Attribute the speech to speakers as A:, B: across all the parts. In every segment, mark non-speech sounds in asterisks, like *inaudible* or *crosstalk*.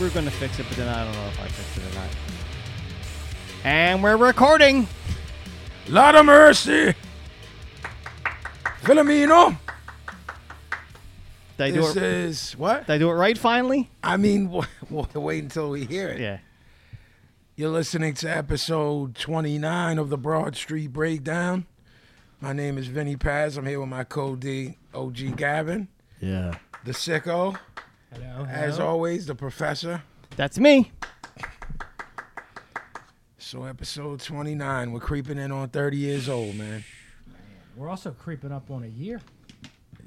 A: we're gonna fix it, but then I don't know if I fixed it or not. And we're recording.
B: Lot of mercy. Filomeno.
A: Did I do
B: This
A: it? Did
B: is what?
A: I do it right finally?
B: I mean, *laughs* w- w- wait until we hear it.
A: Yeah.
B: You're listening to episode 29 of the Broad Street Breakdown. My name is Vinny Paz. I'm here with my co-D, OG Gavin,
A: Yeah.
B: the sicko,
C: Hello,
B: as always, the professor.
A: That's me.
B: So episode 29, we're creeping in on 30 years old, man.
C: We're also creeping up on a year.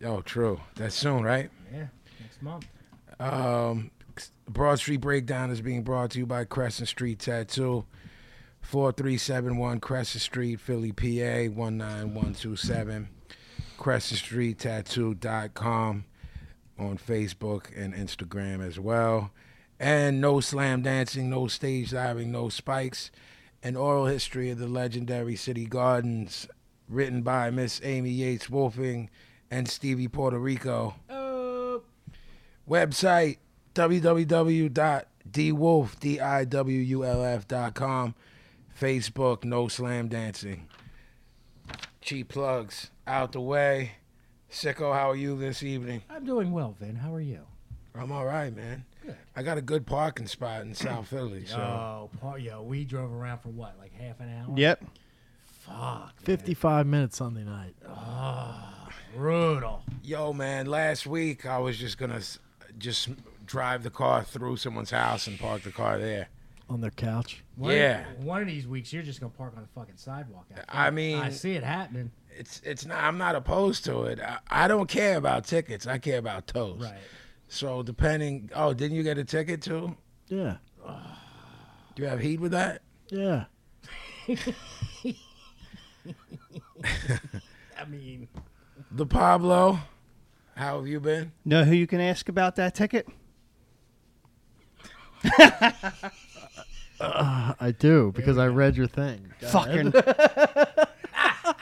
B: Oh, true. That's soon, right?
C: Yeah, next month.
B: Um, Broad Street Breakdown is being brought to you by Crescent Street Tattoo, 4371 Crescent Street, Philly, PA, 19127. Crescent Street Tattoo.com on Facebook and Instagram as well. And no slam dancing, no stage diving, no spikes. An oral history of the legendary city gardens, written by Miss Amy Yates Wolfing and Stevie Puerto Rico website www.dwolf d-i-w-u-l-f.com facebook no slam dancing cheap plugs out the way sicko how are you this evening
C: I'm doing well, Vin. How are you?
B: i'm all right man
C: Good.
B: i got a good parking spot in
C: *clears throat*
B: south philly so
C: Oh, par- yo, we drove around for what, like half an hour?
A: Yep.
C: Fuck. Ah,
D: 55 minutes Sunday night.
C: Brutal.
B: yo man last week i was just gonna s- just drive the car through someone's house and park the car there
D: On their couch.
C: One
B: Yeah.
C: one of these weeks, you're just gonna park on the fucking sidewalk. out
B: I
C: there.
B: mean-
C: I see it happening.
B: it's it's not i'm not opposed to it i, I don't care about tickets i care about toes
C: Right.
B: So depending, oh, didn't you get a ticket too?
D: Yeah.
B: Do you have heat with that?
D: Yeah.
C: I mean,
B: The Pablo, how have you been?
A: Know who you can ask about that ticket?
D: I- I do because I read your thing. *laughs*
A: Fucking.
B: Uh,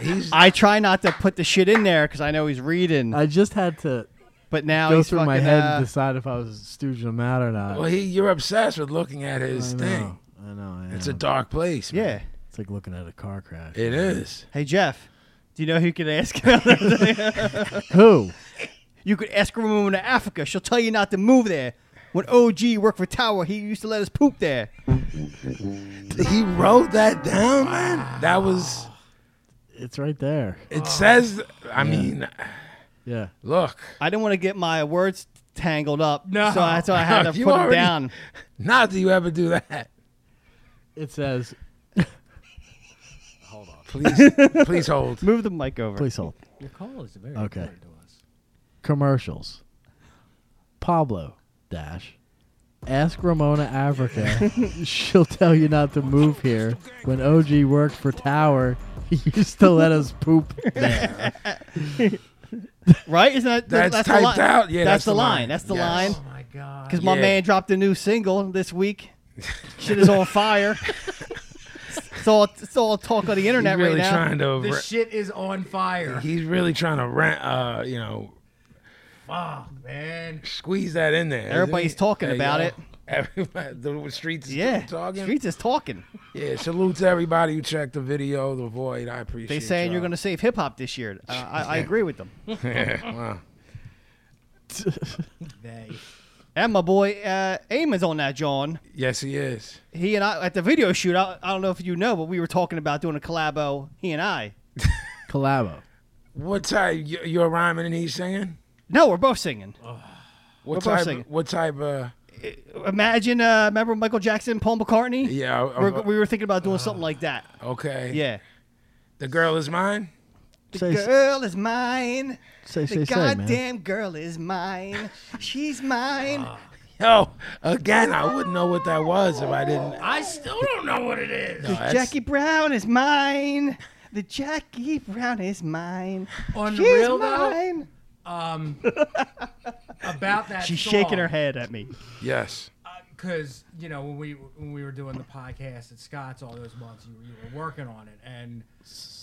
B: He's
A: I try not to put the shit in there because I know he's reading.
D: I just had to
A: But now
D: go
A: he's
D: through my
A: fucking,
D: head
A: uh,
D: and decide if I was stooging them out or not.
B: well, he you're obsessed with looking at his
D: I know.
B: thing.
D: I know. I
B: It's a
D: am.
B: dark place. man.
A: yeah.
D: It's like looking at a car crash.
B: it is.
A: Hey Jeff, do you know who you can ask *laughs* about that ticket?
D: Who?
A: You could ask a woman in Africa. She'll tell you not to move there. When OG worked for Tower, he used to let us poop there.
B: He wrote that down, man. That was.
D: It's right there.
B: It says. I mean,
D: Yeah.
B: look,
A: I didn't want to get my words tangled up,
C: No.
A: so that's why I had to
B: *laughs* You
A: put them
B: already-
A: down.
B: not that you ever do that.
D: It says,
B: Please, please hold.
A: Move the mic over.
D: please hold.
C: your call is very
D: Okay.
C: important to us.
D: Commercials. Pablo dash. Ask
B: *laughs*
D: Ramona Africa. She'll tell you not to move here. When OG worked for Tower, he used to let us poop there.
A: Right? Isn't that
B: That's
A: the
B: typed
A: line.
B: out? Yeah, that's
A: the,
B: the
A: line.
B: line.
A: That's the
B: Yes.
A: line.
C: Oh my god.
A: Because my
B: Yeah.
A: man dropped a new single this week. Shit is on fire. It's all, it's all talk on the
B: He's
A: internet
B: really
A: right now.
B: trying to.
C: the
B: ra-
C: shit is on fire.
B: he's really trying to rant. Uh, you know,
C: Fuck, man.
B: squeeze that in there. isn't
A: Everybody's
B: he?
A: talking
B: There you
A: about
B: go.
A: it.
B: *laughs* Everybody, the streets is
A: yeah.
B: talking.
A: Streets is talking.
B: Yeah, salute to everybody who checked the video, the void. I appreciate.
A: They saying you're going to save hip hop this year. Uh, I, I agree with them.
B: *laughs* gonna. wow.
C: They.
A: And my boy uh, Eamon's on that, John.
B: Yes, he is.
A: He and I, at the video shoot, I, I don't know if you know, but we were talking about doing a collabo, he and I.
D: Collabo.
B: What type? you- You're rhyming and he's singing.
A: No, we're both singing.
B: What
A: We're both
B: type?
A: singing.
B: What type of?
A: Imagine, uh, remember Michael Jackson, Paul McCartney?
B: Yeah. I-
A: We're, we were thinking about
D: Uh.
A: doing something like that.
B: okay.
A: Yeah.
B: The girl is mine.
D: Say,
A: Girl is mine.
D: say,
A: The
D: say, say, man.
A: goddamn girl is mine. She's mine.
B: Ah. Yo, again, I wouldn't know what that was if I didn't.
C: I still don't know what it is.
B: No, that's-
A: Jackie Brown is mine. The Jackie Brown is mine.
C: On the
A: She's
C: real though,
A: mine.
C: um, about that.
A: She's
C: song,
A: shaking her head at me.
B: Yes.
C: because you know when we when we were doing the podcast at Scott's all those months, you, you were working on it, and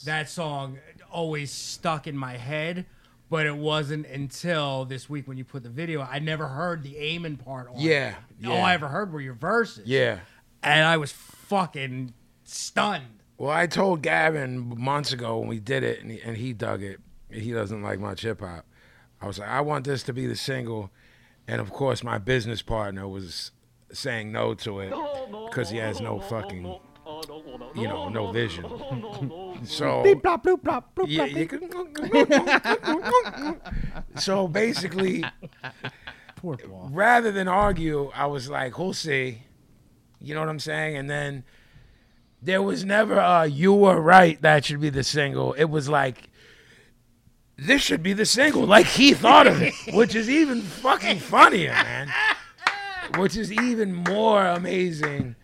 C: that song always stuck in my head. But it wasn't until this week when you put the video. I never heard the aiming part on. it.
B: Yeah,
C: All
B: yeah.
C: I ever heard were your verses.
B: Yeah.
C: And I was fucking stunned.
B: Well, I told Gavin months ago when we did it, and he, and he dug it. He doesn't like much hip hop. I was like, I want this to be the single, and of course, my business partner was saying no to it because he has no fucking, you know, no vision. So
A: Blop, bloop, blop, bloop,
B: yeah,
A: blop.
B: you could- *laughs* so basically,
D: Poor Paul.
B: rather than argue, I was like, "We'll see," you know what I'm saying? And then there was never a "You were right" that should be the single. It was like this should be the single, like he thought of it, which is even fucking funnier, man. Which is even more amazing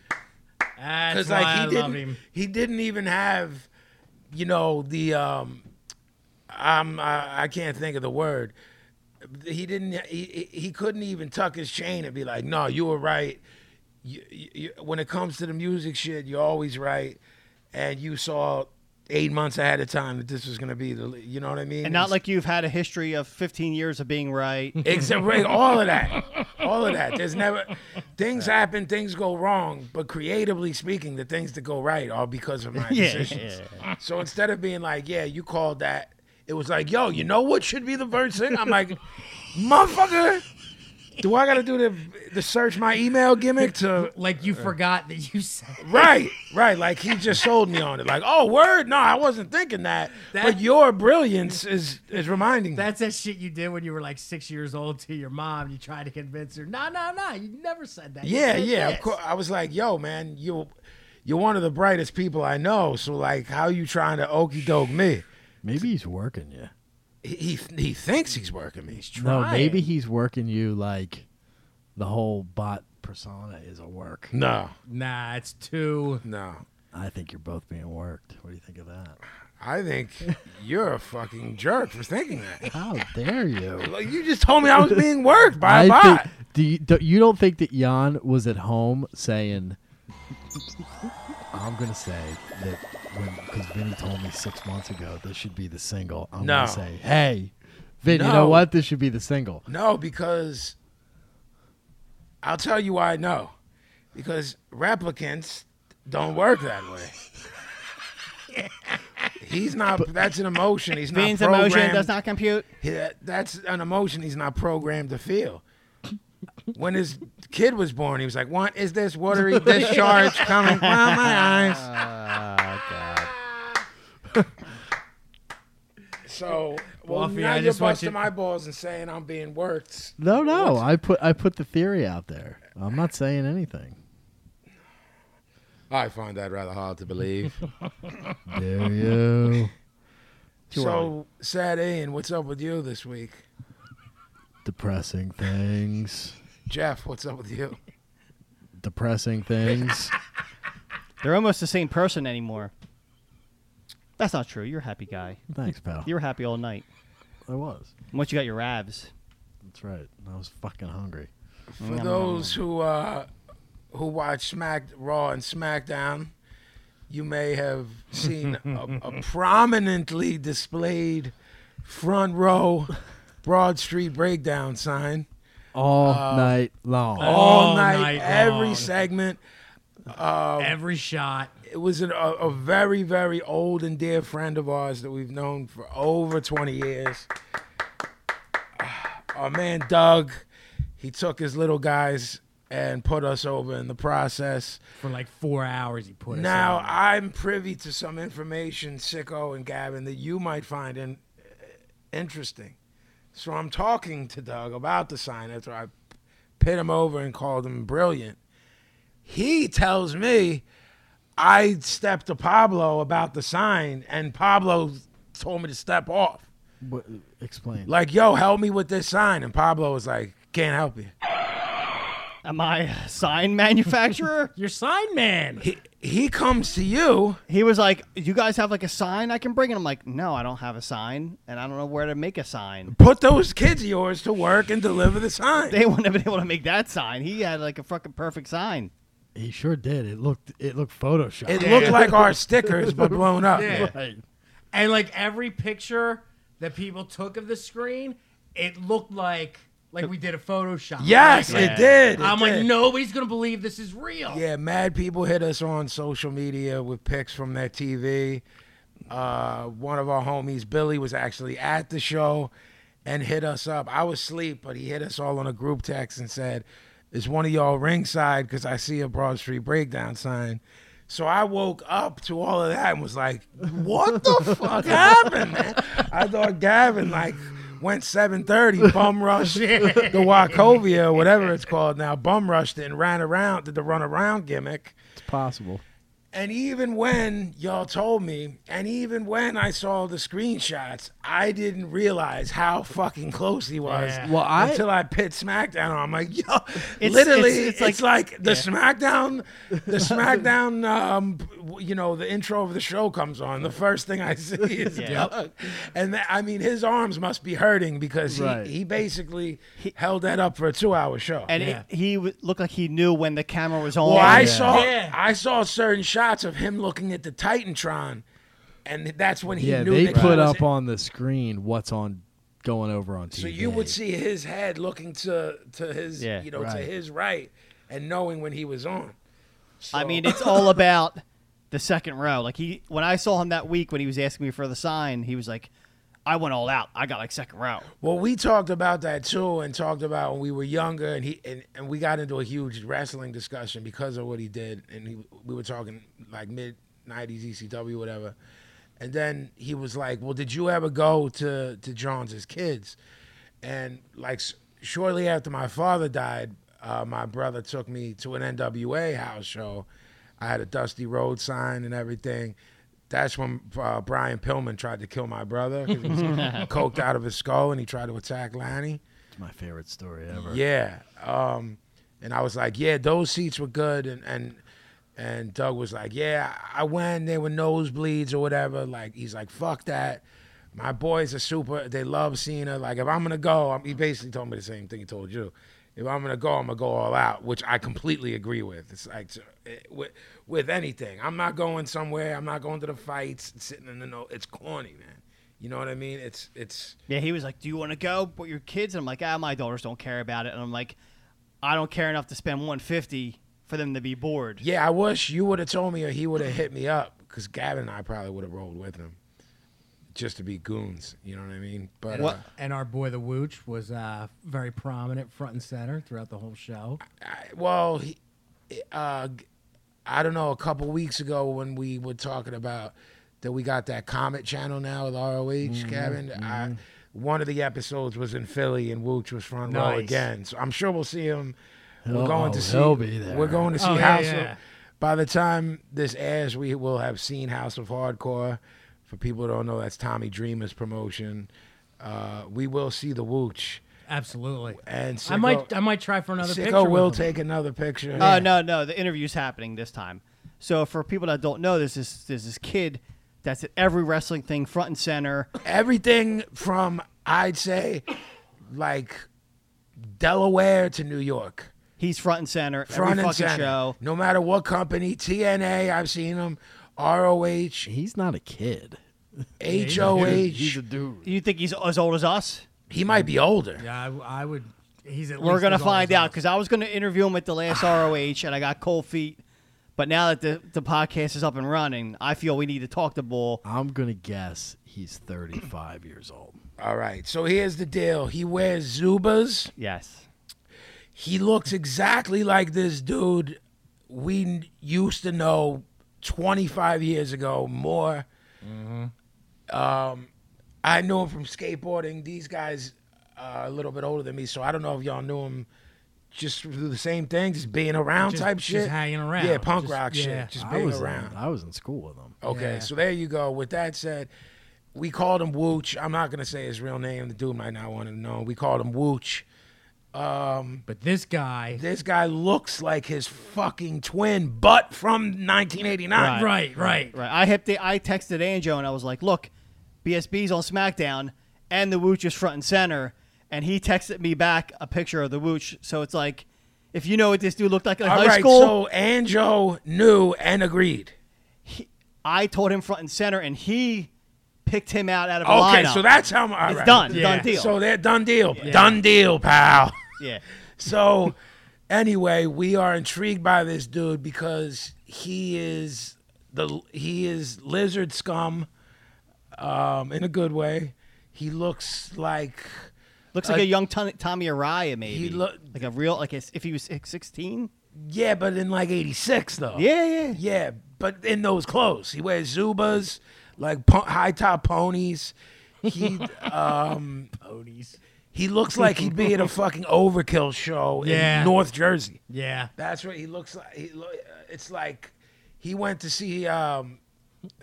C: That's
B: because
C: why
B: like
C: I
B: he
C: love
B: didn't
C: him.
B: he didn't even have you know the um I'm I, I can't think of the word he didn't he he he couldn't even tuck his chain and be like no you were right you, you, you- when it comes to the music shit you're always right and you saw eight months ahead of time that this was gonna be the you know what I mean
A: And not like you've had a history of 15 years of being
D: *laughs*
A: right.
B: Except right, all of that, all of that. There's never things happen, things go wrong, but creatively speaking, the things that go right are because of my decisions. So instead of being like, "Yeah, you called that," it was like, "Yo, you know what should be the first thing?" I'm like, "Motherfucker, do I gotta do the the search my email gimmick to?"
C: Like you forgot that you said.
B: Right, right. Like he just sold me on it. Like, oh, word. No, I wasn't thinking that.
C: That-
B: but your brilliance is is reminding me.
C: That's that shit you did when you were like six years old to your mom. You tried to convince her. No, no, no. You never said that. You
B: Yeah,
C: said
B: yeah. Of
C: this."
B: course. I was like, yo, man, you you're one of the brightest people I know. So like, how you trying to okey doke me?
D: Maybe he's working you.
B: He, he he thinks he's working me.
D: No, maybe he's working you like the whole bot persona is a work.
B: No,
C: Nah, it's too.
B: no.
D: I think you're both being worked. What do you think of that?
B: I think you're a fucking jerk for thinking that. *laughs*
D: How dare you?
B: Like, you just told me I was being worked by
D: *laughs* I
B: a bot.
D: think, do you, do, you don't think that Jan was at home saying, I'm going to say that when, because Vinny told me six months ago this should be the single, I'm
B: No.
D: going to say, hey, Vin, you know
B: No.
D: what? This should be the single.
B: No, because I'll tell you why no. Because replicants don't work that way. He's not. that's an emotion. He's not.
A: Beans emotion
B: programmed.
A: does not compute.
B: Yeah, that's an emotion he's not programmed to feel. When his kid was born, he was like, "What is this watery
C: *laughs*
B: discharge coming from my eyes?"
C: Ah,
B: So, well,
C: Buffy,
B: now
C: I
B: you're
C: just want
B: busting
C: you-
B: my balls and saying I'm being worked.
D: No, no, I put I put the theory out there. I'm not saying anything.
B: I find that rather hard to
C: *laughs*
B: believe.
D: Dare you?
B: so, Sad Ian, what's up with you this week?
D: Depressing things.
B: Jeff, what's up with you?
D: Depressing things.
B: *laughs*
A: They're almost the same person anymore. That's not true. You're a happy guy.
D: Thanks, pal.
A: You were happy all night.
D: I was.
A: Once you got your abs.
D: That's right. I was fucking hungry.
B: For those who uh, who watch Smack Raw and SmackDown, you may *laughs* have seen a, a prominently displayed front row Broad Street Breakdown sign
D: All
B: Uh,
D: night long.
B: all,
C: All
B: night,
C: night
B: every
C: long.
B: segment. Oh.
C: Every shot.
B: It was an, a, a very very old and dear friend of ours that we've known for over twenty years. *sighs* Our man Doug, he took his little guys and put us over in the process.
C: for like four hours. He put us
B: Now
C: on.
B: I'm privy to some information, Sicko and Gavin, that you might find in, uh, interesting. So I'm talking to Doug about the sign after I pit him over and called him brilliant. He tells me I stepped to Pablo about the sign, and Pablo told me to step off.
D: What, explain.
B: Like, yo, help me with this sign, and Pablo was like, can't help you.
A: Am I a sign *laughs* manufacturer?
C: Your sign man.
B: He he comes to you.
A: he was like, "You guys have like a sign I can bring?" And I'm like, "No, I don't have a sign, and I don't know where to make a sign." *laughs*
B: Put those kids of yours to work and deliver the sign.
A: They wouldn't have been able to make that sign. He had like a fucking perfect sign.
D: He sure did. It looked it looked photoshopped.
C: *laughs*
B: It looked like our stickers, but blown up.
C: Yeah.
D: Right.
C: And like every picture that people took of the screen, it looked like like we did a Photoshop.
B: Yes,
C: Like,
B: it did. it
C: I'm like,
B: did.
C: nobody's gonna believe this is real.
B: Yeah, mad people hit us on social media with pics from their TV. Uh, one of our homies, Billy, was actually at the show and hit us up. I was asleep, but he hit us all on a group text and said, Is one of y'all ringside? Because I see a Broad Street Breakdown sign. So I woke up to all of that and was like, What the fuck happened, man? I thought Gavin, like, went 7.30 bum rush the wachovia or whatever it's called now bum rushed it and ran around did the run around gimmick
D: It's possible.
B: and even when y'all told me and even when i saw the screenshots i didn't realize how fucking close he was
C: Yeah.
D: Well, I-
B: until i pit smackdown on i'm like yo
A: It's-
B: literally
A: it's-
B: it's,
A: it's
B: like,
A: like-
B: the smackdown the smackdown um you know the intro of the show comes on the first thing i see is
A: Yeah.
B: Doug. and that, i mean his arms must be hurting because he,
D: Right.
B: he basically held that up for a two-hour show
A: And
C: Yeah.
A: it, he w- looked like he knew when the camera was on.
B: Well, I
A: Yeah.
B: saw
C: Yeah.
B: I saw certain shots of him looking at the Titantron, and that's when he
D: yeah,
B: knew
D: they
B: that he
D: put
B: was
D: up
B: in.
D: on the screen what's on going over on TV.
B: So you would see his head looking to to his
A: Yeah,
B: you know to
D: right.
B: his right, and knowing when he was on.
A: I mean, it's all about the second row. Like he, when I saw him that week when he was asking me for the sign, he was like, "I went all out. I got like second row."
B: Well, we talked about that too, and talked about when we were younger, and he and, and we got into a huge wrestling discussion because of what he did, and he, we were talking like mid '90s ECW, whatever. And then he was like, "Well, did you ever go to to John's as kids?" And like s- shortly after my father died, uh, my brother took me to an NWA house show. I had a Dusty Road sign and everything. That's when uh, Brian Pillman tried to kill my brother. 'cause He was coked out of his skull and he tried to attack Lanny.
D: It's my favorite story ever.
B: Yeah. Um, and I was like, yeah, those seats were good. And, and, and Doug was like, yeah, I went, they were nosebleeds or whatever. Like, he's like, fuck that. My boys are super. They love Cena. Like, if I'm going to go, I'm, he basically told me the same thing he told you. If I'm going to go, I'm going to go all out, which I completely agree with. It's like, so, it- with, with anything, I'm not going somewhere. I'm not going to the fights, sitting in the no. It's corny, man. You know what I mean? It's, it's,
A: Yeah, he was like, "Do you want to go with your kids?" And I'm like, "Ah, my daughters don't care about it." And I'm like, "I don't care enough to spend 150 for them to be bored."
B: Yeah, I wish you would have told me or he would have hit me up because Gavin and I probably would have rolled with him just to be goons. You know what I mean? But
A: What-
B: uh,
C: And our boy the Wooch was uh, very prominent front and center throughout the whole show.
B: I, well, he, uh, I don't know. A couple weeks ago when we were talking about that we got that Comet channel now with ROH,
C: Mm-hmm,
B: Gavin. I, one of the episodes was in Philly and Wooch was front row
C: Nice.
B: again. So I'm sure we'll see him.
D: He'll-
B: we're going
D: oh,
B: to see.
D: he'll be there.
B: We're going to see
C: Oh, yeah,
B: House.
C: yeah.
B: Of, by the time this airs, we will have seen House of Hardcore. For people who don't know, that's Tommy Dreamer's promotion. Uh, we will see the Wooch
C: Absolutely.
B: and Sicko,
C: I might I might try for another picture.
B: Sicko will
C: with him.
B: take another picture.
A: Oh no, no, the interview's happening this time. So for people that don't know, there's this there's this kid that's at every wrestling thing, front and center.
B: Everything from I'd say like Delaware to New York.
A: He's front and center
B: Front
A: every
B: and
A: fucking
B: center.
A: show.
B: No matter what company, TNA, I've seen them. ROH,
D: He's not a kid. He's a
B: HOH.
D: dude.
A: You think he's as old as us?
B: He might be older.
C: Yeah, I, I would. He's at
A: We're
C: least
A: gonna
C: as old
A: find
C: as
A: out
C: us.
A: because I was gonna interview him at the
C: *sighs*
A: last ROH, and I got cold feet. But now that the, the podcast is up and running, I feel we need to talk to Bull.
D: I'm gonna guess he's 35 years old.
B: All right. So here's the deal. He wears Zubas.
A: Yes.
B: He looks exactly like this dude we n- used to know 25 years ago more. Um,
C: Mm-hmm.
B: I knew him from skateboarding. These guys are a little bit older than me, so I don't know if y'all knew him just through the same thing, just being around
C: Just-
B: type
C: just
B: shit.
C: hanging around.
B: Yeah, punk
C: Just-
B: rock
C: yeah.
B: shit. Just
D: I
B: being
D: was
B: around. Oh.
D: In, I was in school with him.
B: Okay,
C: Yeah.
B: so there you go. With that said, we called him Wooch. I'm not gonna say his real name. The dude might not want to know. We called him Wooch.
C: But this guy.
B: This guy looks like his fucking twin, but from 1989.
C: Right, right.
A: Right. I hit the, I texted Anjo and I was like, "Look, BSB's on SmackDown and the Wooch is front and center." And he texted me back a picture of the Wooch. So it's like, if you know what this dude looked like in
B: All
A: high
B: right,
A: school,
B: so Anjo knew and agreed.
A: I told him front and center, and he picked him out out of a
B: Okay,
A: lineup.
B: so that's how my. all
A: It's
B: right.
A: done.
C: Yeah.
A: Done deal.
B: So they're done deal. Done deal, pal. *laughs*
A: yeah.
B: So, anyway, we are intrigued by this dude because he is the he is lizard scum, um, in a good way. He looks like
A: Looks like
B: Uh,
A: a young Ton- Tommy Araya, maybe.
B: look-
A: like a real, like a, if he was sixteen.
B: yeah, but in like '86 though.
A: Yeah, yeah.
B: yeah, but in those clothes, he wears Zubas, like po- high top ponies.
A: *laughs*
B: He um
C: Ponies.
B: he looks like he'd be at a fucking overkill show
C: Yeah.
B: in North Jersey.
C: Yeah.
B: That's what he looks like. He lo- uh, it's like he went to see um,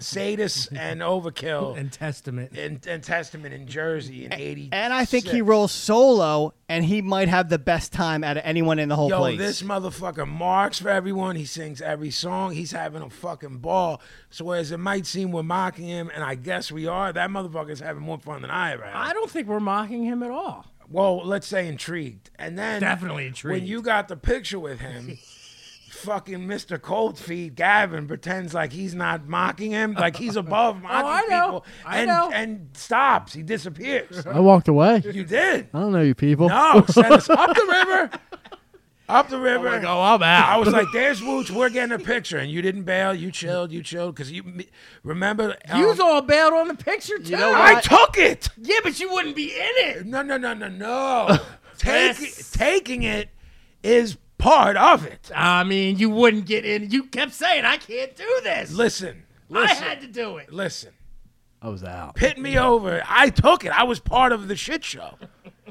B: Sadis
A: *laughs*
B: and Overkill
C: And Testament.
B: and, and Testament in Jersey in eighty.
A: And I think he rolls solo, and he might have the best time out of anyone in the whole
B: Yo,
A: place.
B: this motherfucker marks for everyone. He sings every song. He's having a fucking ball. So whereas it might seem we're mocking him, and I guess we are, that motherfucker's having more fun than I ever had.
C: I don't think we're mocking him at all.
B: well, let's say intrigued, and then
C: Definitely intrigued.
B: When you got the picture with
C: *laughs*
B: him, fucking Mr. Cold Feet Gavin pretends like he's not mocking him, like he's
C: *laughs*
B: above mocking
C: Oh, I know.
B: people,
C: I
B: and
C: know.
B: and stops. He
C: *laughs*
B: disappears.
D: I walked away.
B: you did.
D: I don't know you people.
B: No, send us up the river.
C: *laughs*
B: Up the
C: Oh
B: river. I
C: I'm out.
B: was like, "There's Wooch. We're getting a picture," and you didn't bail. You chilled. You chilled because you remember. um,
C: You was all bailed on the picture too.
A: know
B: I took it.
C: yeah, but you wouldn't be in it.
B: No, no, no, no, no. Take,
C: Yes.
B: Taking it is part of it.
C: I mean, you wouldn't get in. You kept saying, "I can't do *laughs* this.
B: Listen,
C: I
B: listen,
C: had to do it."
B: listen.
D: I was out.
B: Hit me over. I took it. I was part of the shit show.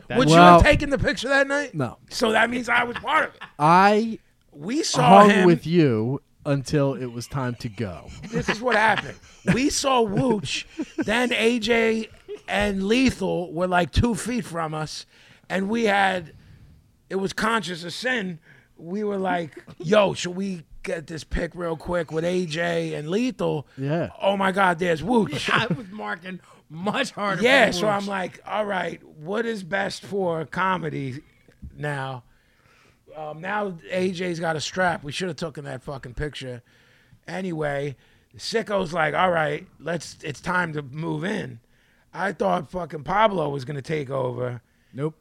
B: Would you
D: Well-
B: have taken the picture that night?
D: No.
B: So that means I was part of it.
D: I
B: We saw
D: hung
B: him.
D: with you until it was time to go.
B: This is what happened. We saw Wooch. Then AJ and Lethal were like two feet from us, and we had. It was conscious of sin. We were like, "Yo, should we get this pick real quick with AJ and Lethal?"
D: Yeah.
B: Oh my God, there's Wooch.
C: *laughs* I was marking much harder.
B: Yeah,
C: for
B: so
C: Wooch.
B: I'm like, all right, what is best for comedy now? Um, now AJ's got a strap. We should have taken that fucking picture. Anyway, Sicko's like, all right, let's. It's time to move in. I thought fucking Pablo was gonna take over.
D: Nope.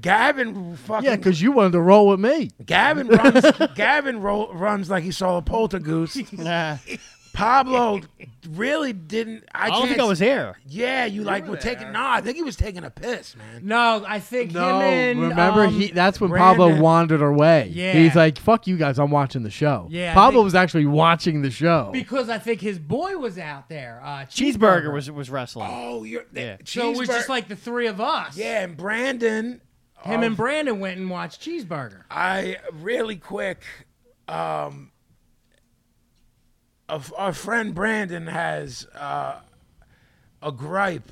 B: Gavin fucking
D: Yeah, because you wanted to roll with me.
B: Gavin runs. Gavin ro- runs like he saw a poltergeist. *laughs*
A: Nah,
B: Pablo really didn't. I,
A: I don't
B: can't,
A: think I was there.
B: Yeah, you, like were taking. Nah, I think he was taking a piss, man.
C: no, I think him and
D: remember
C: um,
D: he? That's when Pablo
B: Brandon-
D: wandered away.
C: Yeah.
D: he's like, "Fuck you guys, I'm watching the show."
C: Yeah, I
D: Pablo
C: think-
D: was actually watching the show.
C: because I think his boy was out there. Uh,
A: Cheeseburger was was wrestling.
B: Oh, you're
A: Yeah.
B: that
C: So it was
B: Cheeseburg-
C: just like the three of us.
B: yeah, and Brandon.
C: him and Brandon went and watched Cheeseburger.
B: I really quick. Um, of- our friend Brandon has uh, a gripe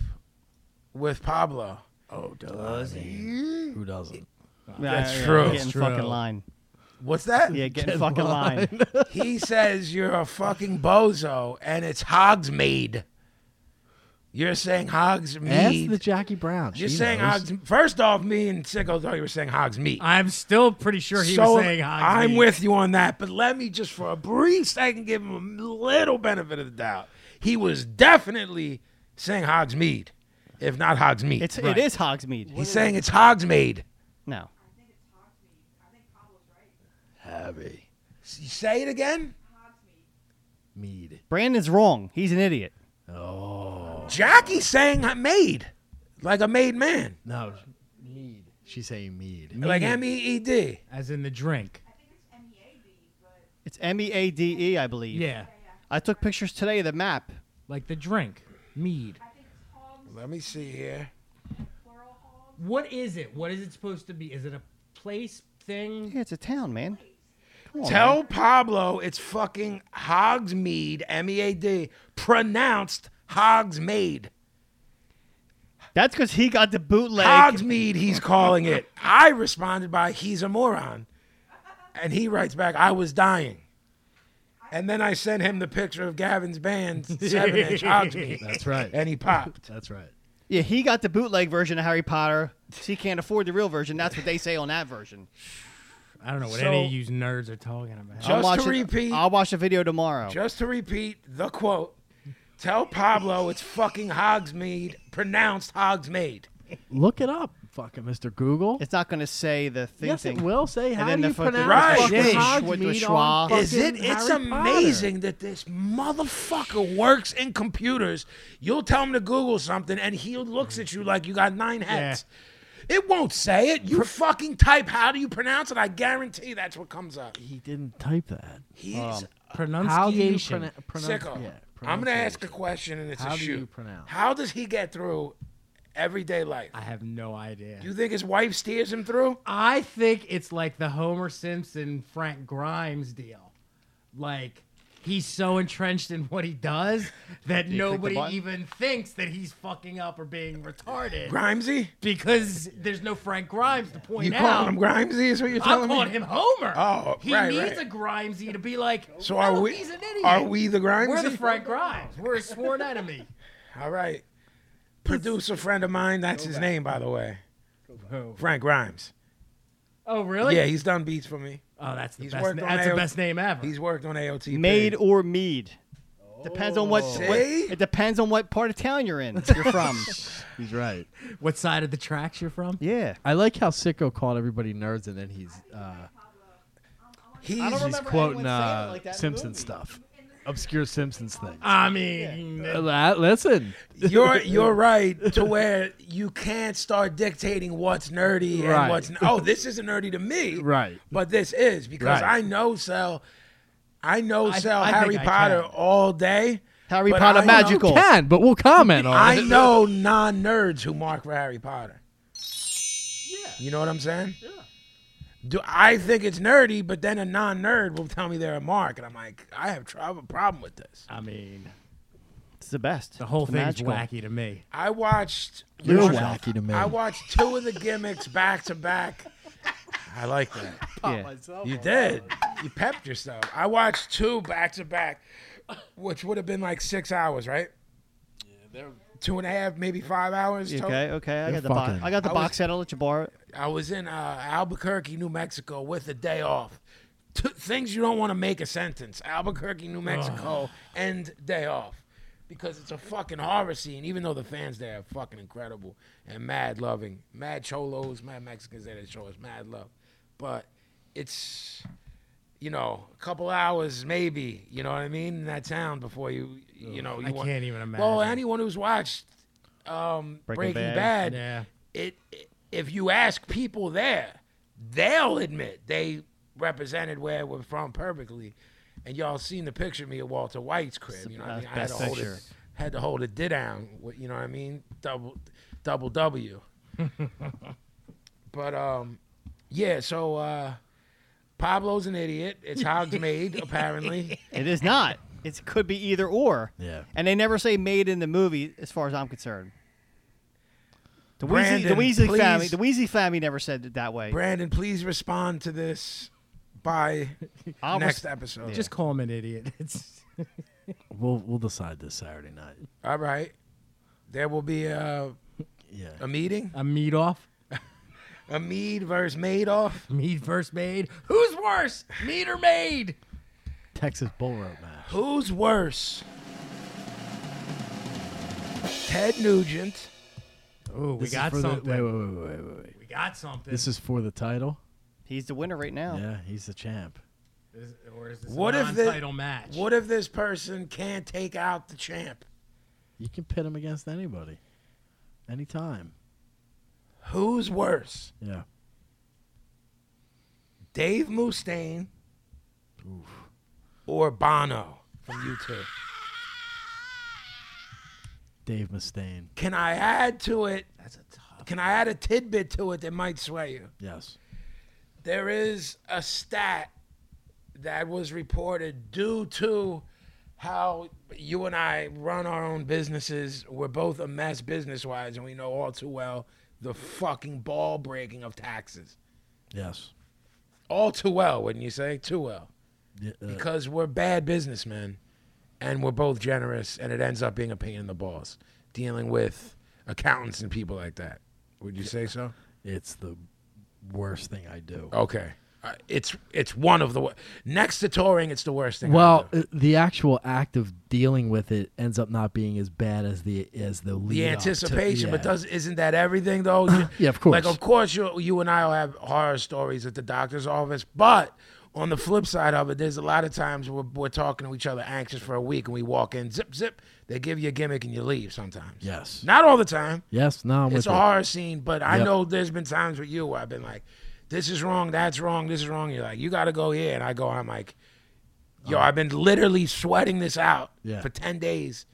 B: with Pablo.
D: oh, does he? Who doesn't?
A: That's
B: true.
A: Get in
B: That's
A: fucking line.
B: What's that?
A: Yeah, get in fucking line.
B: He says you're a fucking bozo, and it's Hogsmeade. You're saying
D: Ask the
B: Hogsmeade.
D: Jackie Brown.
B: You're
D: She
B: saying
D: knows.
B: Hogs. First off, me and Sicko thought you were saying Hogsmeade.
C: I'm still pretty sure he was saying Hogsmeade.
B: I'm with you on that, but let me just for a brief second give him a little benefit of the doubt. He was definitely saying Hogsmeade, if not Hogsmeade.
A: It's it is Hogsmeade.
B: He's saying it's Hogsmeade.
A: No,
E: I think it's Hogsmeade. I think Pablo's right.
D: heavy
B: S- Say it again.
E: Hogsmeade.
D: mead.
A: Brandon's wrong. He's an idiot.
B: Jackie's saying made, like a made man,
D: No, mead. She's saying mead.
B: like M E E D.
C: as in the drink.
E: I think it's M-E-A-D, but
A: It's M E A D E, I believe.
C: Yeah,
A: I took pictures today of the map.
C: like the drink, mead.
E: I think it's Hogs,
B: Let me see here.
E: plural Hogs.
C: What is it? What is it supposed to be? Is it a place thing?
A: Yeah, it's a town, man. Come on, man.
B: Tell Pablo it's fucking Hogsmeade, M E A D, pronounced Hogsmeade.
A: That's because he got the bootleg.
B: Hogsmeade, he's calling it. I responded by, he's a moron. And he writes back, I was dying. And then I sent him the picture of Gavin's band, seven
D: *laughs*
B: inch Hogsmeade.
D: That's right.
B: *laughs* And he popped.
D: That's right.
A: Yeah, he got the bootleg version of Harry Potter. 'cause He can't afford the real version. That's what they say on that version.
C: I don't know what
B: So-
C: any of you nerds are talking about.
B: Just to
A: watch it-
B: repeat-
A: I'll watch the video tomorrow.
B: Just to repeat the quote Tell Pablo it's fucking Hogsmeade, pronounced Hogsmeade.
D: Look it up, fucking Mr. Google.
A: It's not going to say the thing.
D: yes,
A: thing.
D: it will say how
A: then
D: do
A: the
D: you
A: fucking-
D: pronounce
B: Right.
D: fucking
B: Yeah.
A: With the
D: Hogsmeade
A: schwa.
D: on
B: Is it?
D: fucking
B: It's
D: Harry Potter.
B: amazing that this motherfucker works in computers. You'll tell him to Google something, and he looks at you like you got nine heads. It won't say it. You fucking type. How do you pronounce it? I guarantee that's what comes up.
D: He didn't type that.
B: He's
D: How do you
C: Pronunciation.
D: pronu- pronounce?
B: sicko.
D: Um, yeah,
B: I'm gonna ask a
D: pronunciation.
B: question, and it's
D: How
B: a
D: do
B: shoot.
D: you pronounce?
B: How does he get through everyday life?
C: I have no idea.
B: You think his wife steers him through?
C: I think it's like the Homer Simpson Frank Grimes deal. Like he's so entrenched in what he does that
A: you click the
C: nobody
A: button?
C: even thinks that he's fucking up or being retarded
B: Grimesy?
C: because there's no Frank Grimes to point
B: You
C: out.
B: calling him Grimesy? Is what you're telling
C: I'm calling
B: me?
C: him Homer.
B: Oh,
C: he
B: right,
C: needs
B: right.
C: a Grimesy to be like.
B: So are
C: "No,
B: we-
C: He's an idiot.
B: Are we the Grimesy?
C: We're the Frank Grimes. We're
B: *laughs*
C: a sworn enemy.
B: All right. Producer friend of mine, that's his name, by the way. Frank Grimes.
C: Oh really?
B: yeah, he's done beats for me.
C: Oh, that's the
B: He's
C: best.
B: worked
C: na-
B: on
C: That's the
B: AOT.
C: best name ever.
B: He's worked on AOTP.
A: Made or mead. Depends on what, what-
B: See?
A: it depends on what part of town you're in. You're from.
D: He's right.
C: what side of the tracks
B: *laughs*
C: you're from?
A: yeah.
D: I like how Sicko called everybody nerds, and then he's uh,
B: He's,
A: I don't
D: *laughs* he's
A: remember
D: quoting
A: anyone saying it
D: uh,
A: like that in the
D: Simpson
A: movie.
D: stuff, obscure Simpsons *laughs* thing.
C: I mean,
D: Uh, la- listen,
B: you're you're right to where you can't start dictating what's nerdy
D: Right.
B: and what's n- oh this isn't nerdy to me
D: Right.
B: but this is because
D: Right.
B: I know Sal I know
C: I-
B: Sal
C: I think
B: Harry
C: I
B: Potter
C: can.
B: all day
A: Harry
B: but
A: Potter
B: I know-
A: magical. Cool.
D: can but we'll comment on
B: I
D: Uh, it.
B: know non nerds who mark for Harry Potter. Yeah. You know what I'm saying? Yeah. Do I think it's nerdy, but then a non nerd will tell me they're a mark, and I'm like, I have tr- I have a problem with this.
C: I mean,
A: It's the best.
C: the whole
A: It's
C: thing's
A: magical.
C: wacky to me.
B: I watched
D: You're
B: I-
D: wacky to me.
B: I watched two of the gimmicks back to back. I like that.
A: Yeah.
B: You did. You pepped yourself. I watched two back to back, which would have been like six hours, right? Two and a half, maybe five hours. total.
A: Okay. Okay. I
D: You're
A: got the box.
D: fucking-
A: I got the
B: I
A: box
B: was-
A: set. I'll let you borrow it.
B: I was in uh, Albuquerque, New Mexico, with a day off. T- things you don't want to make a sentence. Albuquerque, New Mexico, and day off, because it's a fucking horror scene. Even though the fans there are fucking incredible and mad loving, mad cholos, mad Mexicans there that show us mad love, but it's you know a couple hours maybe. You know what I mean in that town before you you know you
C: I
B: want-
C: can't even
B: Well,
C: imagine.
B: anyone who's watched um,
A: Breaking Bad.
B: Breaking, Bad,
C: Yeah.
B: it, it- if you ask people there, they'll admit they represented where we're from perfectly. And y'all seen the picture of me at Walter White's crib. You know what I mean? I had to
A: best
B: hold
A: picture.
B: it, had to hold it did down. what- You know what I mean? Double,
A: *laughs*
B: double W. but um, yeah. So uh, Pablo's an idiot. It's Hogs made
A: *laughs*
B: apparently.
A: It is not. It could be either or.
D: Yeah.
A: And they never say made in the movie, as far as I'm concerned. The
B: Brandon,
A: Weasley, the Weasley
B: please.
A: family, the Weasley family never said it that way.
B: Brandon, please respond to this by
A: I'll
B: next
A: res-
B: episode.
C: Just call him an idiot. *laughs* It's
D: We'll we'll decide this Saturday night.
B: All right. There will be a,
D: Yeah.
B: a meeting.
C: a meat off.
B: A Mead versus Madoff.
C: Meat first made. Who's worse, meat or made?
D: Texas bull rope match.
B: Who's worse? Ted Nugent.
C: Oh, we
D: This is
C: got
D: for the-
C: something.
D: wait, wait, wait, wait, wait, wait.
C: We got something.
D: This is for the title.
A: He's the winner right now.
D: Yeah, he's the champ.
C: Is- or is this
B: What
C: a
B: if the-
C: non-title match?
B: What if this person can't take out the champ?
D: You can pit him against anybody, anytime.
B: Who's worse?
D: Yeah.
B: Dave Mustaine or Bono from U2?
D: Dave Mustaine.
B: Can I add to it?
C: That's a tough.
B: Can I add a tidbit to it that might sway you?
D: Yes.
B: there is a stat that was reported due to how you and I run our own businesses. We're both a mess business wise, and we know all too well the fucking ball breaking of taxes.
D: Yes.
B: All too well, wouldn't you say? Too well.
D: Yeah, uh,
B: Because we're bad businessmen and we're both generous, and it ends up being a pain in the balls dealing with accountants and people like that. Would you say so?
D: it's the worst thing I do.
B: Okay. Uh, it's it's one of the wor- next to touring. It's the worst thing. I
D: Well,
B: do.
D: uh, the actual act of dealing with it ends up not being as bad as the as the lead
B: the
D: up to-
B: anticipation, but
D: yeah.
B: does isn't that everything though? You-
D: *laughs* Yeah, of course.
B: Like of course you you and I will have horror stories at the doctor's office, but on the flip side of it, there's a lot of times we're, we're talking to each other anxious for a week, and we walk in, zip zip, they give you a gimmick and you leave sometimes.
D: yes,
B: Not all the time.
D: yes, no, I'm
B: it's
D: with
B: a
D: you.
B: horror scene, but I
D: Yep.
B: know there's been times with you where I've been like, this is wrong, that's wrong, this is wrong. You're like, you got to go here. And I go, I'm like, yo, I've been literally sweating this out
D: Yeah.
B: for 10 days.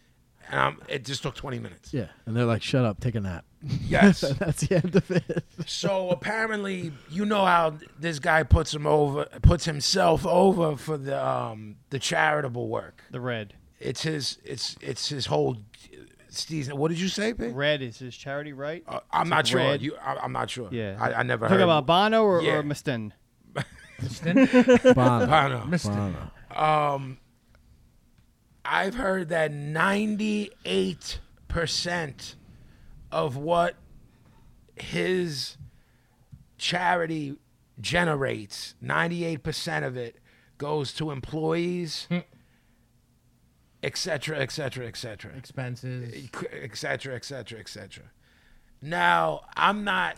B: And I'm, it just took 20 minutes.
D: Yeah, and they're like, "Shut up, take a nap."
B: Yes.
D: *laughs* That's the end of it.
B: so apparently, you know how this guy puts him over, puts himself over for the um, the charitable work.
A: The red.
B: It's his, it's it's his whole uh, season. What did you say, Pig?
A: Red is his charity, right?
B: Uh, I'm not sure.
A: red.
B: You, I, I'm not sure.
A: Yeah.
B: I, I never
A: Talking
B: heard.
A: about Bono or,
B: Yeah.
A: or Mistin?
D: *laughs* Bono,
B: Bono.
D: Bono.
B: I've heard that 98% of what his charity generates, 98% of it goes to employees, et cetera, et cetera, et cetera,
C: Expenses.
B: et cetera, et cetera, et cetera. Now, I'm not.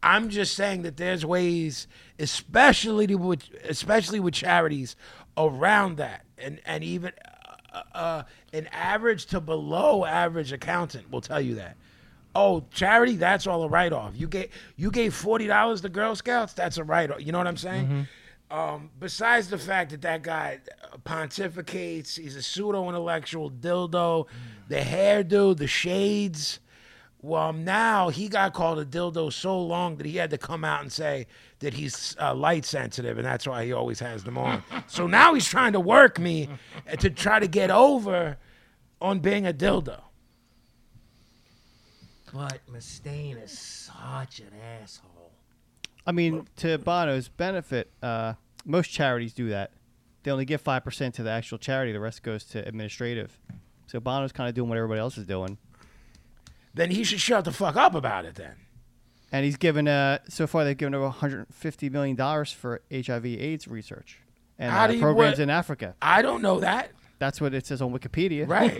B: I'm just saying that there's ways, especially to- with especially with charities, around that, and and even uh, uh, an average to below average accountant will tell you that. Oh, charity, that's all a write off. You gave you gave forty dollars to Girl Scouts, that's a write off. You know what I'm saying? Um, besides the fact that that guy pontificates, he's a pseudo intellectual dildo,
C: Mm.
B: the hairdo, the shades. Well, now he got called a dildo so long that he had to come out and say that he's uh, light sensitive, and that's why he always has them
C: *laughs*
B: on. so now he's trying to work me uh, to try to get over on being a dildo.
C: But Mustaine is such an asshole.
A: I mean, to Bono's benefit, uh, most charities do that. They only give five percent to the actual charity; the rest goes to administrative. So Bono's kind of doing what everybody else is doing,
B: Then he should shut the fuck up about it. Then
A: and he's given. Uh, so far, they've given over 150 million dollars for HIV/AIDS research and
B: How
A: uh,
B: do you-
A: programs
B: what-
A: in Africa.
B: I don't know that,
A: That's what it says on Wikipedia.
C: *laughs*
B: right?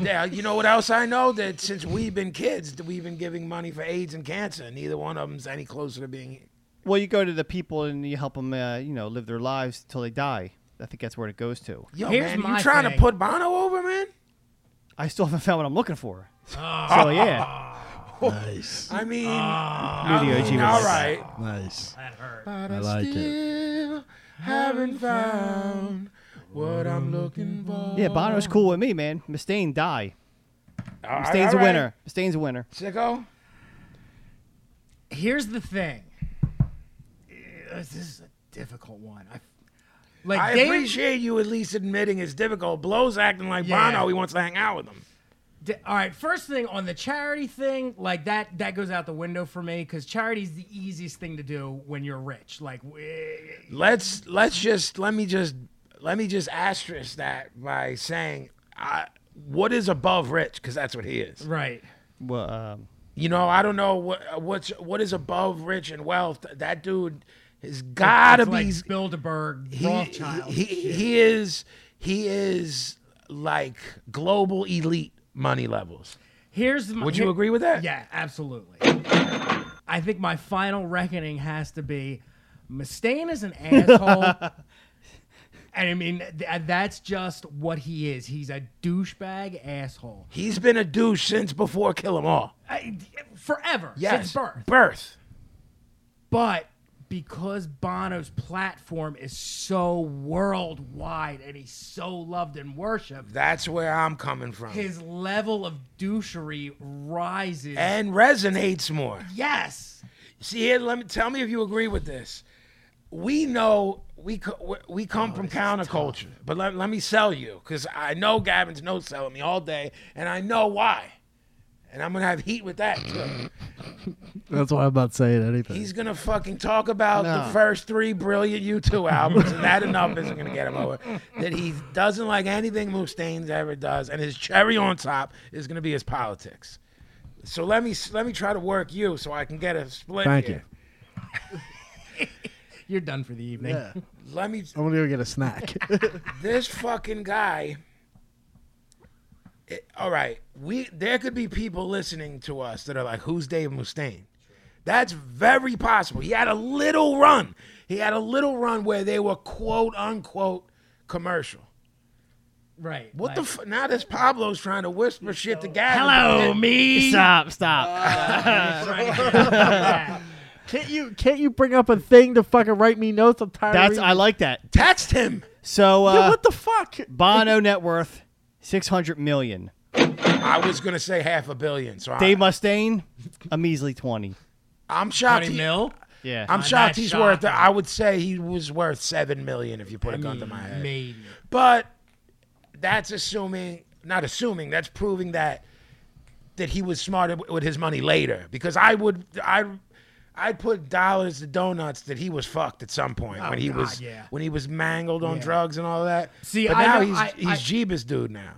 B: now you know what else I know that since we've been kids, that we've been giving money for AIDS and cancer, and neither one of them's any closer to being.
A: Well, you go to the people and you help them, uh, you know, live their lives till they die. I think that's where it goes to.
B: Yo,
C: Here's
B: man,
C: my
B: you trying
C: thing.
B: to put Bono over, man?
A: I still haven't found what I'm looking for.
B: Ah.
A: So yeah,
D: nice,
B: I mean,
C: Uh,
A: Knew the
B: I
A: OG
B: mean,
A: was-
B: *laughs* all right.
D: nice.
C: That hurt.
D: I like it.
B: Still haven't found what I'm looking for.
A: Yeah, Bono's cool with me, man. Mustaine die.
B: All right,
A: Mustaine's
B: all
A: a
B: right.
A: winner. Mustaine's a winner.
B: Sicko?
C: Here's the thing. Eh, This is a difficult one. I, like
B: I
C: David,
B: appreciate you at least admitting it's difficult. Blow's acting like
C: Yeah.
B: Bono. He wants to hang out with him.
C: D- all right first thing on the charity thing like that that goes out the window for me because charity's the easiest thing to do when you're rich like w- eh,
B: Let's let's just let me just let me just asterisk that by saying I, what is above rich because that's what he is.
C: right
A: Well, um,
B: You know, I don't know what uh, what's what is above rich and wealth. That dude has got to
C: It's
B: be
C: like Bilderberg
B: he,
C: Rothschild
B: he, he, he is he is like global elite money levels.
C: here's my,
B: Would you
C: here-
B: agree with that?
C: yeah absolutely I think my final reckoning has to be
B: *laughs*
C: Mustaine is an asshole and I mean th- uh, that's just what he is he's a douchebag asshole
B: He's been a douche since before Kill 'Em All.
C: I, forever
B: Yes.
C: since birth
B: Birth.
C: But because Bono's platform is so worldwide and he's so loved and worshipped,
B: That's where I'm coming from.
C: his level of douchery rises.
B: and resonates more.
C: yes.
B: See here, let me tell me if you agree with this. We know we co- we come from counterculture, but let, let me sell you because I know Gavin's no selling me all day, and I know why, and I'm gonna have heat with that too.
D: That's why I'm not saying anything.
B: He's gonna fucking talk about
A: No.
B: the first three brilliant U2 albums, and that enough isn't gonna get him over. That he doesn't like anything Mustaine's ever does, and his cherry on top is gonna be his politics. So let me let me try to work you so I can get a split.
D: Thank
B: here.
C: You're done for the evening.
D: Yeah.
B: Let me.
D: *laughs* I'm gonna go get
A: *laughs*
D: a snack.
B: This fucking guy. It- all right, we there could be people listening to us that are like, "Who's Dave Mustaine?" That's very possible. He had a little run. He had a little run where they were quote unquote commercial.
C: Right.
B: What the
C: like,
B: f- now? This Pablo's trying to whisper shit to Gavin.
C: Hello, me.
A: Stop,
B: Uh,
A: stop.
D: can't you can't you bring up a thing to fucking write me notes? I'm tired.
A: That's
D: of
A: I
D: reading-
A: like that.
B: Text him.
A: So uh,
D: Yeah, what the fuck?
A: Bono net worth six hundred million.
B: I was gonna say half a billion. So
A: Dave
B: I,
A: Mustaine, a measly twenty.
B: I'm shocked.
C: Honey
B: he-
C: Mill.
A: Yeah.
B: I'm
C: That's
B: shocked he's worth.
C: shocking.
B: I would say he was worth seven million if you put a gun to my head.
C: Maybe.
B: But that's assuming, not assuming. That's proving that that he was smarter w- with his money later. Because I would, I, I'd put dollars to donuts that he was fucked at some point
C: Oh,
B: when he
C: God,
B: was
C: yeah.
B: when he was mangled on drugs and all that.
C: See,
B: but
C: I
B: now
C: know-
B: he's
C: I-
B: he's
C: I-
B: Jeebus dude now.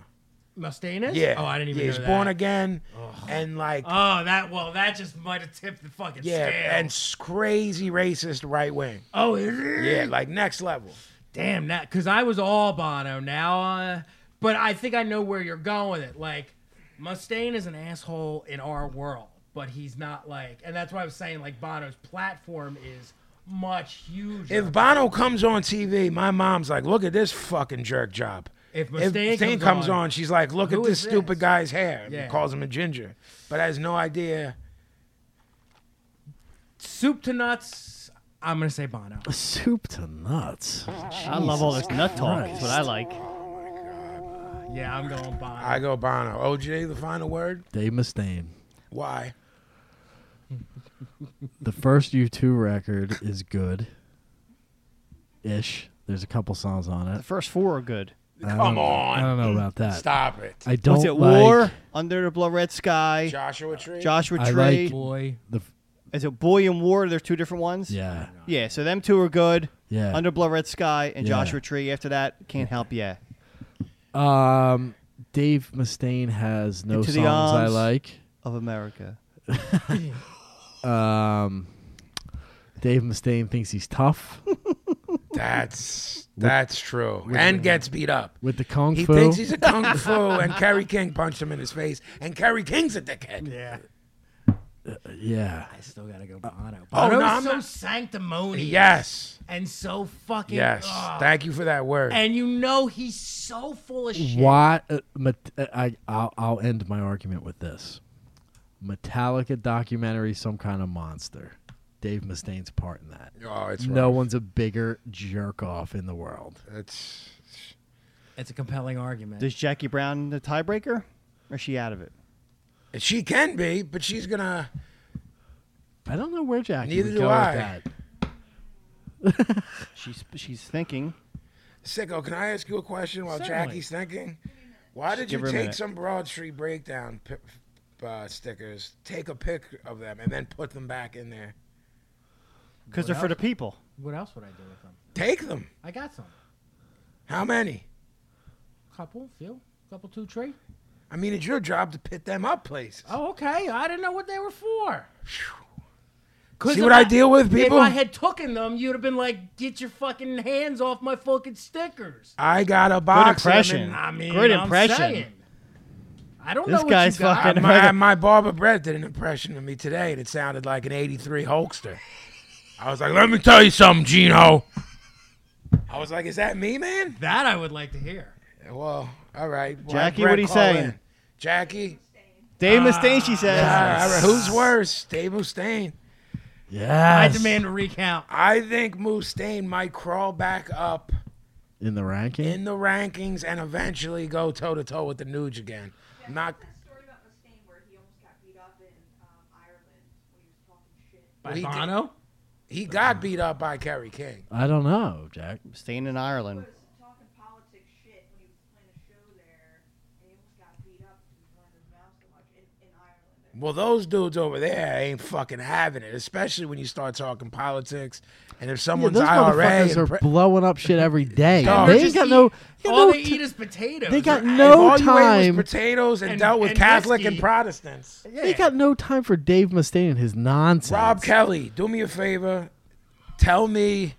C: Mustaine is?
B: Yeah.
C: Oh, I didn't even
B: yeah,
C: know
B: He's
C: that.
B: born again, and like
C: Oh, that well, that just might have tipped the fucking
B: yeah,
C: scale.
B: and s- crazy racist right wing.
C: oh, is it?
B: Yeah, like next level.
C: Damn that, because I was all Bono now, uh, but I think I know where you're going with it. Like, Mustaine is an asshole in our world, but he's not like, and that's why I was saying like Bono's platform is much huger.
B: If Bono comes on TV, my mom's like, look at this fucking jerk job.
C: If Mustaine comes
B: comes
C: on,
B: on, she's like, look at
C: who
B: this
C: is
B: stupid
C: this?
B: guy's hair.
C: Yeah.
B: And calls him a ginger. But has no idea.
C: Soup to nuts, I'm gonna say Bono.
D: Soup to nuts.
A: I love all this nut talk. Is what I like.
C: Yeah, I'm going Bono.
B: I go Bono. OJ, the final word?
D: Dave Mustaine.
B: Why?
D: The first U2 record is good. Ish. There's a couple songs on
A: The
D: it.
A: first four are good.
B: Come on.
D: I don't know about that.
B: Stop it.
D: I don't
A: What's it?
D: like
A: War under the blood red sky.
B: Joshua Tree?
A: Joshua
D: I
A: Tree.
D: like-
C: Boy,
D: the f-
A: Is it Boy and War? They're two different ones.
D: yeah.
A: Yeah. So them two are good.
D: Yeah.
A: Under Blood Red Sky and
D: Yeah.
A: Joshua Tree. After that, can't help yeah.
D: Um Dave Mustaine has no
A: Into the
D: songs I
A: Arms.
D: like.
A: Of America.
D: Um Dave Mustaine thinks he's tough
B: That's that's true. And gets beat up. *laughs*
D: with the kung
B: He
D: fu.
B: thinks he's a kung fu, and Kerry King punched him in his face, and Kerry King's a dickhead.
C: yeah.
D: yeah.
C: I still gotta go Bono.
B: Oh,
C: Bono's
B: no, I'm
C: so
B: not-
C: sanctimonious.
B: Yes.
C: and so fucking
B: Yes.
C: ugh.
B: Thank you for that word.
C: and you know he's so full of shit.
D: Why? Uh, Met- uh, I I'll, I'll end my argument with this: Metallica documentary, some kind of monster. Dave Mustaine's part in that.
B: oh, it's
D: no
B: rough.
D: one's a bigger jerk off in the world.
B: It's
C: It's a compelling argument.
A: Does Jackie Brown the tiebreaker? Or is she out of it?
B: she can be, but she's gonna.
D: I don't know where Jackie
B: Neither
D: would
B: do
D: go
B: I.
D: with that.
A: She's she's thinking.
B: Sicko, Oh, can I ask you a question while
A: Certainly.
B: Jackie's thinking? Why did
A: give
B: you
A: her a
B: take
A: minute.
B: some Broad Street Breakdown pi- uh, stickers, take a pic of them, and then put them back in there?
A: Because they're for the people.
C: What else would I do with them?
B: Take them.
C: I got some.
B: How many?
C: Couple, few, couple, two, three.
B: I mean, it's your job to pit them up, places.
C: Oh, okay. I didn't know what they were for. 'Cause
B: See
C: if
B: what I deal with, people?
C: If I had taken them, you'd have been like, "Get your fucking hands off my fucking stickers."
B: I got a box. of them
A: impression.
B: and-
C: I mean,
A: Great
C: I'm
A: impression.
C: saying. I don't
A: This
C: know.
A: guy's
C: what you got.
B: I-
A: fucking- *laughs*
B: *laughs* my, my barber Brett did an impression of me today, and it sounded like an '83 Hulkster. I was like, "Let me tell you something, Gino." I was like, "Is that me, man?"
C: That I would like to hear.
B: Well, all right. Well,
A: Jackie,
B: Brett
A: what are you
B: call
A: saying?
B: in. Jackie,
D: Ah,
A: Dave Mustaine, she says.
B: all right, who's worse, Dave Mustaine?
D: Yeah.
C: I demand a recount.
B: I think Mustaine might crawl back up
D: in the ranking.
B: in the rankings and eventually go toe to toe with the Nuge again. Not
E: There's a story about Mustaine where he almost got beat up in um, Ireland when he was talking shit.
C: By
B: he did-
C: Bono.
B: he got beat up by Kerry King.
D: I don't know, Jack.
A: Mustaine in Ireland.
E: was talking politics shit when he was playing a show there, and he almost got beat up because he wanted his mouth so much in, in Ireland.
B: Well, those dudes over there ain't fucking having it, especially when you start talking politics. And if
D: Yeah,
B: someone's
D: those
B: IRA,
D: motherfuckers
B: and
D: are
B: pre-
D: blowing up shit every day.
B: Dog.
D: they ain't
C: Just
D: got
C: eat-
D: no. they got
C: all
D: no
C: they
D: t-
C: eat is potatoes.
D: they got
B: if
D: no
B: all you ate
D: time.
B: was potatoes and,
C: And-
B: dealt with
C: and
B: Catholic and
C: whiskey.
B: Protestants.
D: They got no time for Dave Mustaine and his nonsense.
B: Rob Kelly, do me a favor. Tell me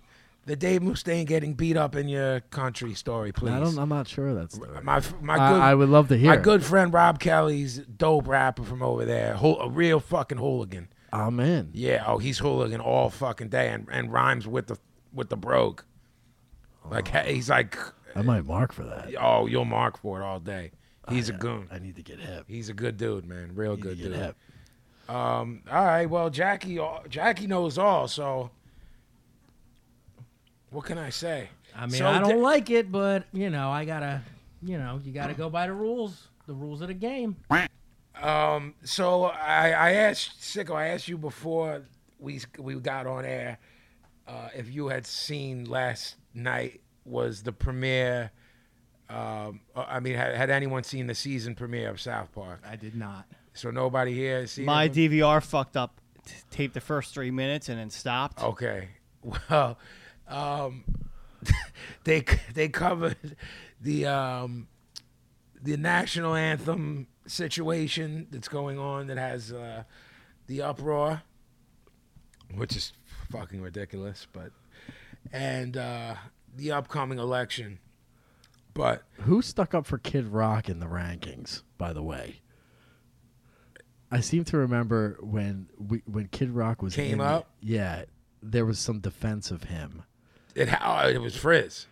B: the Dave Mustaine getting beat up in your country story, please?
D: I don't. I'm not sure of that story.
B: My f- my
D: I,
B: good
D: I would love to hear.
B: my
D: it.
B: good friend Rob Kelly's dope rapper from over there, hol- a real fucking hooligan.
D: I'm in.
B: Yeah, oh, he's hooligan all fucking day and, and rhymes with the with the brogue. Like
D: Oh.
B: he- he's like,
D: I might mark for that.
B: oh, you'll mark for it all day. He's a goon.
D: I need to get hip.
B: He's a good dude, man. Real good
D: Get
B: dude.
D: hip.
B: All right, well, Jackie, all- Jackie knows all, so what can I say?
C: I mean,
B: So
C: I don't
B: da-
C: like it, but you know, I gotta, you know, you gotta go by the rules, the rules of the game.
B: So I, I asked Sicko, I asked you before we we got on air uh, if you had seen last night was the premiere. Um, uh, I mean, had, had anyone seen the season premiere of South Park?
C: I did not.
B: So nobody here has seen
A: My
B: it?
A: DVR fucked up, t- taped the first three minutes and then stopped.
B: Okay. *laughs* Well, um, *laughs* they they covered the um, the national anthem situation that's going on that has uh, the uproar, which is fucking ridiculous, but and uh, the upcoming election. But
D: Who stuck up for Kid Rock in the rankings? By the way, I seem to remember when we when Kid Rock was
B: Came
D: in the-
B: up?
D: yeah, there was some defense of him.
B: it oh, it was Frizz.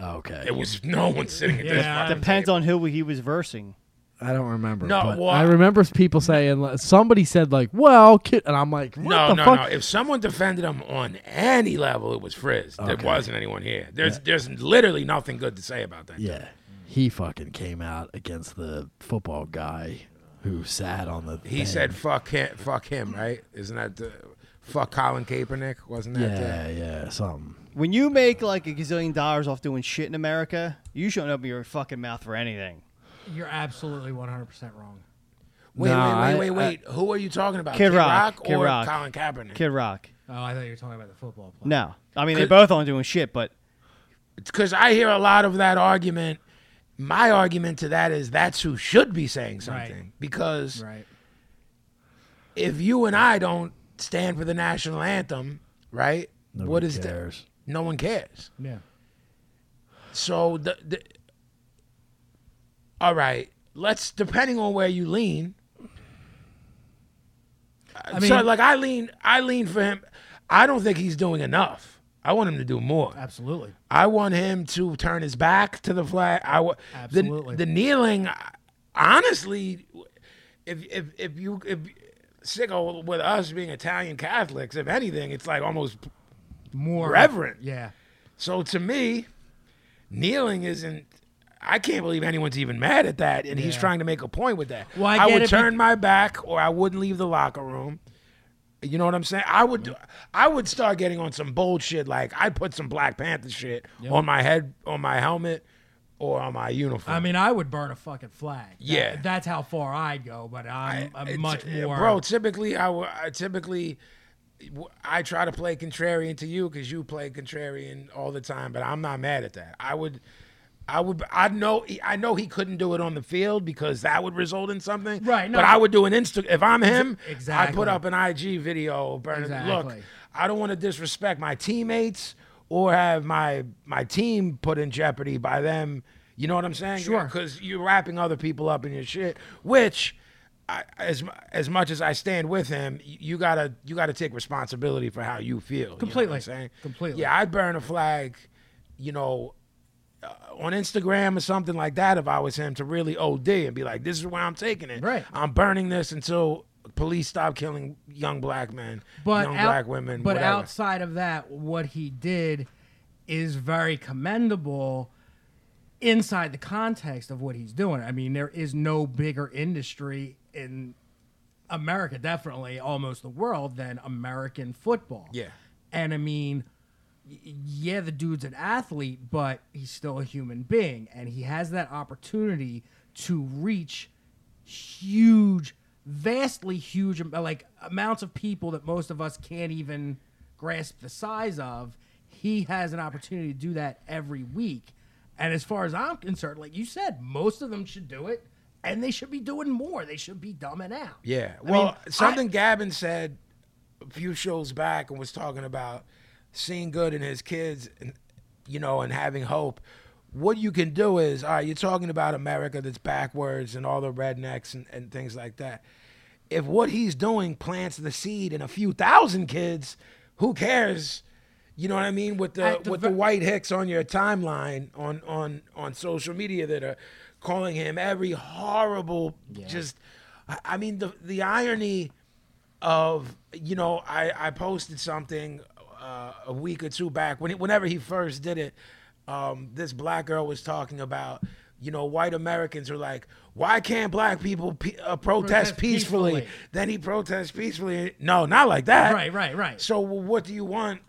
D: Okay,
B: It was no one sitting at this.
C: Yeah.
B: fucking
A: Depends
B: table.
A: on who he was versing.
D: I don't remember.
B: No,
D: but
B: well,
D: I remember people saying like, somebody said like, "Well, Kid," and I'm like, "What
B: No,
D: the
B: no,
D: fuck?"
B: no. If someone defended him on any level, it was Frizz. There
D: Okay.
B: wasn't anyone here. There's there's literally nothing good to say about that.
D: Yeah, Mm. he fucking came out against the football guy who sat on the.
B: He
D: thing.
B: said "fuck him," "fuck him," right? Isn't that the "fuck Colin Kaepernick"? Wasn't that?
D: "Yeah, yeah, something."
A: When you make like a gazillion dollars off doing shit in America, you shouldn't open your fucking mouth for anything.
C: You're absolutely 100 percent wrong.
B: The... Wait,
D: No,
B: wait,
D: I-
B: wait, wait, wait. Who are you talking about?
A: Kid Rock, Kid
B: or
A: Rock.
B: Colin Kaepernick?
A: Kid Rock.
C: Oh, I thought you were talking about the football player.
A: No, I mean they
B: Could-
A: both aren't doing shit, but
B: Because I hear a lot of that argument. My argument to that is that's who should be saying something because
C: Right.
B: if you and I don't stand for the national anthem, right?
D: Nobody
B: what is that?
D: cares.
B: No one cares.
C: Yeah.
B: So the, the all right, let's depending on where you lean. I mean, so
C: mean-
B: like I lean, I lean for him. I don't think he's doing enough. I want him to do more.
C: Absolutely.
B: I want him to turn his back to the flag. I wa- the-
C: Absolutely.
B: The, kneeling, honestly, if if if you if sicko with us being Italian Catholics, if anything, it's like almost
C: More
B: Reverent.
C: Yeah.
B: so to me, kneeling isn't. I can't believe anyone's even mad at that, and he's
C: Yeah.
B: trying to make a point with that.
C: Well, I get
B: would
C: it, but-
B: turn my back, or I wouldn't leave the locker room. You know what I'm saying? I would, I would start getting on some bold shit. Like I'd put some Black Panther shit on my head, on my helmet, or on my uniform.
C: I mean, I would burn a fucking flag. That-
B: Yeah.
C: that's how far I'd go, but I'm, I'm
B: It's-
C: much
B: yeah,
C: more.
B: Bro, typically I, w- I typically w- I try to play contrarian to you because you play contrarian all the time, but I'm not mad at that. I would. I would. I know. I know he couldn't do it on the field because that would result in something.
C: Right, no.
B: but I would do an Insta. If I'm him, I
C: Exactly.
B: put up an IG video. Burning. Look,
C: Exactly.
B: I don't want to disrespect my teammates or have my my team put in jeopardy by them. You know what I'm saying?
C: Sure.
B: Because you're wrapping other people up in your shit, which, I, as mu- as much as I stand with him, y- you gotta you gotta take responsibility for how you feel. you know what I'm
C: Completely.
B: saying?
C: Completely.
B: Yeah, I'd burn a flag, you know, uh, on Instagram or something like that if I was him to really OD and be like, this is where I'm taking it.
C: Right.
B: I'm burning this until police stop killing young black men,
C: but
B: young
C: out-
B: black women,
C: But
B: whatever.
C: outside of that, what he did is very commendable inside the context of what he's doing. I mean, there is no bigger industry in America, definitely almost the world, than American football.
B: Yeah.
C: And I mean, y- yeah, the dude's an athlete, but he's still a human being, and he has that opportunity to reach huge, vastly huge, am- like amounts of people that most of us can't even grasp the size of. He has an opportunity to do that every week, and as far as I'm concerned, like you said, most of them should do it, and they should be doing more. They should be dumbing out.
B: Yeah.
C: I
B: Well,
C: mean, I-
B: something Gavin said a few shows back and was talking about seeing good in his kids, and, you know, and having hope. What you can do is, all right, you're talking about America that's backwards and all the rednecks and, and things like that. If what he's doing plants the seed in a few thousand kids, who cares? You know what I mean? With the,
C: At the
B: with
C: ve-
B: the white hicks on your timeline on on on social media that are calling him every horrible just I- I mean the the irony of you know I, I posted something uh, a week or two back when whenever he first did it um, this black girl was talking about you know white Americans are like why can't black people pe- uh, protest,
C: Protest
B: peacefully?
C: peacefully.
B: then he protests peacefully no not like that
C: Right, right, right.
B: so what do you want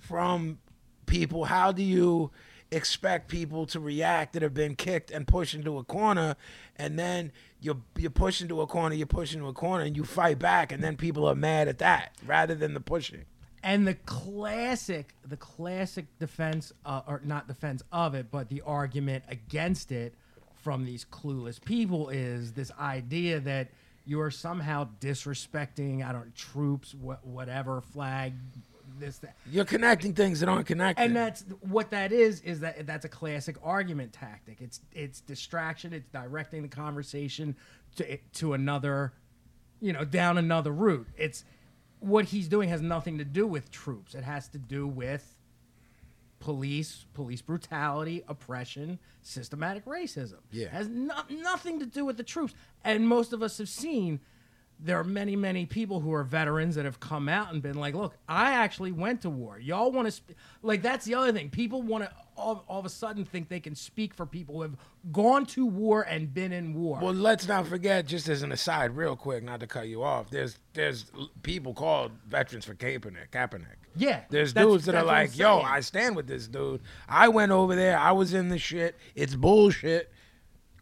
B: from people how do you expect people to react that have been kicked and pushed into a corner and then you're you're pushed into a corner you're pushed into a corner and you fight back and then people are mad at that rather than the pushing
C: And the classic, the classic defense, uh, or not defense of it, but the argument against it from these clueless people is this idea that you are somehow disrespecting, I don't troops, wha- whatever flag, this that.
B: you're connecting things that aren't connected
C: And uh, that's what that is. Is that that's a classic argument tactic. It's it's distraction. It's directing the conversation to to another, you know, down another route. It's what he's doing has nothing to do with troops. It has to do with police, police brutality, oppression, systematic racism.
B: Yeah.
C: has no, nothing to do with the troops. And most of us have seen there are many, many people who are veterans that have come out and been like, "Look, I actually went to war. Y'all want to sp-. like that's the other thing. People want to all, all of a sudden think they can speak for people who have gone to war and been in war.
B: well let's not forget just as an aside real quick not to cut you off there's there's l- people called veterans for Kaepernick Kaepernick
C: yeah,
B: There's
C: that's-
B: dudes that
C: that's
B: are
C: what I'm
B: like, yo,
C: saying.
B: I stand with this dude. I went over there. I was in the shit. It's bullshit.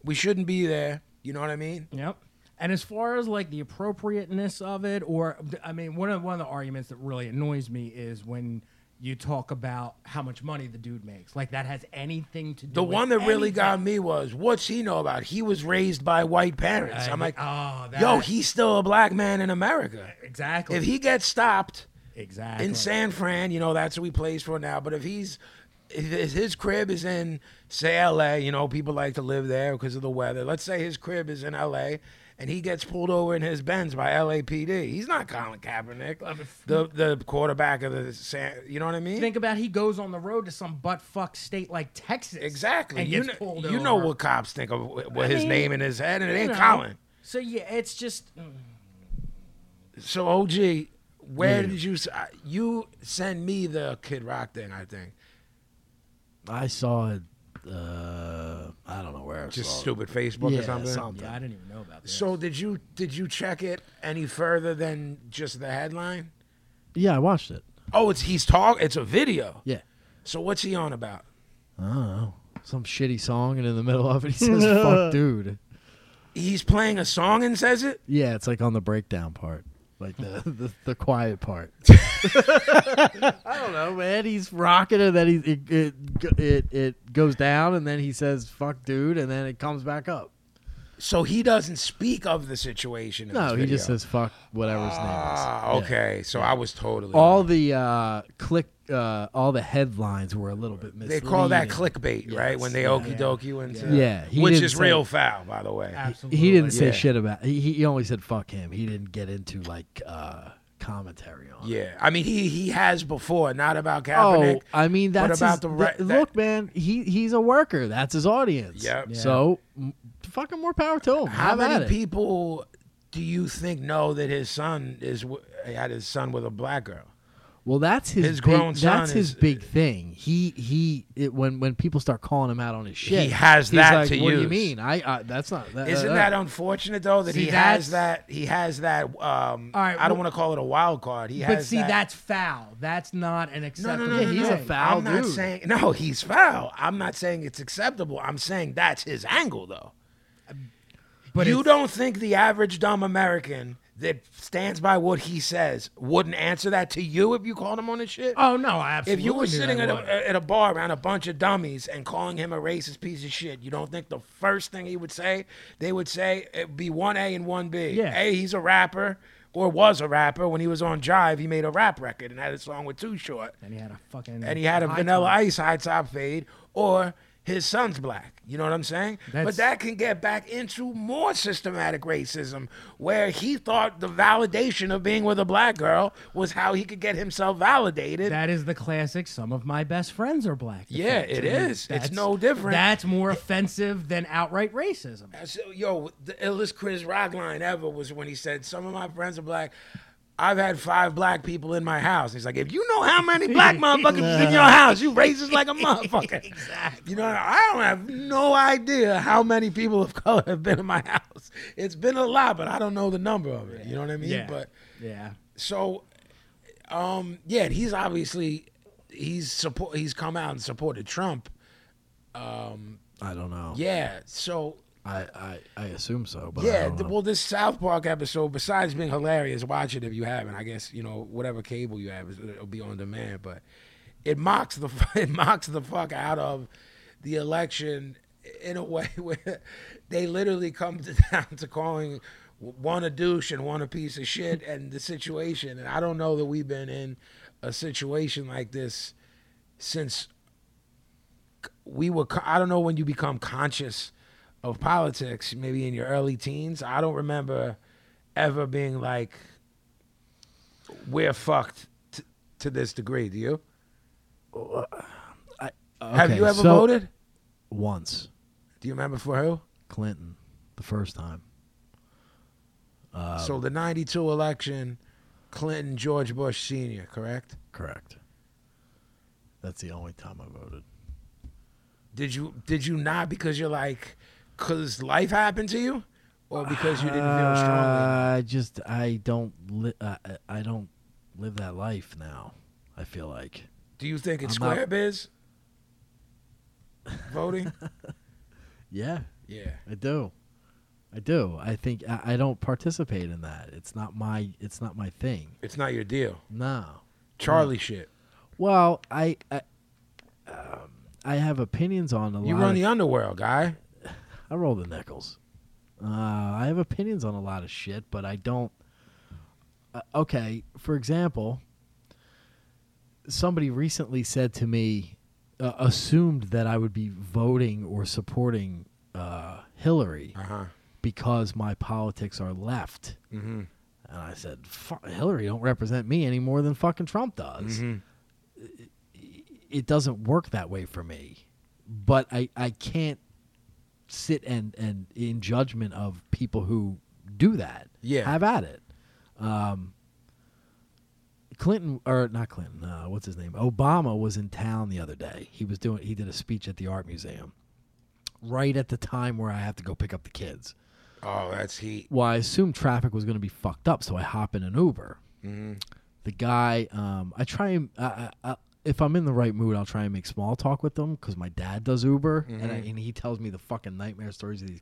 B: We shouldn't be there. You know what I mean?
C: Yep. And as far as like the appropriateness of it, or I mean, one of one of the arguments that really annoys me is when you talk about how much money the dude makes. Like that has anything to do.
B: The
C: with
B: one that really
C: anything.
B: got me was, what's he know about? He was raised by white parents.
C: Uh,
B: I'm like,
C: oh, that-
B: yo, he's still a black man in America.
C: exactly
B: If he gets stopped
C: exactly
B: in San Fran, you know, that's who he plays for now. But if he's, if if his crib is in, say, LA, you know, people like to live there because of the weather. Let's say his crib is in LA. And he gets pulled over in his Benz by LAPD. He's not Colin Kaepernick, the the quarterback of the San. You know what I mean?
C: Think about he goes on the road to some butt fuck state like Texas.
B: exactly.
C: And
B: you
C: gets
B: know,
C: pulled
B: you know
C: over.
B: what cops think of wh-
C: I
B: what his
C: mean,
B: name in his head, and it
C: You
B: ain't
C: know.
B: Colin.
C: So yeah, it's just mm,
B: So OG, where did you s- I- you send me the Kid Rock thing? I think
D: I saw it. Uh, I don't know where. I
B: just
D: saw
B: stupid Facebook
D: Yeah,
B: or something.
D: something.
C: yeah, I didn't even know about this.
B: So did you did you check it any further than just the headline?
D: It. Yeah, I watched it.
B: Oh, it's he's talk. It's a video.
D: Yeah.
B: So what's he on about?
D: I don't know. Some shitty song, and in the middle of it, *laughs* he says, "Fuck, dude."
B: He's playing a song and says it.
D: Yeah, it's like on the breakdown part, like the *laughs* the, the
B: *laughs*
D: quiet part. *laughs* I don't know, man. He's rocking, and then he it, it it it goes down, and then he says "fuck, dude," and then it comes back up.
B: So he doesn't speak of the situation. In
D: No,
B: this
D: he just
B: video.
D: says "fuck" whatever his name is.
B: Ah,
D: Yeah.
B: okay. So I was totally
D: All
B: off.
D: the uh, click, uh, all the headlines were a little bit
B: They
D: misleading.
B: call that clickbait, right? When
D: Yes,
B: they
D: yeah.
B: okey doke you into
D: Yeah, he
B: which
D: didn't
B: is
D: say-
B: real foul, by the way.
C: Absolutely.
D: He didn't say
B: Yeah.
D: shit about. He he only said "fuck him." He didn't get into like uh, commentary on. it.
B: Yeah, I mean he he has before, not about Kaepernick.
D: Oh, I mean
B: What
D: that's
B: about
D: his-
B: the
D: th-
B: re- that-
D: look, man. He he's a worker. That's his audience.
B: Yep. Yeah.
D: So, m- fucking more power to him.
B: How
D: Have at
B: many
D: it.
B: people do you think know that his son is w- had his son with a black girl?
D: Well, that's his,
B: His
D: big,
B: grown son
D: That's his
B: is- uh,
D: big thing. He he. It, when when people start calling him out on his shit,
B: He has
D: he's
B: that
D: like,
B: to
D: What do you
B: use."
D: mean? I, I that's not. That,
B: Isn't that unfortunate though that
C: Uh, See,
B: he has
C: that's-
B: that he has that um
C: All right,
B: I don't
C: wh-
B: want to call it a wild card. He
C: But
B: has
C: see,
B: that.
C: that's foul. That's not an
B: no,
C: acceptable.
B: no, no,
D: Yeah,
B: no,
D: he's
B: no.
D: a foul
B: I'm not
D: dude.
B: saying no, he's foul. I'm not saying it's acceptable. I'm saying that's his angle though.
C: But
B: you
C: it's-
B: don't think the average dumb American that stands by what he says wouldn't answer that to you if you called him on his shit?
C: Oh no, I absolutely.
B: If you were
C: knew
B: sitting
C: that
B: at
C: would.
B: a, uh, at a bar around a bunch of dummies and calling him a racist piece of shit, you don't think the first thing he would say? They would say it'd be one A and one B.
C: Yeah.
B: A, he's a rapper. or was a rapper. When he was on Jive, he made a rap record and had a song with Too Short.
C: And he had a fucking.
B: And he had a
C: high
B: Vanilla
C: top.
B: Ice high top fade, or his son's black. You know what I'm saying?
C: That's-
B: but that can get back into more systematic racism, where he thought the validation of being with a black girl was how he could get himself validated.
C: That is the classic. Some of my best friends are black.
B: Yeah,
C: defense.
B: it
C: I mean,
B: is. It's
C: that's-
B: no different.
C: That's more offensive than outright racism.
B: So, yo, the illest Chris Rock line ever was when he said, "Some of my friends are black. I've had five black people in my house." He's like, "If you know how many black motherfuckers is in your house, you racist like a motherfucker." exactly. You know, I don't have no idea how many people of color have been in my house. It's been a lot, but I don't know the number of it. You know what I mean?
C: Yeah.
B: But
C: Yeah.
B: so um yeah he's obviously he's support he's come out and supported trump
D: I don't know.
B: yeah so
D: I, I, I assume so, but I
B: yeah
D: don't
B: th-
D: know.
B: well this south park episode besides being hilarious watch it if you haven't i guess you know whatever cable you have is- it'll be on demand but it mocks the *laughs* fu- it mocks the fuck out of the election in a way *laughs* where they literally come to, *laughs* down to calling w- one a douche and one a piece of shit and the situation and i don't know that we've been in a situation like this since we were co- i don't know when you become conscious of politics maybe in your early teens i don't remember ever being like we're fucked t- to this degree do you have
D: Okay,
B: you ever
D: so-
B: voted
D: once
B: do you remember for who
D: Clinton the first time. Um,
B: so the 92 election clinton george bush senior correct
D: Correct. That's the only time I voted.
B: did you did you not because you're like because life happened to you or because you didn't feel strongly
D: Uh, I just I don't li- I, I- I don't live that life now. I feel like
B: do you think it's
D: I'm not-
B: square biz voting *laughs*
D: yeah,
B: yeah
D: I do. I do. I think I, I don't participate in that. It's not my it's not my thing.
B: it's not your
D: Mm.
B: deal
D: No.
B: charlie shit
D: Well, I I, um, I have opinions on a lot.
B: You run
D: of-
B: the underworld, guy.
D: I roll the nickels. Uh, I have opinions on a lot of shit, but I don't. Uh, okay, for example, somebody recently said to me, uh, assumed that I would be voting or supporting uh, Hillary
B: huh.
D: because my politics are left. Mm-hmm. And I said, Fuck, Hillary don't represent me any more than fucking Trump does. It, it doesn't work that way for me. But I, I can't sit and, and in judgment of people who do that.
B: Yeah.
D: Have at it. Um, Clinton or not Clinton, uh, what's his name? Obama was in town the other day. He was doing he did a speech at the art museum. Right at the time where I have to go pick up the kids.
B: Oh, that's heat.
D: well, I assumed traffic was going to be fucked up, so I hop in an Uber.
B: Mm-hmm.
D: The guy, um, I try and I, I, I, if I'm in the right mood, I'll try and make small talk with them because my dad does Uber, and, I, and he tells me the fucking nightmare stories of these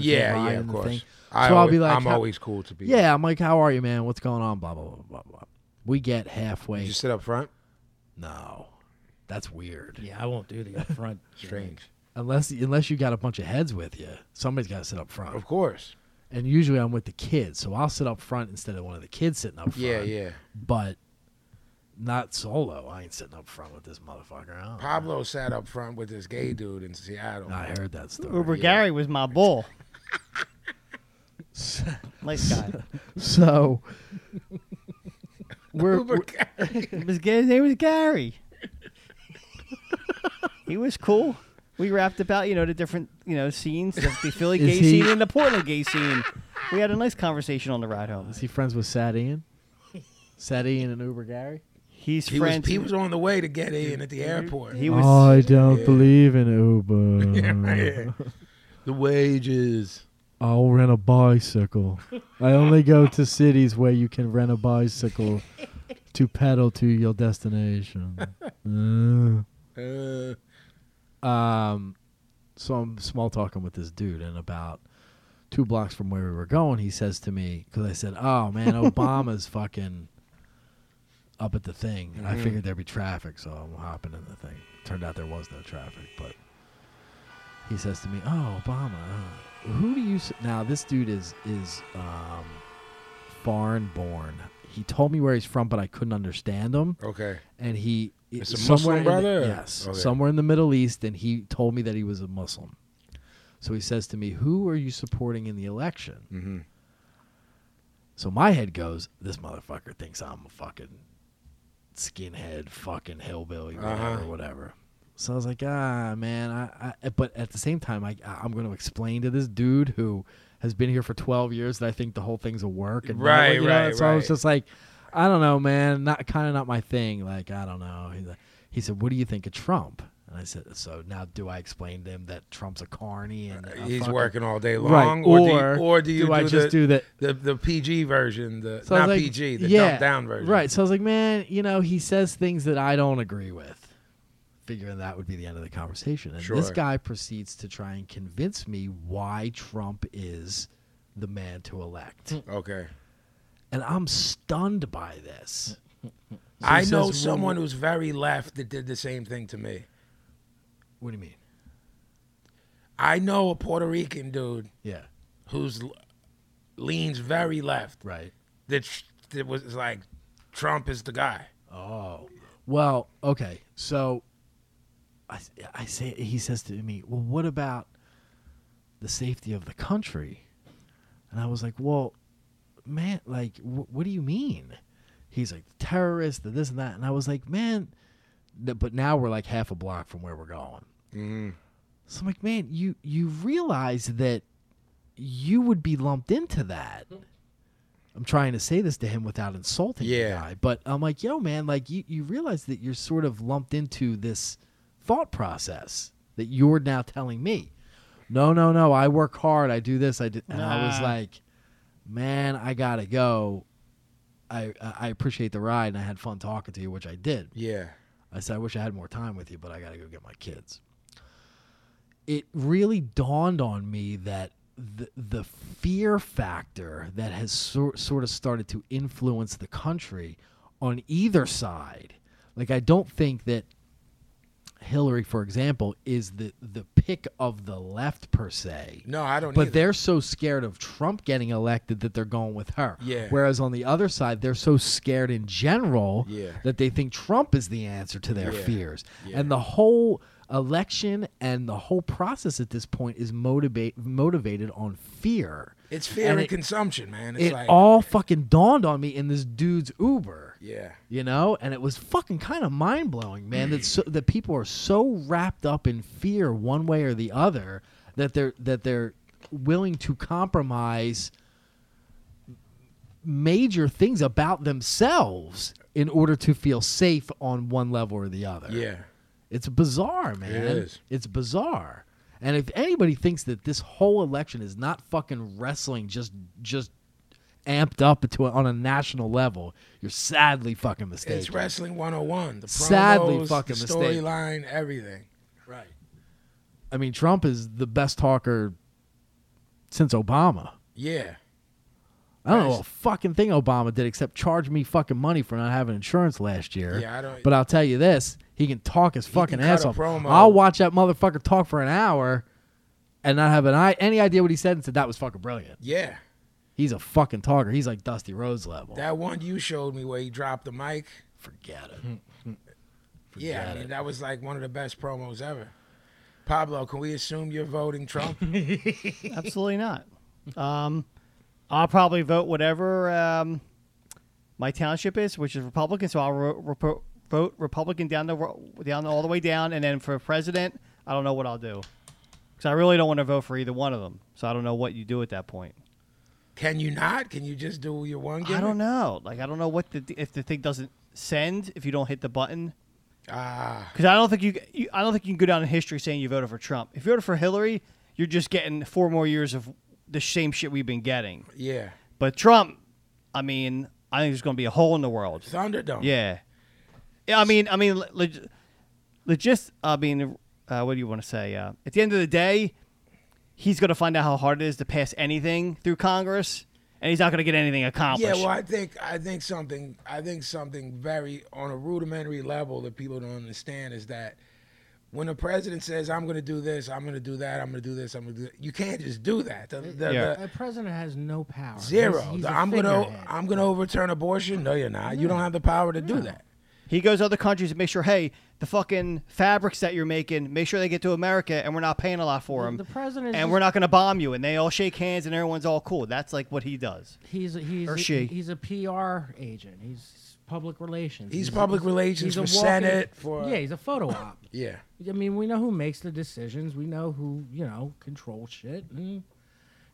B: Mm-hmm. Yeah,
D: that ride
B: yeah,
D: in
B: of
D: the
B: course.
D: thing.
B: I
D: so I'll be
B: always-
D: like,
B: I'm
D: "How-"
B: always cool to be.
D: Yeah, I'm like, how are you, man? What's going on? Blah blah blah blah blah. We get halfway.
B: Did you sit up front?
D: no, that's weird.
C: Yeah, I won't do the up front.
B: Strange.
D: Unless unless you got a bunch of heads with you, somebody's got to sit up front.
B: Of course.
D: And usually I'm with the kids, so I'll sit up front instead of one of the kids sitting up front.
B: Yeah, yeah.
D: but not solo. I ain't sitting up front with this motherfucker. I, don't-
B: Pablo sat up front with this gay dude in Seattle.
D: I heard that story.
A: Uber
B: yeah.
A: Gary was my *laughs* bull. nice guy.
D: *laughs* So we're,
B: Uber
D: we're-
B: Gary.
A: It was, his name was
B: *laughs*
A: Gary. he was cool. We rapped about, you know, the different, you know, scenes, the, the Philly
B: *laughs*
D: Is
A: gay
D: he-
A: scene and the Portland gay scene. We had a nice conversation on the ride home.
D: is he friends with Sad *laughs* Ian? Sad Ian and Uber Gary.
A: He's
B: He was,
A: friends.
B: he was on the way to get in at the airport. *laughs*
A: He was-
D: I don't believe
A: *laughs*
D: in Uber.
B: Yeah, right. *laughs* the wages.
D: I'll rent a bicycle. I only
A: *laughs*
D: go to cities where you can rent a bicycle to pedal to your
A: *laughs*
D: destination.
B: Uh,
D: um, so I'm small talking with this dude, and about two blocks from where we were going, he says to me, because I said, "Oh man, Obama's fucking up at the thing," and I figured there'd be traffic, so I'm hopping in the thing. Turned out there was no traffic, but he says to me, "Oh, Obama, uh, who do you s-? now? This dude is is um, foreign born. He told me where he's from, but I couldn't understand him.
B: Okay.
D: And he
B: It's a Muslim
D: somewhere in
B: brother?
D: The, yes,
B: Okay.
D: somewhere in the Middle East, and he told me that he was a Muslim. So he says to me, "Who are you supporting in the election?"
B: Mm-hmm.
D: So my head goes, this motherfucker thinks I'm a fucking skinhead, fucking hillbilly, whatever,
B: Uh-huh.
D: whatever. So I was like, ah, man. I, I but at the same time, I I'm going to explain to this dude who has been here for 12 years that I think the whole thing's a work. And whatever,
B: Right,
D: you know?
B: right,
D: So I was
B: right.
D: just like, I don't know, man. Not kind of not my thing. Like I don't know. He's like, he said, what do you think of Trump? And I said, so now do I explain to him that Trump's a carny and a
B: He's
D: fucking-
B: working all day long,
D: Right,
B: or, do you,
D: or
B: or do you
D: do I just
B: the,
D: do that-
B: the the PG version, the
D: So I was
B: not
D: like,
B: PG, the
D: yeah,
B: dumped down version,
D: Right. So I was like, man, you know, he says things that I don't agree with. Figuring that would be the end of the conversation. And this
B: Sure.
D: guy proceeds to try and convince me why Trump is the man to elect.
B: Okay,
D: and I'm stunned by this. So he
B: I
D: says,
B: know
D: "Well,
B: someone who's very left that did the same thing to me.
D: What do you mean?
B: I know a Puerto Rican dude
D: Yeah.
B: who's l- leans very left
D: Right.
B: that sh- that was like Trump is the guy.
D: Oh. Well, okay. So I, I say he says to me, "Well, what about the safety of the country?" And I was like, "Well, man, like wh- what do you mean?" He's like, "Terrorists, the this and that." And I was like, "Man, th- but now we're like half a block from where we're going."
B: Mm-hmm.
D: So I'm like, "Man, you you realize that you would be lumped into that."
B: Mm-hmm.
D: I'm trying to say this to him without insulting the
B: Yeah.
D: guy, but I'm like, yo, man, like you, you realize that you're sort of lumped into this thought process that you're now telling me. No, no, no. I work hard. I do this. I do. And I was
A: Nah.
D: like, man, I gotta go. I I I appreciate the ride, and I had fun talking to you, which I did.
B: Yeah,
D: I said, I wish I had more time with you, but I got to go get my kids. It really dawned on me that the, the fear factor that has sor- sort of started to influence the country on either side. Like, I don't think that Hillary, for example, is the, the pick of the left per se.
B: no, I don't.
D: But
B: either.
D: they're so scared of Trump getting elected that they're going with her.
B: Yeah.
D: Whereas on the other side, they're so scared in general
B: Yeah.
D: that they think Trump is the answer to their
B: Yeah.
D: fears.
B: Yeah.
D: And the whole election and the whole process at this point is motivate motivated on fear.
B: it's fear
D: and
B: and,
D: it-
B: consumption, man. It's
D: it
B: like
D: all fucking dawned on me in this dude's Uber
B: yeah,
D: you know and it was fucking kind of mind-blowing man that so, that people are so wrapped up in fear one way or the other that they're that they're willing to compromise major things about themselves in order to feel safe on one level or the other
B: yeah.
D: it's bizarre, man.
B: is.
D: It's bizarre. And if anybody thinks that this whole election is not fucking wrestling just just amped up to on a national level, you're sadly fucking mistaken.
B: It's wrestling 101. The promos,
D: Sadly fucking
B: the
D: mistaken.
B: storyline, everything.
D: Right. I mean, Trump is the best talker since Obama.
B: Yeah.
D: I don't know
B: Right.
D: a fucking thing Obama did except charge me fucking money for not having insurance last year.
B: Yeah, I don't-
D: But I'll tell you this: he can talk his fucking
B: cut
D: ass
B: a
D: off.
B: promo.
D: I'll watch that motherfucker talk for an hour and not have an i any idea what he said and said that was fucking brilliant.
B: Yeah.
D: He's a fucking talker. He's like Dusty Rhodes level.
B: That one you showed me where he dropped the mic.
D: Forget
C: Hmm.
D: it.
B: yeah, I
D: Forget
B: mean
D: it.
B: that was like one of the best promos ever. Pablo, can we assume you're voting Trump?
A: Absolutely not. Um, I'll probably vote whatever um, my township is, which is Republican. So I'll ro- repo- vote Republican down the ro- down all the way down, and then for president, I don't know what I'll do because I really don't want to vote for either one of them. So I don't know what you do at that point.
B: can you not? Can you just do your one? Gimmick?
A: I don't know. Like I don't know what the if the thing doesn't send if you don't hit the button.
B: Ah,
A: Because I don't think you, you, I don't think you can go down in history saying you voted for Trump. If you voted for Hillary, you're just getting four more years of the same shit we've been getting.
B: yeah.
A: But Trump, I mean, I think there's going to be a hole in the world.
B: Thunderdome.
A: Yeah. Yeah, I mean, I mean, le- leg- legit. I mean, uh, what do you want to say? Uh, at the end of the day, he's going to find out how hard it is to pass anything through Congress, and he's not going to get anything accomplished.
B: Yeah, well, I think I think something I think something very on a rudimentary level that people don't understand is that when the president says, I'm going to do this, I'm going to do that, I'm going to do this, I'm going to do that, you can't just do that. The- the-
A: Yeah.
B: the-
C: The president has no power. He's-
B: Uh, zero.
C: he's
B: The,
C: a
B: I'm going to
C: figurehead.
B: I'm going to overturn abortion. No, you're not. You don't have the power to do that.
A: He goes to other countries and make sure, hey, the fucking fabrics that you're making, make sure they get to America and we're not paying a lot for them.
C: The president.
A: and we're not going to bomb you. And they all shake hands and everyone's all cool. That's like what he does.
C: He's a, he's
A: Or
C: a-
A: she.
C: he's a PR agent. He's public relations.
B: He's public relations for
C: a
B: Senate, for-
C: yeah. He's a photo op.
B: Yeah.
C: I mean, we know who makes the decisions. We know who you know controls shit. And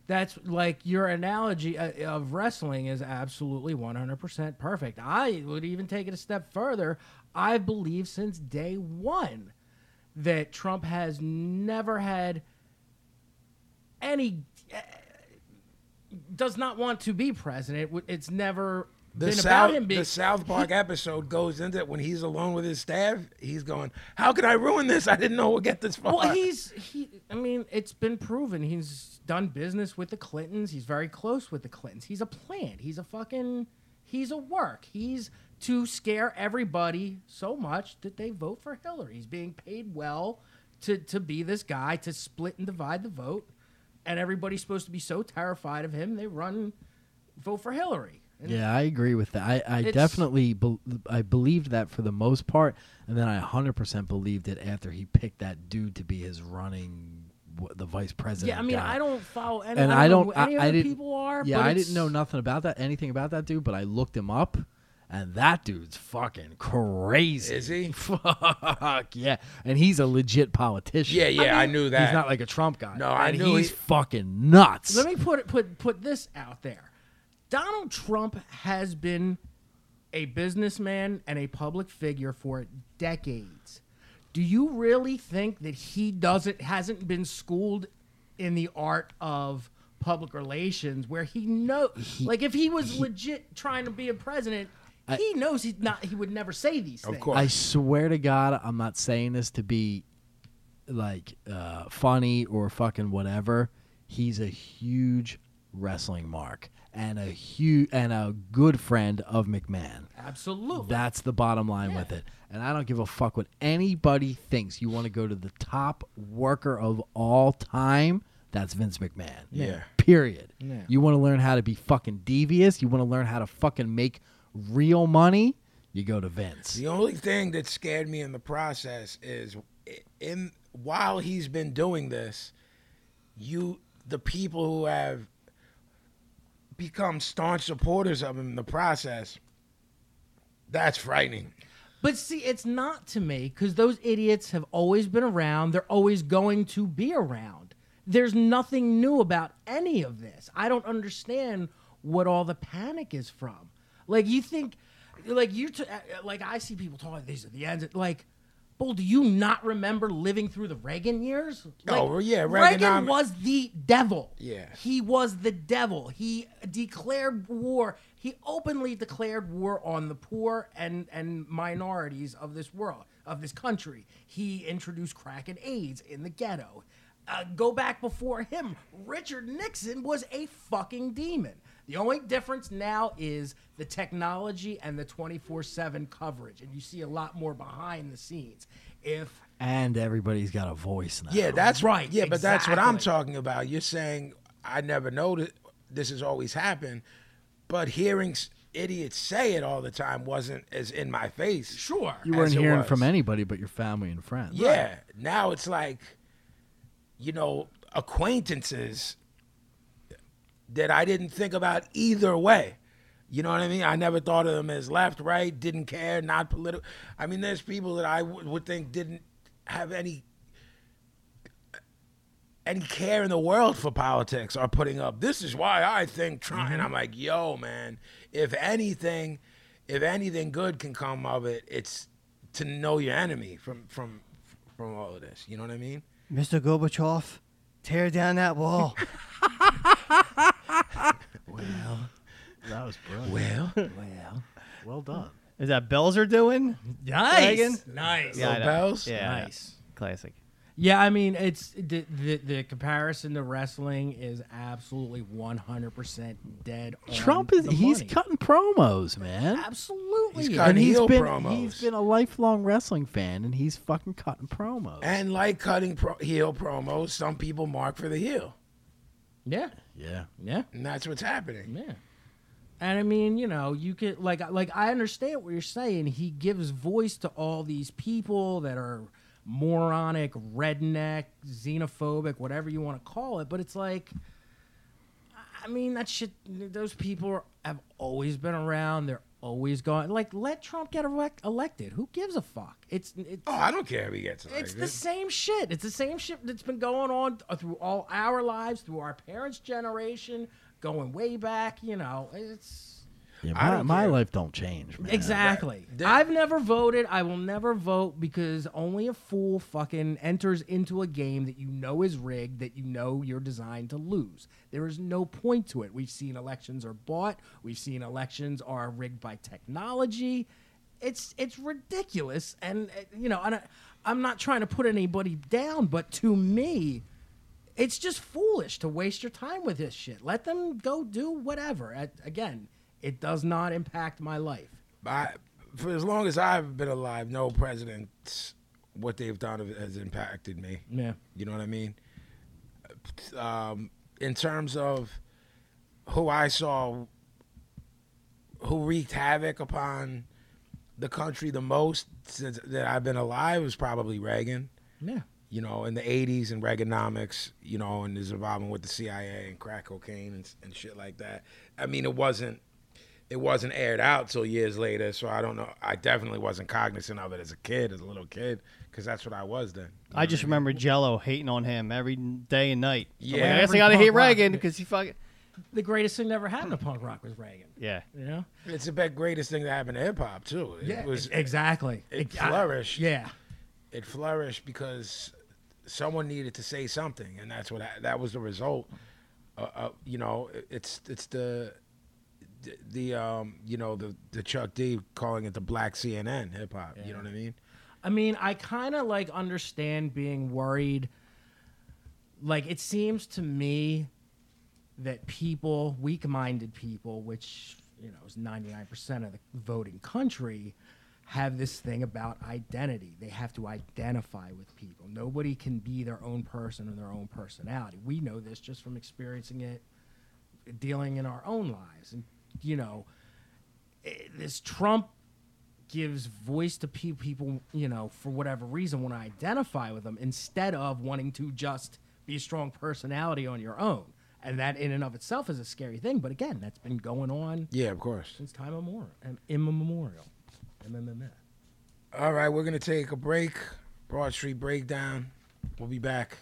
C: that's like your analogy uh, of wrestling is absolutely 100% perfect. I would even take it a step further. I believe since day one that Trump has never had any uh, does not want to be president. It's never
B: The
C: been
B: South,
C: about him being
B: the South Park episode goes into it when he's alone with his staff. He's going, "How could I ruin this? I didn't know we'll get this far."
C: Well, he's he. I mean, it's been proven he's done business with the Clintons. He's very close with the Clintons. He's a plant. He's a fucking. He's a work. He's to scare everybody so much that they vote for Hillary. He's being paid well to to be this guy to split and divide the vote, and everybody's supposed to be so terrified of him they run vote for Hillary. And
D: Yeah, I agree with that. I, I
C: It's-
D: definitely bel I believed that for the most part, and then I 100% believed it after he picked that dude to be his running w- the vice president.
C: Yeah, I mean,
D: guy.
C: I don't follow any.
D: and
C: I
D: I
C: don't.
D: don't.
C: know who any
D: I, I
C: other
D: didn't.
C: people are.
D: yeah,
C: but
D: I
C: it's-
D: didn't know nothing about that, anything about that dude. But I looked him up, and that dude's fucking crazy.
B: Is he?
D: *laughs* Fuck yeah, and he's a legit politician.
B: yeah, yeah, I, knew that.
D: He's not like a Trump guy.
B: No, I
D: And
B: knew
D: he's
B: he-
D: fucking nuts.
C: Let me put put put this out there. Donald Trump has been a businessman and a public figure for decades. Do you really think that he doesn't hasn't been schooled in the art of public relations where he know like if he was legit trying to be a president, he knows he's not he would never say these things.
B: of course.
D: I swear to God, I'm not saying this to be like uh, funny or fucking whatever. He's a huge wrestling mark and a huge and a good friend of McMahon.
C: Absolutely.
D: That's the bottom line with it. And I don't give a fuck what anybody thinks. You want to go to the top worker of all time? That's Vince McMahon.
B: Yeah.
D: Period.
C: Yeah.
D: You want to learn how to be fucking devious? You want to learn how to fucking make real money? You go to Vince.
B: The only thing that scared me in the process is i- in while he's been doing this, you the people who have become staunch supporters of him in the process. That's frightening.
C: But see, it's not to me because those idiots have always been around. They're always going to be around. There's nothing new about any of this. I don't understand what all the panic is from. Like you think, like you, t- uh, like I see people talking. These are the ends. Like, bull, do you not remember living through the Reagan years? Like,
B: Oh, yeah,
C: Reagan
B: Reaganomics.
C: was was the devil.
B: Yeah.
C: He was the devil. He declared war. He openly declared war on the poor and, and minorities of this world, of this country. He introduced crack and AIDS in the ghetto. Uh, go back before him. Richard Nixon was a fucking demon. The only difference now is the technology and the 24 7 coverage. And you see a lot more behind the scenes. If
D: And everybody's got a voice now.
B: Yeah, that's
C: Right,
B: Yeah, but that's what I'm
C: exactly.
B: talking about. You're saying I never noticed this has always happened, but hearing s- idiots say it all the time wasn't as in my face.
C: sure,
D: You
B: as
D: weren't
B: it
D: hearing
B: was.
D: from anybody but your family and friends.
B: Yeah. Now it's like, you know, acquaintances that I didn't think about either way. You know what I mean? I never thought of them as left, right, didn't care, not political. I mean, there's people that I w- would think didn't have any any care in the world for politics are putting up. This is why I think Trump.
C: Mm-hmm.
B: And I'm like, yo, man, if anything, if anything good can come of it, it's to know your enemy from from from all of this. You know what I mean?
A: Mr. Gorbachev, tear down that wall.
D: That was brilliant.
B: Well,
D: Well, well done.
A: Is that Belzer doing?
C: Nice.
A: Reagan?
C: Nice.
A: Yeah, I know.
B: bells?
A: Yeah.
C: Nice.
A: Classic.
C: Yeah, I mean, it's the, the the comparison to wrestling is absolutely 100% dead. on
D: Trump is
C: the
D: he's
C: money.
D: cutting promos, man.
C: absolutely.
B: He's
D: And
B: Cutting
D: he's
B: heel
D: been
B: promos.
D: he's been a lifelong wrestling fan, and he's fucking cutting promos.
B: *laughs* And like cutting pro- heel promos, some people mark for the heel,
C: yeah,
D: yeah,
C: yeah,
B: and that's what's happening.
C: yeah. And I mean, you know, you could like like I understand what you're saying. He gives voice to all these people that are moronic, redneck, xenophobic, whatever you want to call it. But it's like, I mean, that shit. Those people are- have always been around. They're always gone. Like, let Trump get elect- elected. Who gives a fuck? It's it's.
B: Oh, I don't care if he gets
C: It's
B: elected.
C: the same shit. It's the same shit that's been going on through all our lives, through our parents' generation, going way back. You know, it's
D: yeah
B: I
D: my,
B: don't
D: my
B: care.
D: life don't change, man.
C: exactly.
B: That-
C: I've never voted. I will never vote because only a fool fucking enters into a game that you know is rigged, that you know you're designed to lose. There is no point to it. We've seen elections are bought. We've seen elections are rigged by technology. It's it's ridiculous, and uh, you know, and I, I'm not trying to put anybody down, but to me, it's just foolish to waste your time with this shit. Let them go do whatever. At, again, it does not impact my life.
B: I, for as long as I've been alive, no presidents, what they've done has impacted me.
C: Yeah.
B: You know what I mean? Um, in terms of who I saw, who wreaked havoc upon the country the most since that I've been alive was probably Reagan.
C: Yeah.
B: You know, in the '80s and Reaganomics, you know, and his involvement with the CIA and crack cocaine and, and shit like that. I mean, it wasn't it wasn't aired out till years later, so I don't know. I definitely wasn't cognizant of it as a kid, as a little kid, because that's what I was then.
A: I just remember Jello hating on him every day and night. I'm like,
B: Yeah.
A: I guess I
C: Every
A: gotta hate
C: punk rock
A: Reagan
C: bit.
A: because he fucking
C: The greatest thing that ever happened to punk rock was Reagan.
A: yeah.
C: You know?
B: It's the be- greatest thing that happened to hip hop too. It was
C: exactly.
B: it
C: I-
B: flourished.
C: yeah.
B: it flourished because someone needed to say something, and that's what I, that was the result. Uh, uh, you know, it- it's it's the the- the um you know the the Chuck D calling it the black CNN hip hop. You know what I mean?
C: I mean, I kind of like understand being worried. Like, it seems to me that people, weak minded people, which, you know, is 99% of the voting country, have this thing about identity. They have to identify with people. Nobody can be their own person or their own personality. We know this just from experiencing it, dealing in our own lives. And, you know, eh, this Trump gives voice to pe- people, you know, for whatever reason, want to identify with them instead of wanting to just be a strong personality on your own. And that in and of itself is a scary thing. But again, that's been going on
B: Yeah, of course.
C: since time immemorial. Im- immemorial. MMM.
B: All right, we're gonna take a break. Broad Street Breakdown. We'll be back.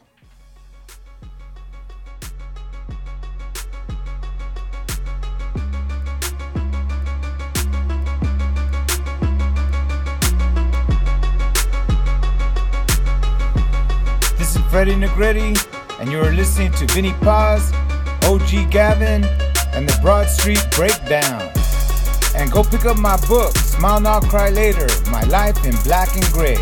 F: This is Freddie Negretti, and you're listening to Vinny Paz, OG Gavin, and the Broad Street Breakdown. And go pick up my book, Smile Now, Cry Later My Life in Black and Gray.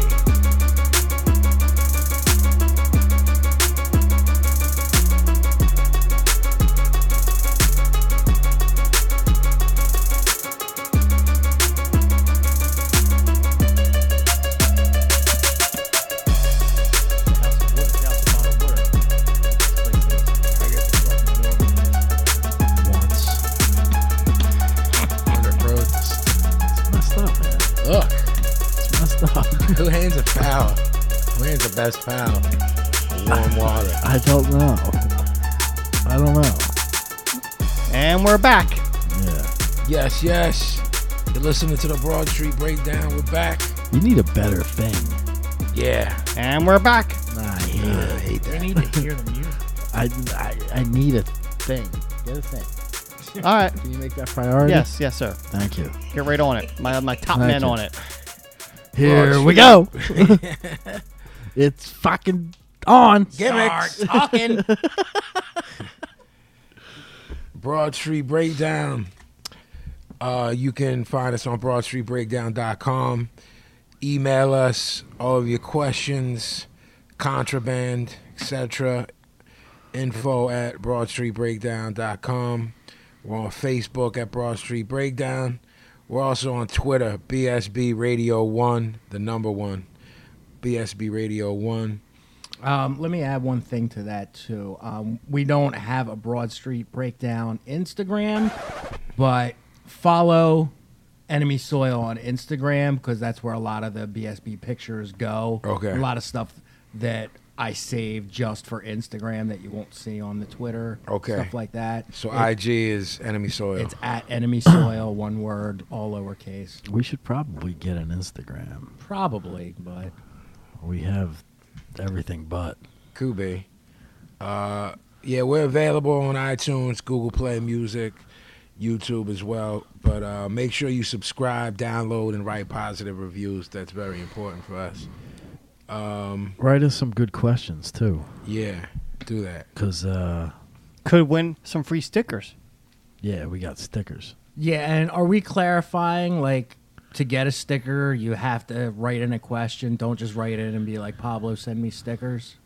D: Once it's messed up, man.
B: Look,
D: It's messed up. *laughs*
B: who hands a foul? Who hands the best foul? Warm water.
D: I don't know. I don't know.
A: And we're back.
D: Yeah.
B: Yes, yes. You're listening to the Broad Street Breakdown. We're back.
D: You need a better thing.
B: Yeah.
A: And we're back.
D: Nah, I hate
B: I
D: it.
B: hate
C: They
B: that.
C: need to hear the music.
D: *laughs* I, I, I need a thing. Get a thing.
A: All right.
D: Can you make that priority?
A: Yes, yes, sir.
D: Thank you.
A: Get right on it. My my top
D: Thank
A: men
D: you.
A: on it.
D: Here we go. *laughs* it's fucking on.
B: Gimmicks.
C: Start talking.
B: *laughs* Broad Street Breakdown. Uh, you can find us on broadstreetbreakdown.com. Email us all of your questions, contraband, etc. Info at broadstreetbreakdown.com. We're on Facebook at Broad Street Breakdown. We're also on Twitter, BSB Radio One, the number one. BSB Radio One.
C: Um, let me add one thing to that too. Um, we don't have a Broad Street breakdown Instagram, but follow Enemy Soil on Instagram because that's where a lot of the BSB pictures go.
B: Okay.
C: a lot of stuff that I save just for Instagram that you won't see on the Twitter.
B: Okay.
C: stuff like that.
B: So
C: It-
B: IG is Enemy Soil.
C: it's at Enemy Soil, one word, all lowercase.
D: We should probably get an Instagram.
C: Probably, but
D: We have everything but.
B: Could be. Uh, yeah, we're available on iTunes, Google Play Music, YouTube as well. But uh, make sure you subscribe, download, and write positive reviews. That's very important for us. Um,
D: Write us some good questions too,
B: yeah, do that.
D: because uh,
A: Could win some free stickers.
D: yeah, we got stickers.
C: Yeah, and are we clarifying like to get a sticker, you have to write in a question. Don't just write in and be like, Pablo, send me stickers.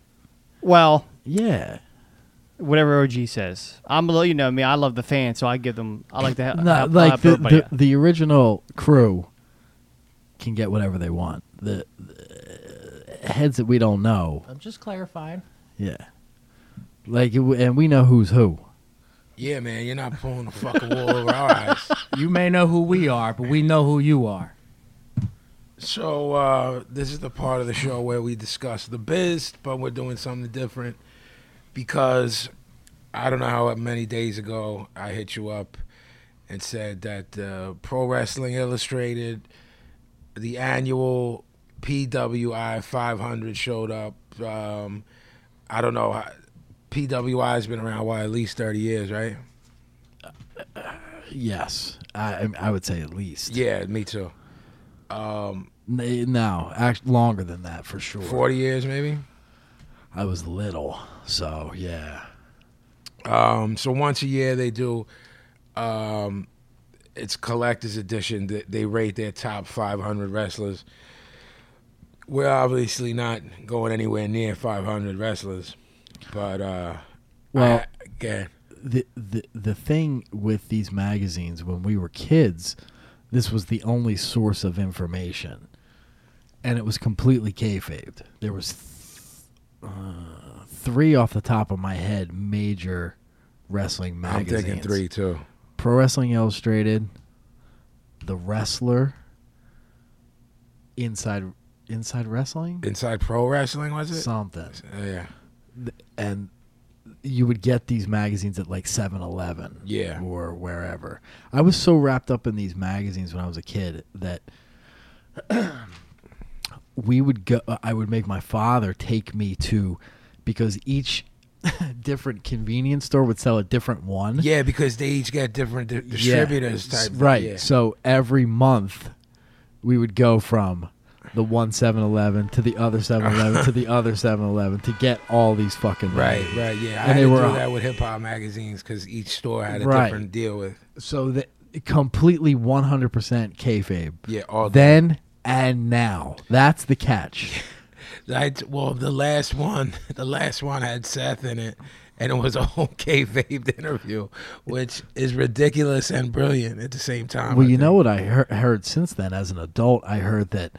A: Well,
D: Yeah.
A: whatever OG says. I'm you know me. I love the fans, so I give them. Uh, I like to help.
D: No,
A: help-
D: like
A: help
D: the,
A: everybody
D: the,
A: out.
D: the original crew can get whatever they want. The, the heads that we don't know,
C: I'm just clarifying.
D: yeah. Like it, w- and we know who's who.
B: Yeah, man, you're not pulling the fucking wool over our eyes.
C: You may know who we are, but we know who you are.
B: So uh, this is the part of the show where we discuss the biz, but we're doing something different because I don't know how many days ago I hit you up and said that uh, Pro Wrestling Illustrated, the annual PWI 500 showed up. Um, I don't know. how- PWI has been around why at least 30 years, right?
D: Yes, I I would say at least.
B: Yeah, me too. Um,
D: N- eh, No, act longer than that for sure.
B: 40 years maybe.
D: I was little, so yeah.
B: Um, so once a year they do. Um, it's collector's edition. They, they rate their top 500 wrestlers. We're obviously not going anywhere near 500 wrestlers, but uh,
D: Well-
B: I- again,
D: the the the thing with these magazines when we were kids, this was the only source of information, and it was completely kayfabed. There was th- uh, three off the top of my head major wrestling
B: I'm
D: magazines.
B: taking three too.
D: Pro Wrestling Illustrated, The Wrestler, Inside Inside Wrestling,
B: Inside Pro Wrestling was it?
D: something,
B: Uh, yeah,
D: and you would get these magazines at like 7-Eleven
B: Yeah.
D: or wherever. I was so wrapped up in these magazines when I was a kid that *clears throat* we would go I would make my father take me to because each *laughs* different convenience store would sell a different one.
B: yeah, because they each got different di-
D: Yeah.
B: distributors type.
D: Right.
B: Yeah.
D: So every month we would go from the one 7-Eleven to the other 7-Eleven to the other 7-Eleven to get all these fucking
B: Right,
D: magazines.
B: right, yeah. I
D: And
B: had
D: they
B: to
D: were
B: do
D: all-
B: that with hip hop magazines because each store had a
D: Right.
B: different deal with.
D: so that completely 100% kayfabe.
B: Yeah, all
D: Then and now. That's
B: *laughs*
D: the catch.
B: I, well, the last one, *laughs* the last one had Seth in it, and it was a *laughs* whole kayfabe interview, which is ridiculous and brilliant at the same time.
D: well,
B: I *laughs*
D: you know *laughs*
B: think.
D: what I heard, heard since then as an adult? I heard that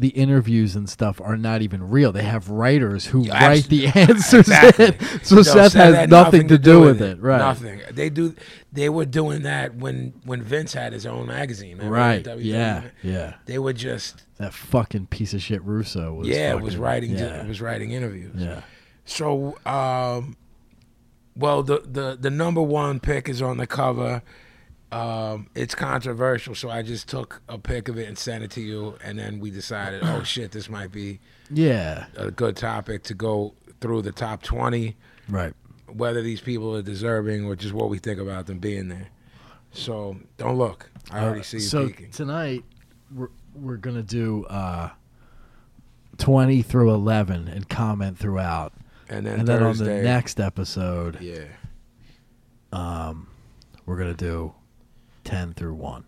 D: the interviews and stuff are not even real. They have writers who
B: Yeah,
D: write
B: abso-
D: the *laughs*
B: *laughs*
D: answers
B: Exactly.
D: in. *laughs* So
B: No,
D: Seth, has
B: had
D: nothing to do with it. Right.
B: Nothing. They do. They were doing that when when Vince had his own magazine. remember,
D: Right.
B: WWE?
D: Yeah. Yeah.
B: They were just
D: That fucking piece of shit Russo was.
B: yeah.
D: fucking,
B: It was writing.
D: Yeah.
B: It was writing interviews.
D: yeah.
B: So, um, well, the, the the number one pick is on the cover. Um, it's controversial, so I just took a pic of it and sent it to you, and then we decided,
D: *coughs*
B: oh shit, this might be
D: Yeah.
B: a good topic to go through the top twenty,
D: Right.
B: whether these people are deserving or just what we think about them being there. So don't look. I already see you
D: Uh, so
B: peeking.
D: tonight we're, we're gonna do uh 20 through 11 and comment throughout
B: And then
D: and, then on
B: Thursday,
D: the next episode
B: yeah,
D: we're gonna do 10 through 1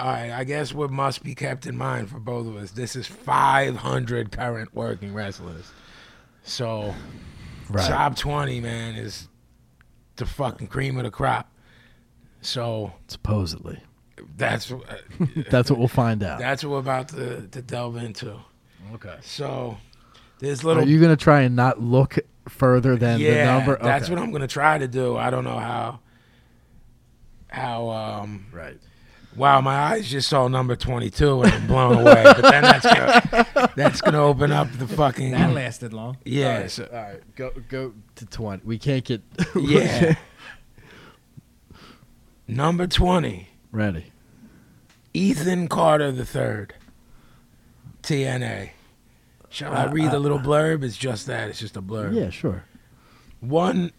B: All right, I guess what must be kept in mind for both of us, this is 500 current working wrestlers. So
D: Right.
B: top twenty, man, is the fucking cream of the crop. So
D: Supposedly.
B: that's uh,
D: *laughs* That's what we'll
B: *laughs*
D: find out.
B: that's what we're about to, to delve into.
D: okay.
B: So there's
D: Are
B: little
D: you going to try and not look further than the
B: yeah,
D: number?
B: that's
D: Okay.
B: what I'm gonna try to do. I don't know how how um
D: Right.
B: Wow, my eyes just saw number 22 and I'm blown away. but then that's gonna, that's gonna open up the fucking
C: That lasted long.
B: yeah, so-
D: All right. Go go to 20. We can't get *laughs*
B: yeah. number 20,
D: ready.
B: Ethan Carter the third, TNA. Shall I read the little blurb? It's just that. It's just a blurb.
D: Yeah, sure.
B: won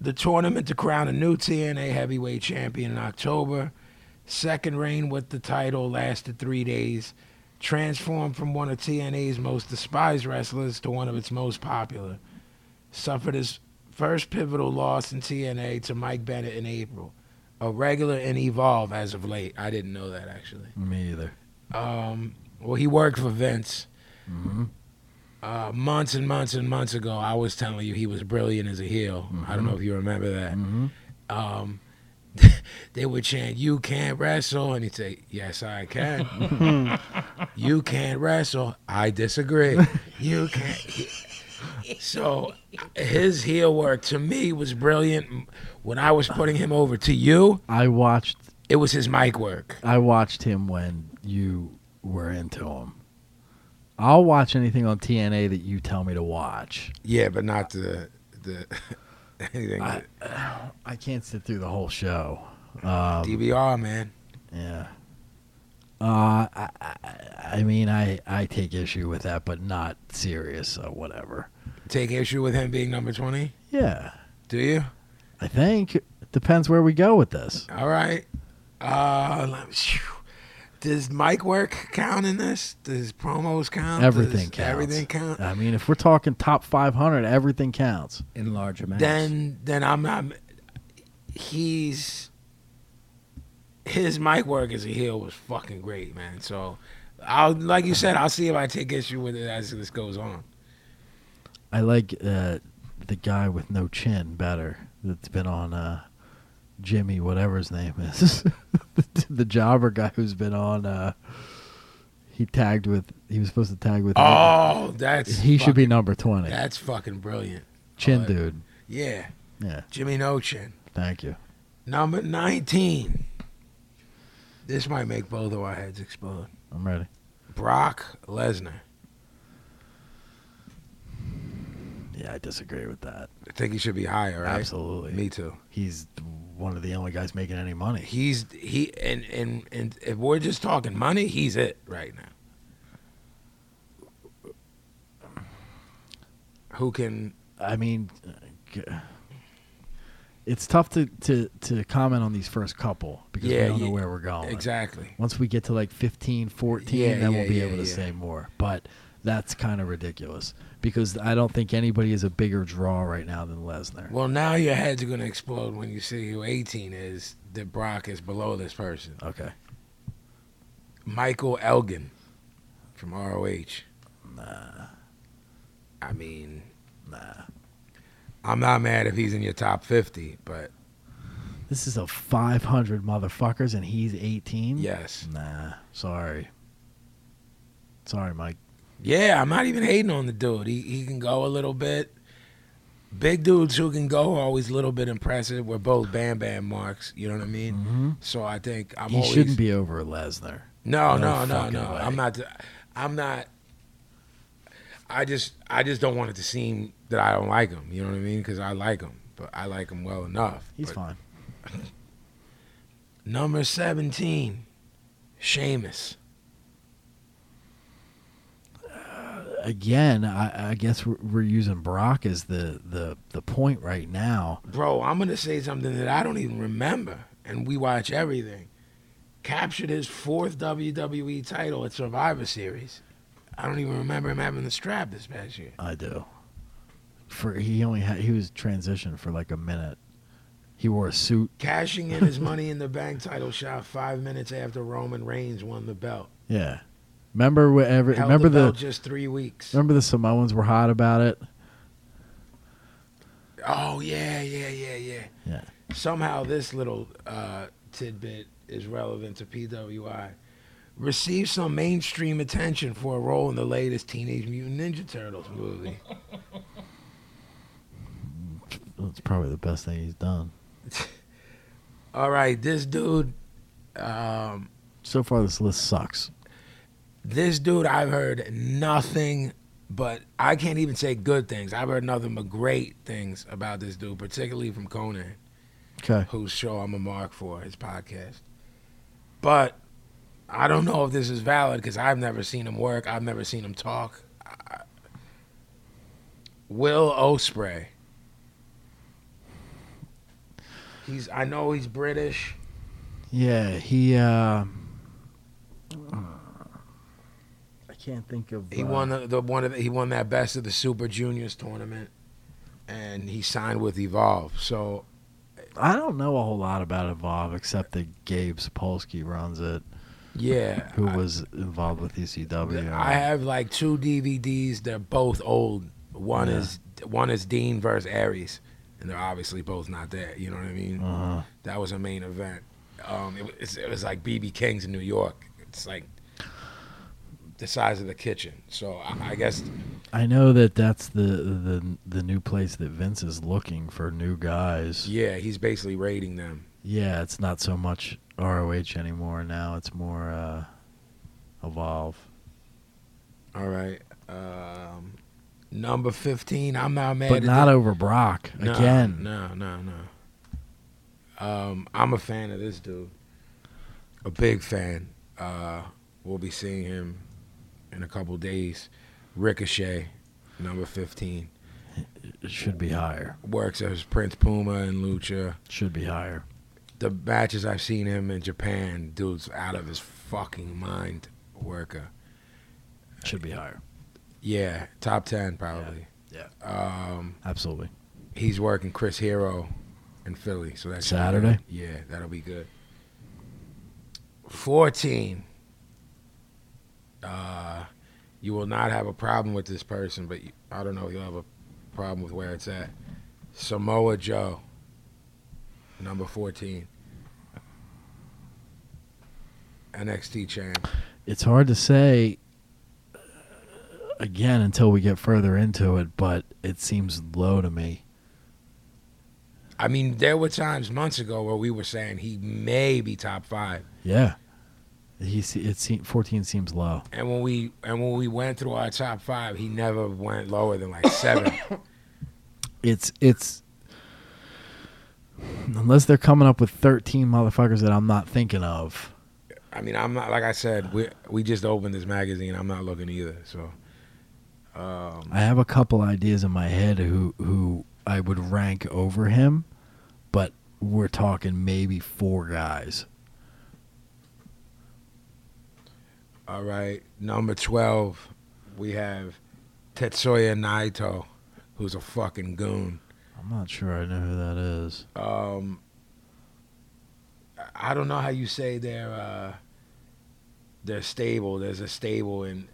B: the tournament to crown a new TNA heavyweight champion in October. Second reign with the title lasted three days. Transformed from one of TNA's most despised wrestlers to one of its most popular. Suffered his first pivotal loss in TNA to Mike Bennett in April. A regular in Evolve as of late. I didn't know that actually.
D: Me either.
B: Um, well, he worked for Vince. Uh, months and months and months ago, I was telling you he was brilliant as a heel. I don't know if you remember that. Um, *laughs* they would chant, "You can't wrestle," and he'd say, "Yes, I can." you can't wrestle. I disagree. you can't. So his heel work to me was brilliant. When I was putting him over to you,
D: I watched
B: it was his mic work.
D: I watched him when you were into him. I'll watch anything on TNA that you tell me to watch.
B: Yeah, but not the the *laughs* anything.
D: I- I can't sit through the whole show.
B: DVR, man.
D: Um, Yeah. Uh, I, I, I mean, I, I take issue with that, but not serious, so whatever.
B: Take issue with him being number twenty.
D: Yeah.
B: Do you?
D: I think it depends where we go with this.
B: All right. Uh, let me- phew. does mic work count in this? Does promos count?
D: Everything
B: Does
D: counts.
B: Everything count.
D: I mean, if we're talking top 500, everything counts.
C: In large amounts.
B: Then, then I'm not. He's his mic work as a heel was fucking great, man. So, I'll like you said, I'll see if I take issue with it as this goes on.
D: I like uh, the guy with no chin better that's been on uh, Jimmy, whatever his name is. *laughs* the jobber guy who's been on, uh, he tagged with, he was supposed to tag with.
B: Oh, that's
D: Mm-hmm. he should be
B: fucking-
D: number 20.
B: That's fucking brilliant.
D: Chin
B: Oh, that-
D: dude.
B: Yeah.
D: Yeah,
B: Jimmy Nochin.
D: thank you.
B: Number 19. This might make both of our heads explode.
D: I'm ready.
B: Brock Lesnar.
D: Yeah, I disagree with that.
B: I think he should be higher, right?
D: Absolutely.
B: Me too.
D: He's one of the only guys making any money.
B: He's he and and and if we're just talking money, he's it right now. Who can
D: I mean, uh, g- it's tough to, to, to comment on these first couple because
B: Yeah,
D: we don't know
B: yeah,
D: where we're going.
B: exactly?
D: Once we get to like 15, 14,
B: Yeah,
D: then
B: yeah,
D: we'll be
B: yeah,
D: able to
B: yeah.
D: say more. But that's kind of ridiculous because I don't think anybody is a bigger draw right now than Lesnar.
B: Well, now your heads are gonna explode when you see who 18 is. That Brock is below this person.
D: Okay.
B: Michael Elgin from ROH. Nah. I mean, nah. I'm not mad if he's in your top 50, but
D: This is a 500 motherfuckers and he's 18?
B: yes.
D: Nah, sorry. Sorry, Mike.
B: Yeah, I'm not even hating on the dude. He, he can go a little bit. Big dudes who can go are always a little bit impressive. We're both Bam Bam marks. You know what I mean? So I think I'm
D: Mm-hmm. he
B: always.
D: shouldn't be over Lesnar.
B: No, no,
D: No
B: no,
D: fucking
B: no.
D: way.
B: I'm not. th- I'm not. I just, I just don't want it to seem that I don't like him. You know what I mean? Because I like him, but I like him well enough.
D: He's
B: But
D: fine.
B: Number seventeen, Sheamus.
D: Again, I, I guess we're, we're using Brock as the, the, the point right now.
B: Bro, I'm gonna say something that I don't even remember, and we watch everything. Captured his fourth WWE title at Survivor Series. I don't even remember him having the strap this past year.
D: I do. For he only had he was transitioned for like a minute. He wore a suit.
B: Cashing
D: *laughs*
B: in his Money in the Bank title shot five minutes after Roman Reigns won the belt.
D: Yeah, Remember whatever.
B: Held
D: Remember
B: the,
D: the,
B: belt just three weeks.
D: remember the Samoans were hot about it.
B: Oh yeah, yeah, yeah, yeah.
D: Yeah.
B: Somehow this little uh, tidbit is relevant to PWI. Received some mainstream attention for a role in the latest Teenage Mutant Ninja Turtles movie.
D: That's probably the best thing he's done
B: All right, this dude, um,
D: so far. This list sucks.
B: this dude, I've heard nothing but I can't even say good things. I've heard nothing but great things about this dude, particularly from Conan.
D: Okay.
B: whose show I'm a mark for, his podcast. But I don't know if this is valid because I've never seen him work. I've never seen him talk. I- Will Osprey. He's. I know he's British.
D: Yeah, he. Uh, I can't think of.
B: He
D: uh,
B: won the, the one. Of the, he won that best of the Super Juniors tournament, and he signed with Evolve. So
D: I don't know a whole lot about Evolve except that Gabe Sapolsky runs it,
B: yeah,
D: who
B: I-
D: was involved with E ECW.
B: I have like two DVDs. They're both old. One
D: Yeah.
B: is one is Dean versus Aries, and they're obviously both not there. You know what I mean?
D: Uh-huh.
B: That was a main event. Um, it, was, it was like BB King's in New York. It's like the size of the kitchen. So I, I guess
D: I know that that's the, the the new place that Vince is looking for new guys.
B: yeah, he's basically raiding them.
D: Yeah, it's not so much ROH anymore now. It's more uh, Evolve.
B: All right. Um, number fifteen. I'm not mad.
D: But
B: at
D: not
B: this-
D: over Brock
B: No,
D: again.
B: No, no, no. Um, I'm a fan of this dude. A big fan. Uh, we'll be seeing him in a couple days. Ricochet, number 15,
D: It should be higher.
B: works as Prince Puma and Lucha.
D: Should be higher.
B: The matches I've seen him in Japan, dude's out of his fucking mind worker.
D: Should be higher.
B: Yeah, top 10 probably.
D: Yeah.
B: Um,
D: Absolutely.
B: he's working Chris Hero in Philly. So that's
D: Saturday?
B: Yeah, that'll be good. Fourteen. Uh, you will not have a problem with this person, but you, I don't know if you'll have a problem with where it's at. Samoa Joe, number fourteen. NXT champ.
D: It's hard to say uh, again until we get further into it, but it seems low to me.
B: I mean, there were times months ago where we were saying he may be top five.
D: Yeah. He se- it seem, 14 seems low.
B: And when we and when we went through our top five, he never went lower than like seven.
D: It's it's unless they're coming up with 13 motherfuckers that I'm not thinking of.
B: I mean, I'm not like I said. We we just opened this magazine. I'm not looking either. So, um,
D: I have a couple ideas in my head who who I would rank over him, but we're talking maybe four guys.
B: all right, number twelve, we have Tetsuya Naito, who's a fucking goon.
D: I'm not sure I know who that is.
B: Um, I- I don't know how you say they're uh, they're stable. There's a stable in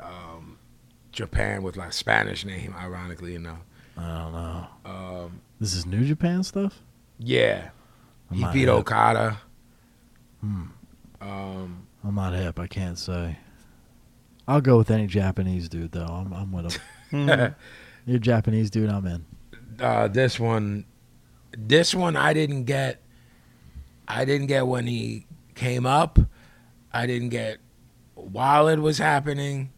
B: um, Japan with like Spanish name, ironically enough.
D: I don't know.
B: Um,
D: This is New Japan stuff.
B: yeah.
D: I'm
B: He
D: not
B: beat
D: hip.
B: Okada.
D: Hmm.
B: Um,
D: I'm not hip. I can't say. I'll go with any Japanese dude though. I'm I'm with him.
B: *laughs*
A: Hmm.
D: You're a Japanese dude. I'm in.
B: uh, this one, this one I didn't get. I didn't get when he came up. I didn't get while it was happening.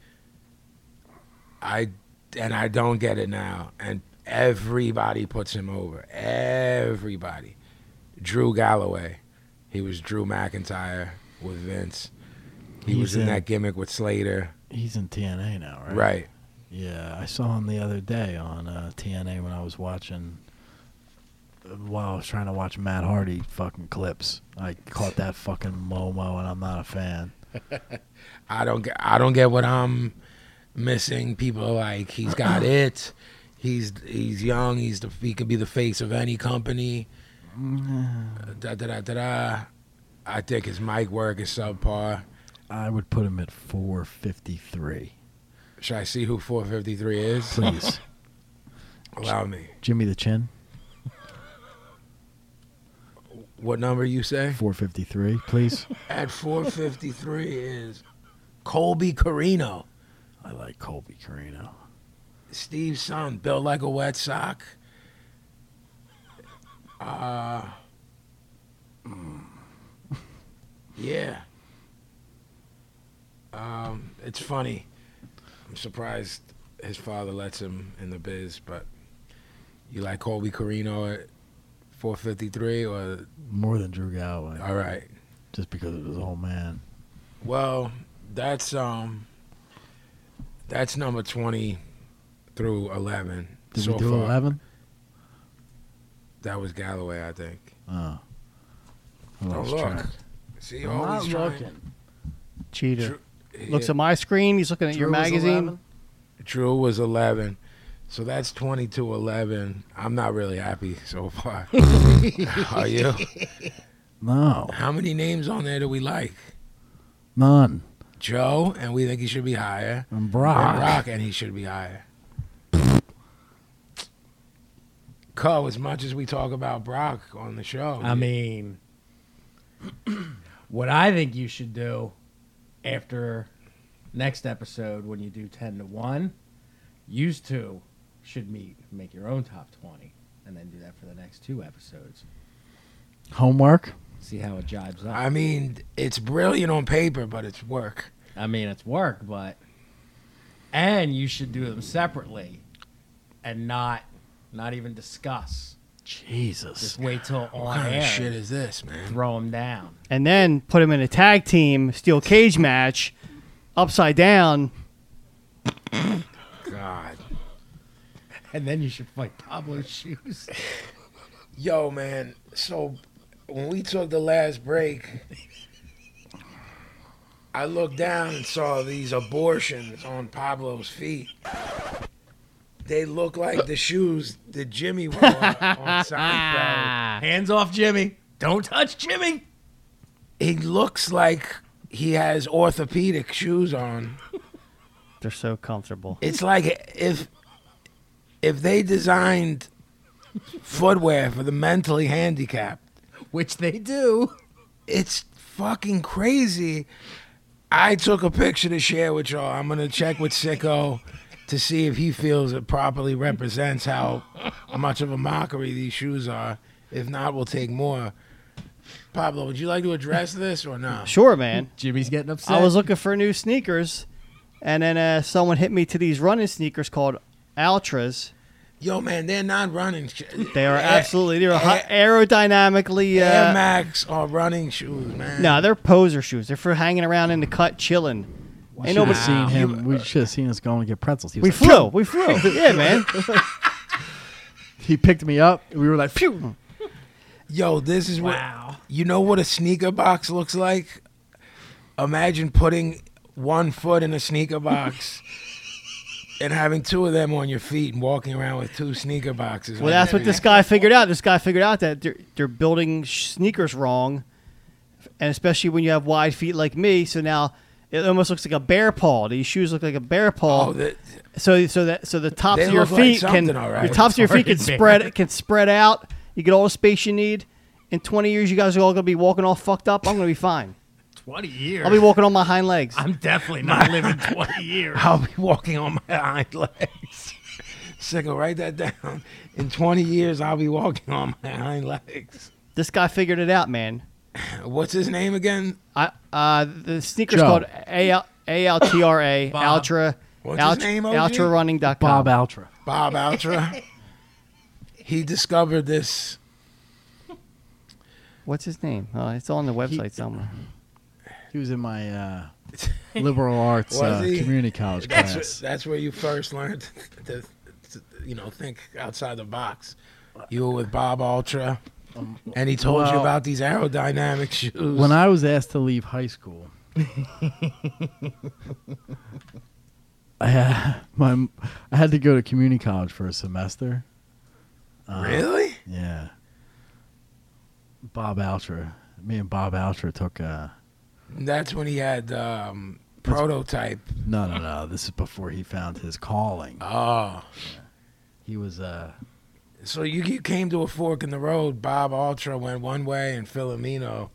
B: I and I don't get it now. And everybody puts him over. Everybody. Drew Galloway. He was Drew McIntyre with Vince. He
D: He's
B: was in
D: in-
B: that gimmick with Slater.
D: He's in TNA now, right?
B: right.
D: Yeah, I saw him the other day on uh, TNA when I was watching. uh, While I was trying to watch Matt Hardy fucking clips, I caught that fucking Momo, and I'm not a fan.
B: I don't get I don't get what I'm missing. People are like he's *clears throat* got it. He's he's young. He's the he could be the face of any company. Mm. Da da da da. da. I think his mic work is subpar.
D: I would put him at 453.
B: Should I see who 453 is?
D: *laughs* Please.
B: Allow me.
D: Jimmy the Chin,
B: What number you say?
D: 453, please.
B: At 453 is Colby Carino,
D: I like Colby Carino.
B: Steve's son, built like a wet sock. Uh, mm, yeah. Um, it's funny. I'm surprised his father lets him in the biz, but you like Colby Carino at 453 or
D: More than Drew Galloway,
B: all right.
D: just because it was old man.
B: Well, that's um, that's number twenty through eleven.
D: Did
B: so
D: we do
B: far.
D: 11?
B: That was Galloway, I think.
D: Oh. I
B: Don't
D: lost
B: look.
D: track.
B: See,
D: I'm
B: always
D: not
B: trying.
D: looking.
A: Cheater.
B: Yeah,
A: Looks at my screen. He's looking at your
D: Drew was
A: magazine.
D: 11?
B: Drew was eleven, so that's twenty to eleven. I'm not really happy so far. Are you?
D: No,
B: How many names on there do we like?
D: none.
B: Joe, and we think he should be higher.
D: And Brock.
B: And Rock, and he should be higher. Co, as much as we talk about Brock on the show,
C: I mean, *clears throat* what I think you should do after next episode when you do 10 to 1, you two should meet, make your own top 20, and then do that for the next two episodes.
D: Homework?
C: See how it jibes up.
B: I mean, it's brilliant on paper, but it's work.
C: I mean, it's work, but. And you should do them separately and not not even discuss.
D: Jesus.
C: Just wait till
B: What
C: on
B: kind
C: air.
B: of shit is this, man?
C: throw them down.
A: And then put him in a tag team steel cage match, upside down.
B: God,
C: And then you should fight Pablo's shoes.
B: yo, man. So when we took the last break, I looked down and saw these abortions on Pablo's feet. They look like the shoes that Jimmy wore on Seinfeld.
C: Hands off Jimmy. Don't touch Jimmy.
B: He looks like he has orthopedic shoes on.
A: They're so comfortable.
B: It's like if if they designed footwear for the mentally handicapped.
C: Which they do.
B: It's fucking crazy. I took a picture to share with y'all. I'm gonna check with Sicko to see if he feels it properly represents how much of a mockery these shoes are. If not, we'll take more. Pablo, would you like to address this or not?
A: Sure, man.
D: Jimmy's getting upset.
A: I was looking for new sneakers, and then uh, someone hit me to these running sneakers called Altras.
B: Yo, man, they're not running. sh-
A: They are
B: Air-
A: absolutely they're hi-
B: Air,
A: aerodynamically.
B: Air
A: Uh,
B: Max are running shoes, man.
A: no, they're poser shoes. They're for hanging around in the cut, chilling. Ain't
D: should
A: nobody.
D: have seen him. we should have seen us going to get pretzels. He,
A: We
D: was like,
A: flew. We flew. yeah, man.
D: he picked me up. And we were like, phew.
B: Yo, this is
C: Wow.
B: what you know what a sneaker box looks like? Imagine putting one foot in a sneaker box
C: *laughs*
B: and having two of them on your feet and walking around with two sneaker boxes.
A: Well, that's what this guy figured out. This guy figured out that they're, they're building sh- sneakers wrong, and especially when you have wide feet like me. So now it almost looks like a bear paw. These shoes look like a bear paw.
B: Oh, that,
A: so so that so the tops
B: They
A: of your
B: look like
A: feet can
B: something, all right.
A: your tops of your feet can
C: Sorry, man.
A: spread can spread out. You get all the space you need. In 20 years, you guys are all gonna be walking all fucked up. I'm gonna be fine.
C: 20 years.
A: I'll
B: *laughs*
A: be walking on my hind legs.
C: I'm definitely not living 20 years.
B: I'll be walking on my hind *laughs* legs. Sicko, write that down. In 20 years, I'll be walking on my hind legs.
A: This guy figured it out, man.
B: What's his name again?
A: I uh, the sneakers
D: Joe.
A: called A L A L T R A
C: Bob.
A: Altra
B: What's his name, OG?
A: Altrarunning.com.
D: Bob Altra.
B: Bob Altra. he discovered this.
A: What's his name? Oh, it's on the website somewhere.
D: He was in my uh, *laughs* liberal arts
B: Was
D: uh,
B: he?
D: community college
B: That's
D: class.
B: that's where you first learned *laughs* to, to, you know, think outside the box. You were with Bob Ultra, and he told you
D: Um, well-
B: about these aerodynamic shoes.
D: When I was asked to leave high school, I had, my, I had to go to community college for a semester.
B: really?
D: Yeah. Bob Altra. Me and Bob Altra took uh,
B: That's when he had um, prototype.
D: No, no, no. This is before he found his calling.
B: Oh,
D: He was uh
B: so you, you came to a fork in the road. Bob Ultra went one way, and Filomeno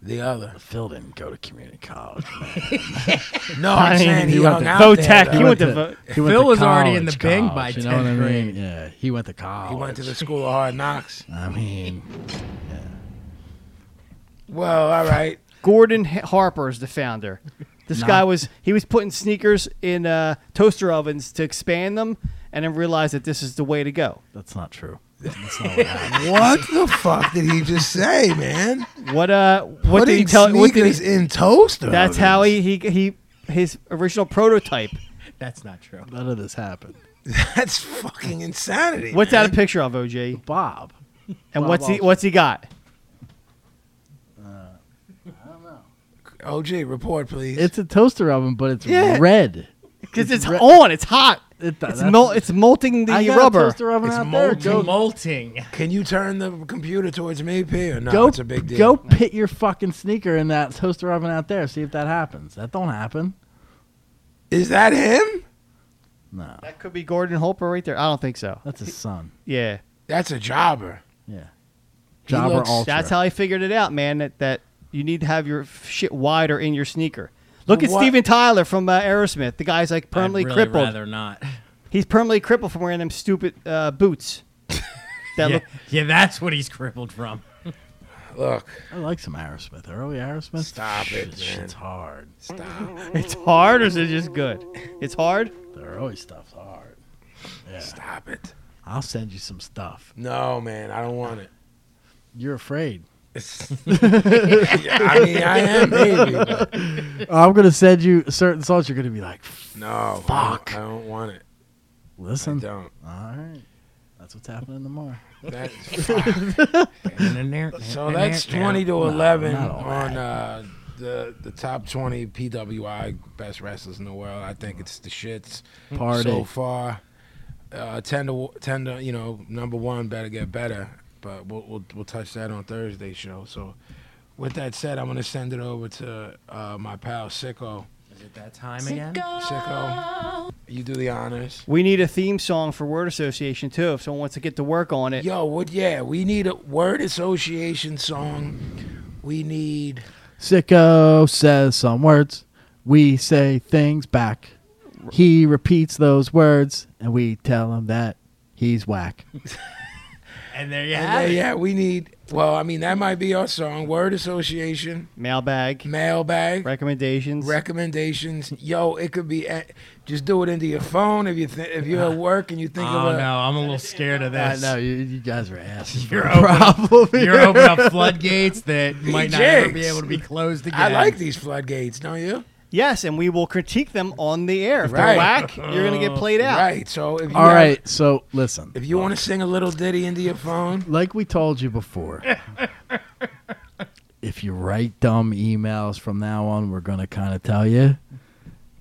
B: the
D: *laughs*
B: other.
D: Phil didn't go to community college.
B: No, I'm
A: I mean,
B: saying he
A: you
D: went
B: hung
D: to
B: out
A: Votech,
B: there.
A: you
B: though.
A: went to vote-
D: he went
C: Phil
D: to
C: was already in
D: college,
C: the Bing by
D: college, You know what I
C: 10th grade.
D: mean? Yeah, he went to college.
B: He went to the school of hard knocks.
D: *laughs* I mean,
B: Well, all right.
A: *laughs* Gordon H- Harper is the founder. This guy was he was putting sneakers in uh, toaster ovens to expand them, and then realized that this is the way to go.
D: that's not true. That's not *laughs* what happened.
B: What the fuck did he just say, man?
A: What uh? What did
B: Putting
A: he tell? What did
B: sneakers
A: he,
B: in toaster.
A: that's how he, he he his original prototype.
C: That's not true.
D: None of this happened.
B: That's fucking insanity.
A: What's
B: man.
A: that a picture of, OJ?
D: Bob.
A: And what's he
D: Bob
A: what's he got?
B: OJ, report, please.
D: It's a toaster oven, but it's
A: Yeah.
D: red.
A: Because it's
D: re-
A: on. It's hot.
D: It-
A: It's
D: that's-
A: mel- It's molting
D: I
A: the
D: got a
A: rubber.
D: toaster oven
B: It's
D: out there.
B: molten.
D: Go,
C: Molting.
B: Can you turn the computer towards me, P? Or no,
D: go,
B: it's a big deal.
D: go pit your fucking sneaker in that toaster oven out there. See if that happens. That don't happen.
B: Is that him?
D: No,
A: That could be Gordon Harper right there. I don't think so.
D: that's his son.
A: Yeah,
B: That's a jobber.
D: Yeah, Jobber
B: looks-
D: Ultra.
A: that's how I figured it out, man. That that you need to have your f- shit wider in your sneaker. Look at
B: What-
A: Steven Tyler from uh, Aerosmith. The guy's like permanently
C: I'd really
A: crippled.
C: rather not.
A: He's permanently crippled from wearing them stupid uh, boots. That
C: Yeah,
A: look
C: yeah, that's what he's crippled from.
B: Look,
D: I like some Aerosmith. Early Aerosmith.
B: Stop it,
D: Shit,
B: man.
D: Shit's hard.
A: it's hard or is it just good? It's hard.
D: The early stuff's hard. Yeah,
B: stop it.
D: I'll send you some stuff.
B: No, man, I don't want it.
D: You're afraid.
B: *laughs*
A: *laughs*
B: Yeah, I mean, I am maybe. but
D: Oh, I'm gonna send you certain salts. You're gonna be like,
B: No,
D: Fuck.
B: I don't, I don't want it. I
D: listen.
B: don't.
D: All right, that's what's
B: *laughs*
D: happening tomorrow.
A: *laughs*
B: That,
C: *laughs* so
B: so that's twenty to eleven
D: not all
B: on uh, the the top twenty PWI best wrestlers in the world. I think it's the shits
D: Party.
B: so far. Uh, ten to ten to you know number one better get better, but we'll we'll, we'll touch that on Thursday show. So. With that said, I'm gonna send it over to uh, my pal Sicko.
C: Is it that time again?
B: Sicko, you do the honors.
A: We need a theme song for word association too. If someone wants to get to work on it,
B: Yo, what? Yeah, we need a word association song. We need
D: Sicko says some words. We say things back. He repeats those words, and we tell him that he's whack.
C: And there you
B: yeah,
C: have it.
B: yeah, we need. Well, I mean, that might be our song. Word association,
A: mailbag
B: mailbag,
A: recommendations.
B: recommendations. Yo, it could be. a- Just do it into your phone if you th- if you're at work and you think
C: Oh
B: of
C: no,
B: a.
C: I'm a little scared *laughs* of
D: I
C: this.
D: know you, you guys are asses. *laughs*
C: You're
D: for a
C: open up-
D: problem.
C: You're
D: here.
C: opening up floodgates *laughs* that might not ever be
B: jigs.
C: able to be closed again.
B: I like these floodgates, don't you?
A: Yes, and we will critique them on the air. If
B: Right.
A: they're whack, you're gonna get played out.
B: Right. So if you
D: *laughs* All
B: have-
D: right, so listen.
B: if you want to sing a little ditty into your phone,
D: like we told you before, if you write dumb emails from now on, we're gonna kind of tell you.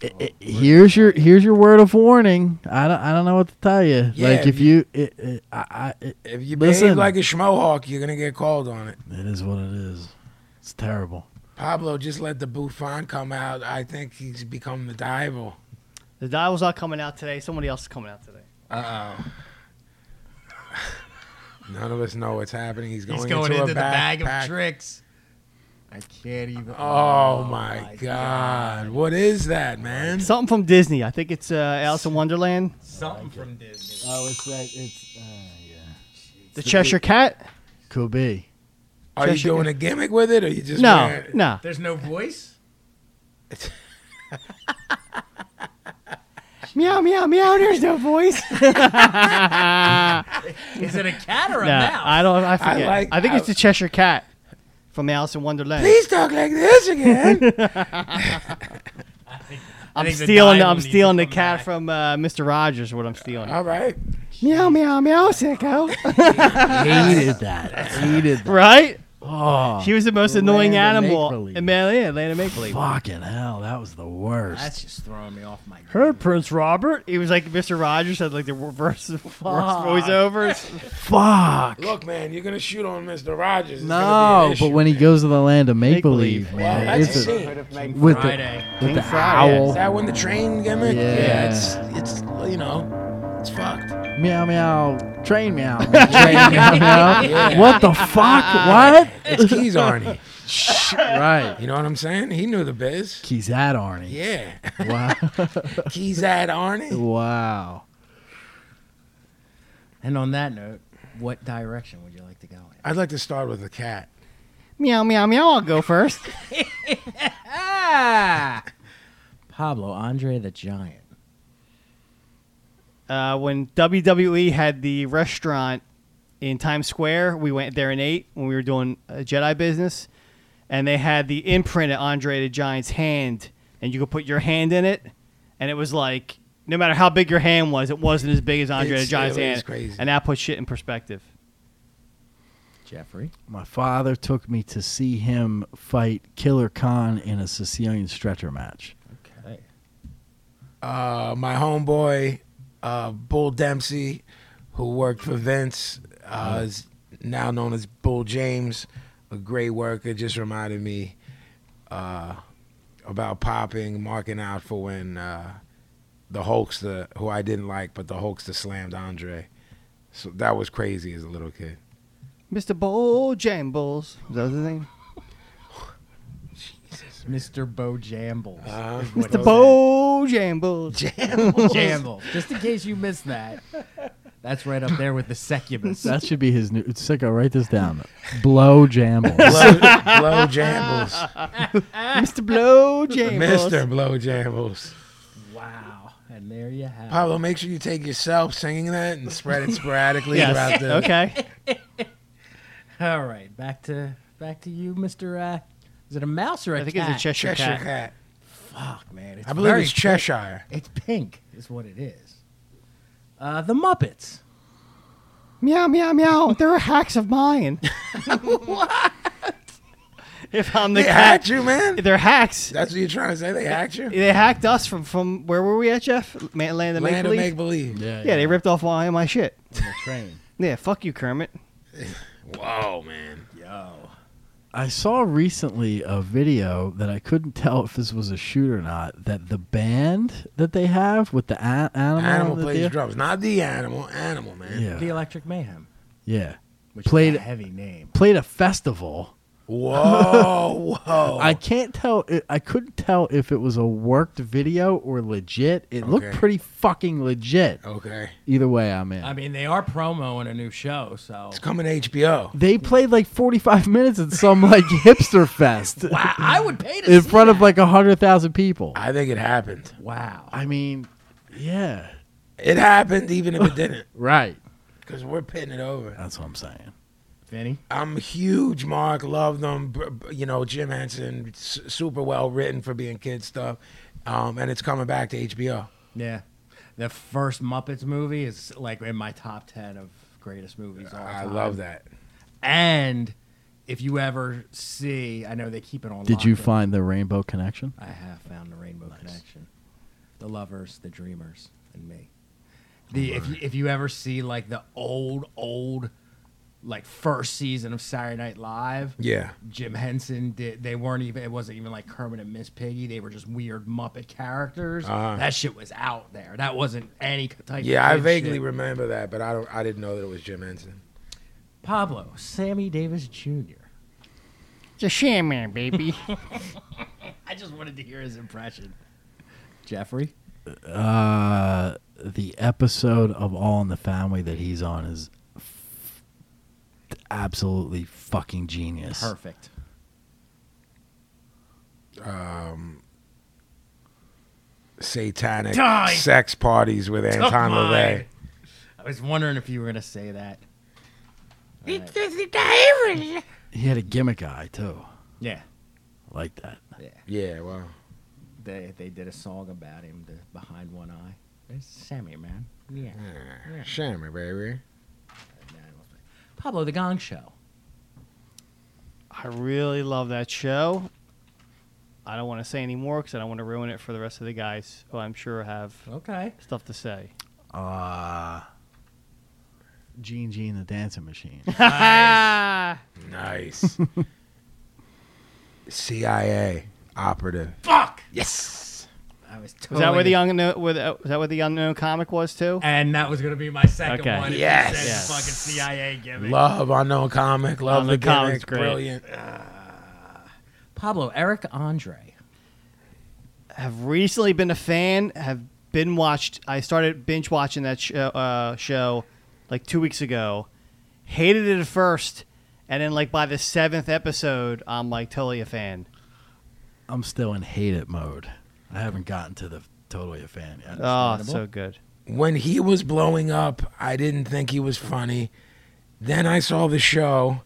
D: I- I- here's your here's your word of warning. I don't I don't know what to tell you.
B: Yeah,
D: like
B: if
D: if you, it, it, I, I, it,
B: if you behave
D: Listen.
B: like a schmohawk, you're gonna get called on it.
D: it is what it is. It's terrible.
B: Pablo just let the Buffon come out. I think he's become the Dival.
A: The dial's not coming out today. Somebody else is coming out today.
B: Uh oh. None of us know what's happening. He's going,
C: He's going
B: into,
C: into
B: a
C: the bag of
B: backpack.
C: tricks. I can't even.
B: Oh, my, god. What is that, man?
A: Something from Disney. I think it's uh, Alice in Wonderland.
C: Oh, Something from Disney.
D: Oh, it's like it's uh,
A: The Cheshire Cat?
D: could be.
B: Are you
A: Cheshire-
B: doing a gimmick with it, or you just
A: No,
B: wearing it?
A: no.
C: There's no voice.
A: Meow, meow, meow. There's no *laughs* voice. no,
C: Is it a cat *laughs* or a mouse?
A: I don't. I forget. I,
B: like-
A: think it's the Cheshire Cat from Alice in Wonderland.
B: Please talk like this again.
A: I'm
C: think the
A: stealing.
C: dial
A: I'm
C: needs to
A: stealing the
C: come
A: cat
C: back.
A: from Oh. uh, Mr. Rogers. What I'm stealing.
B: All right.
A: meow, meow, meow. Sicko.
D: Hated that. Hated that.
A: right?
D: Oh,
A: She was the most annoying
D: Lana
A: animal.
D: Make-Believe.
A: And man, yeah, Lana Make Believe.
D: fucking hell, that was the worst.
C: That's just throwing me off my.
A: Her Prince Robert. He was like Mr. Rogers had like the reverse worst *laughs* voiceovers.
D: Fuck.
B: Look, man, you're gonna shoot on Mr. Rogers. It's gonna be an
D: No,
B: issue.
D: but when he goes to the land of make believe,
A: Make-Believe.
B: Wow,
D: man,
B: that's a
D: it's a-
B: scene. Is
D: with
C: Friday.
D: the with
A: King
D: the
A: Friday.
D: owl,
B: that when the train gimmick?
D: Yeah.
B: it's it's you know, it's fucked.
D: *laughs* meow meow, train meow, train meow meow. What the fuck? What?
B: It's Keys Arnie.
D: right.
B: You know what I'm saying? He knew the biz.
D: He's at Arnie.
B: Yeah, *laughs*
D: Wow.
B: Keys at Arnie.
D: wow.
C: And on that note, what direction would you like to go in?
B: I'd like to start with a cat.
A: meow meow meow. I'll go first.
C: Ah, Pablo Andre the Giant.
A: Uh, when WWE had the restaurant in Times Square, we went there and ate when we were doing uh, Jedi business, and they had the imprint of Andre the Giant's hand, and you could put your hand in it, and it was like no matter how big your hand was, it wasn't as big as Andre
B: It's-
A: the Giant's
B: it was
A: hand,
B: crazy.
A: and that put shit in perspective.
C: Jeffrey.
D: My father took me to see him fight Killer Khan in a Sicilian stretcher match.
C: Okay.
B: Uh, my homeboy, uh, Bull Dempsey, who worked for Vince, uh, is now known as Bull James, a great worker, just reminded me uh, about popping, marking out for when uh, the Hulkster, who I didn't like, but the Hulkster slammed Andre. So that was crazy as a little kid.
A: Mr. Bojangles, is that his name?
C: Mr. Bo Jambles.
B: Uh,
C: is what
B: Mr.
C: it
A: Bojangles. *laughs*
C: was. Jambles. Just in case you missed that, *laughs* that's right up there with the succubus.
D: That should be his new. Sicko, write this down. Blow jambles.
B: *laughs* Blow, blow *laughs* Jambles.
A: Mr. Blowjangles.
B: Mr. Blow Jambles.
C: wow. And there you have it.
B: Pablo, make sure you take yourself singing that and spread *laughs* it sporadically
A: Yes.
B: throughout the.
A: Okay.
C: All right, back to back to you, Mister. Uh, is it a mouse or a
A: I think
C: cat?
A: it's a Cheshire, cat.
B: Cheshire cat.
C: Fuck, man. It's
B: I believe
C: very
B: it's Cheshire.
C: It's pink, is what it is. Uh, the Muppets.
A: Meow meow meow. *laughs* There are hacks of *laughs* mine. what? If I'm the
B: They
A: cat,
B: hacked you, man.
A: they're hacks.
B: That's what you're trying to say. They hacked you.
A: They hacked us from from where were we at, Jeff? Man, land of make
B: Land of make
A: believe.
B: believe.
A: Yeah, they ripped off all of my shit.
D: the train.
A: Yeah, fuck you, Kermit.
B: Whoa, man.
C: Yo.
D: I saw recently a video that I couldn't *laughs* tell if this was a shoot or not. That the band that they have with the a- animal,
B: Animal
D: that
B: plays
D: they-
B: drums. Not the animal. Animal, man.
C: The
D: Yeah,
C: Electric Mayhem.
D: yeah.
C: Which
D: Played-
C: is a heavy name.
D: Played a festival.
B: *laughs* Whoa, whoa.
D: I can't tell. i- I couldn't tell if it was a worked video or legit. It looked
B: Okay. Oh.
D: pretty fucking legit.
B: okay.
D: Either way, I'm in.
C: I mean, they are promoing a new show, so
B: It's coming to HBO.
D: they played like 45 *laughs* minutes at some
B: *laughs*
D: like hipster fest
C: wow, I would pay to
D: in
C: see
D: front of
C: that.
D: like 100,000 people.
B: I think it happened.
C: Wow.
D: I mean, yeah,
B: It happened even if it didn't.
D: right.
B: Because we're pitting it over.
D: That's what I'm saying.
C: Vinny.
B: I'm huge, Mark. Love them. B- b- You know, Jim Henson, s- super well written for being kid stuff. Um, and it's coming back to HBO.
C: Yeah. The first Muppets movie is like in my top ten of greatest movies all
B: I
C: time.
B: love that.
C: And if you ever see, I know they keep it on.
D: Did you
C: lockdown.
D: find the rainbow connection?
C: I have found the rainbow connection. The lovers, the dreamers, and me. The if you, if you ever see like the old old like first season of Saturday Night Live,
B: Yeah.
C: Jim Henson did. They weren't even. It wasn't even like Kermit and Miss Piggy. They were just weird Muppet characters.
B: Uh-huh.
C: That shit was out there. That wasn't any type.
B: Yeah, I
C: of kid
B: vaguely
C: shit.
B: remember that, but I don't. I didn't know that it was Jim Henson.
C: Pablo, Sammy Davis Jr.
A: It's a sham man, *laughs* baby.
C: I just wanted to hear his impression. Jeffrey.
D: Uh, the episode of All in the Family that he's on is f- absolutely fucking genius.
C: Perfect.
B: Satanic
C: Die!
B: sex parties with Anton
C: mine.
B: LaVey.
C: Oh I was wondering if you were gonna say that.
D: He had a gimmick eye too.
C: Yeah.
D: I like that.
C: Yeah.
B: Yeah, well,
C: They they did a song about him, the Behind One Eye. It's Sammy, man. Yeah.
B: yeah. Shammy, baby.
C: Pablo the Gong Show.
A: I really love that show. I don't want to say any more because I don't want to ruin it for the rest of the guys who I'm sure have
C: Okay.
A: stuff to say.
D: Uh, Gene Gene the Dancing Machine. *laughs*
B: Nice. CIA operative.
C: Fuck.
B: Yes.
C: I was totally.
A: Was that where the unknown? Where the, was that where the unknown comic was too?
C: And that was gonna be my second
A: Okay.
C: one. if you
B: Yes.
C: said
A: Yes.
C: Fucking CIA gimmick.
B: Love unknown comic. Love
A: Unknown
B: the
A: comic's
B: comic.
A: great.
B: Brilliant.
C: Pablo Eric Andre.
A: have recently been a fan. Have been watched. I started binge watching that show, uh, show like two weeks ago. Hated it at first, and then like by the seventh episode, I'm like totally a fan.
D: I'm still in hate it mode. I haven't gotten to the totally a fan yet.
B: Ah,
A: Oh, it's so good.
B: When he was blowing up, I didn't think he was funny. Then I saw the show.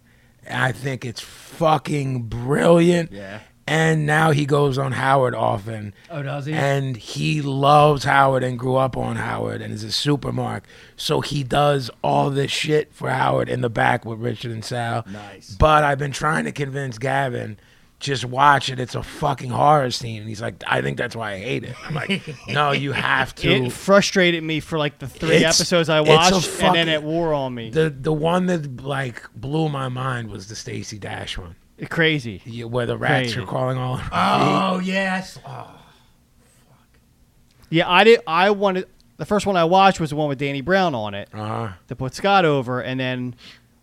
B: I think it's fucking brilliant.
C: Yeah.
B: And now he goes on Howard often.
C: Oh, does he?
B: and he loves Howard and grew up on Howard and is a super mark. So he does all this shit for Howard in the back with Richard and Sal.
C: Nice.
B: But I've been trying to convince Gavin, just watch it. It's a fucking horror scene. And he's like, I think that's why I hate it. I'm
C: *laughs*
B: like, no, you have to.
A: It frustrated me for like the three
B: It's-
A: episodes I
B: it's a
A: watched, and then
B: fucking-
A: it wore on me.
B: the the one that like blew my mind was the Stacey Dash one,
A: Crazy.
B: Yeah, where the rats
A: Crazy.
B: are crawling all. around.
D: Ah.
C: Oh yes. Oh.
A: Yeah, I did. I wanted the first one I watched was the one with Danny Brown on it
B: Uh,
A: to put Scott over, and then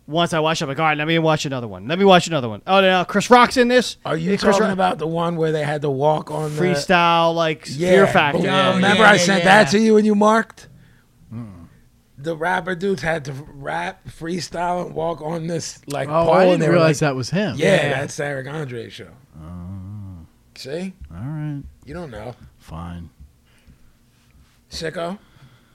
A: once I watched, it, I'm like, all right, let me watch another one. Let me watch another one. Oh, no, Chris Rock's in this.
B: are you
A: It's Chris
B: talking
A: Rock-
B: about the one where they had to walk on the
A: freestyle like
B: Yeah,
A: Fear Factor?
B: but
C: Yeah,
B: Remember,
C: yeah,
B: I
C: yeah,
B: sent
C: yeah.
B: that to you and you marked.
D: Hmm.
B: The rapper dudes had to rap, freestyle, and walk on this like
D: Oh,
B: pole.
D: I
B: and
D: didn't
B: they were
D: realize
B: like,
D: that was him.
B: Yeah, that's Eric Andre's show. See,
D: Oh. All right.
B: you don't know,
D: Fine.
B: sicko.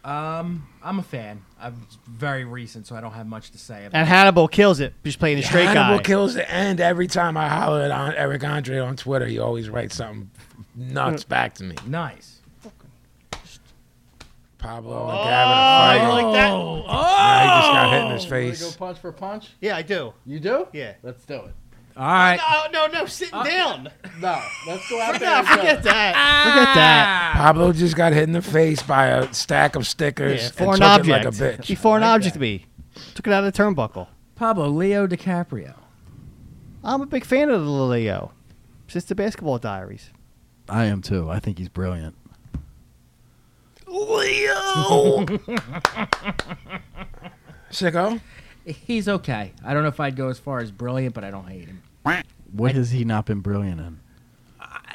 C: Um, I'm a fan. I'm very recent, so I don't have much to say about.
A: And Hannibal kills it. Just playing a straight
B: Hannibal
A: guy.
B: kills the end every time I holler at on Eric Andre on Twitter. He always writes something nuts back to me.
C: it. Nice.
A: Oh,
B: Pablo and Gavin are fighting.
A: like that?
C: Oh,
B: Now he just got hit in his face.
D: punch for punch?
A: yeah, I do.
D: You do?
A: Yeah.
D: Let's do it.
C: all right.
A: Oh no, no, sitting down.
D: No, let's go out
A: No, forget that. Forget that.
B: Pablo just got hit in the face by a stack of stickers
A: Yeah,
B: and
A: foreign
B: took it
A: object.
B: like a bitch.
A: He foreign object to me. Took it out of the turnbuckle.
C: Pablo Leo DiCaprio.
A: I'm a big fan of the Leo since the Basketball Diaries.
D: I am too. I think he's brilliant.
B: Leo. Sicko.
C: He's okay. I don't know if I'd go as far as brilliant, but I don't hate him.
D: What has he not been brilliant in?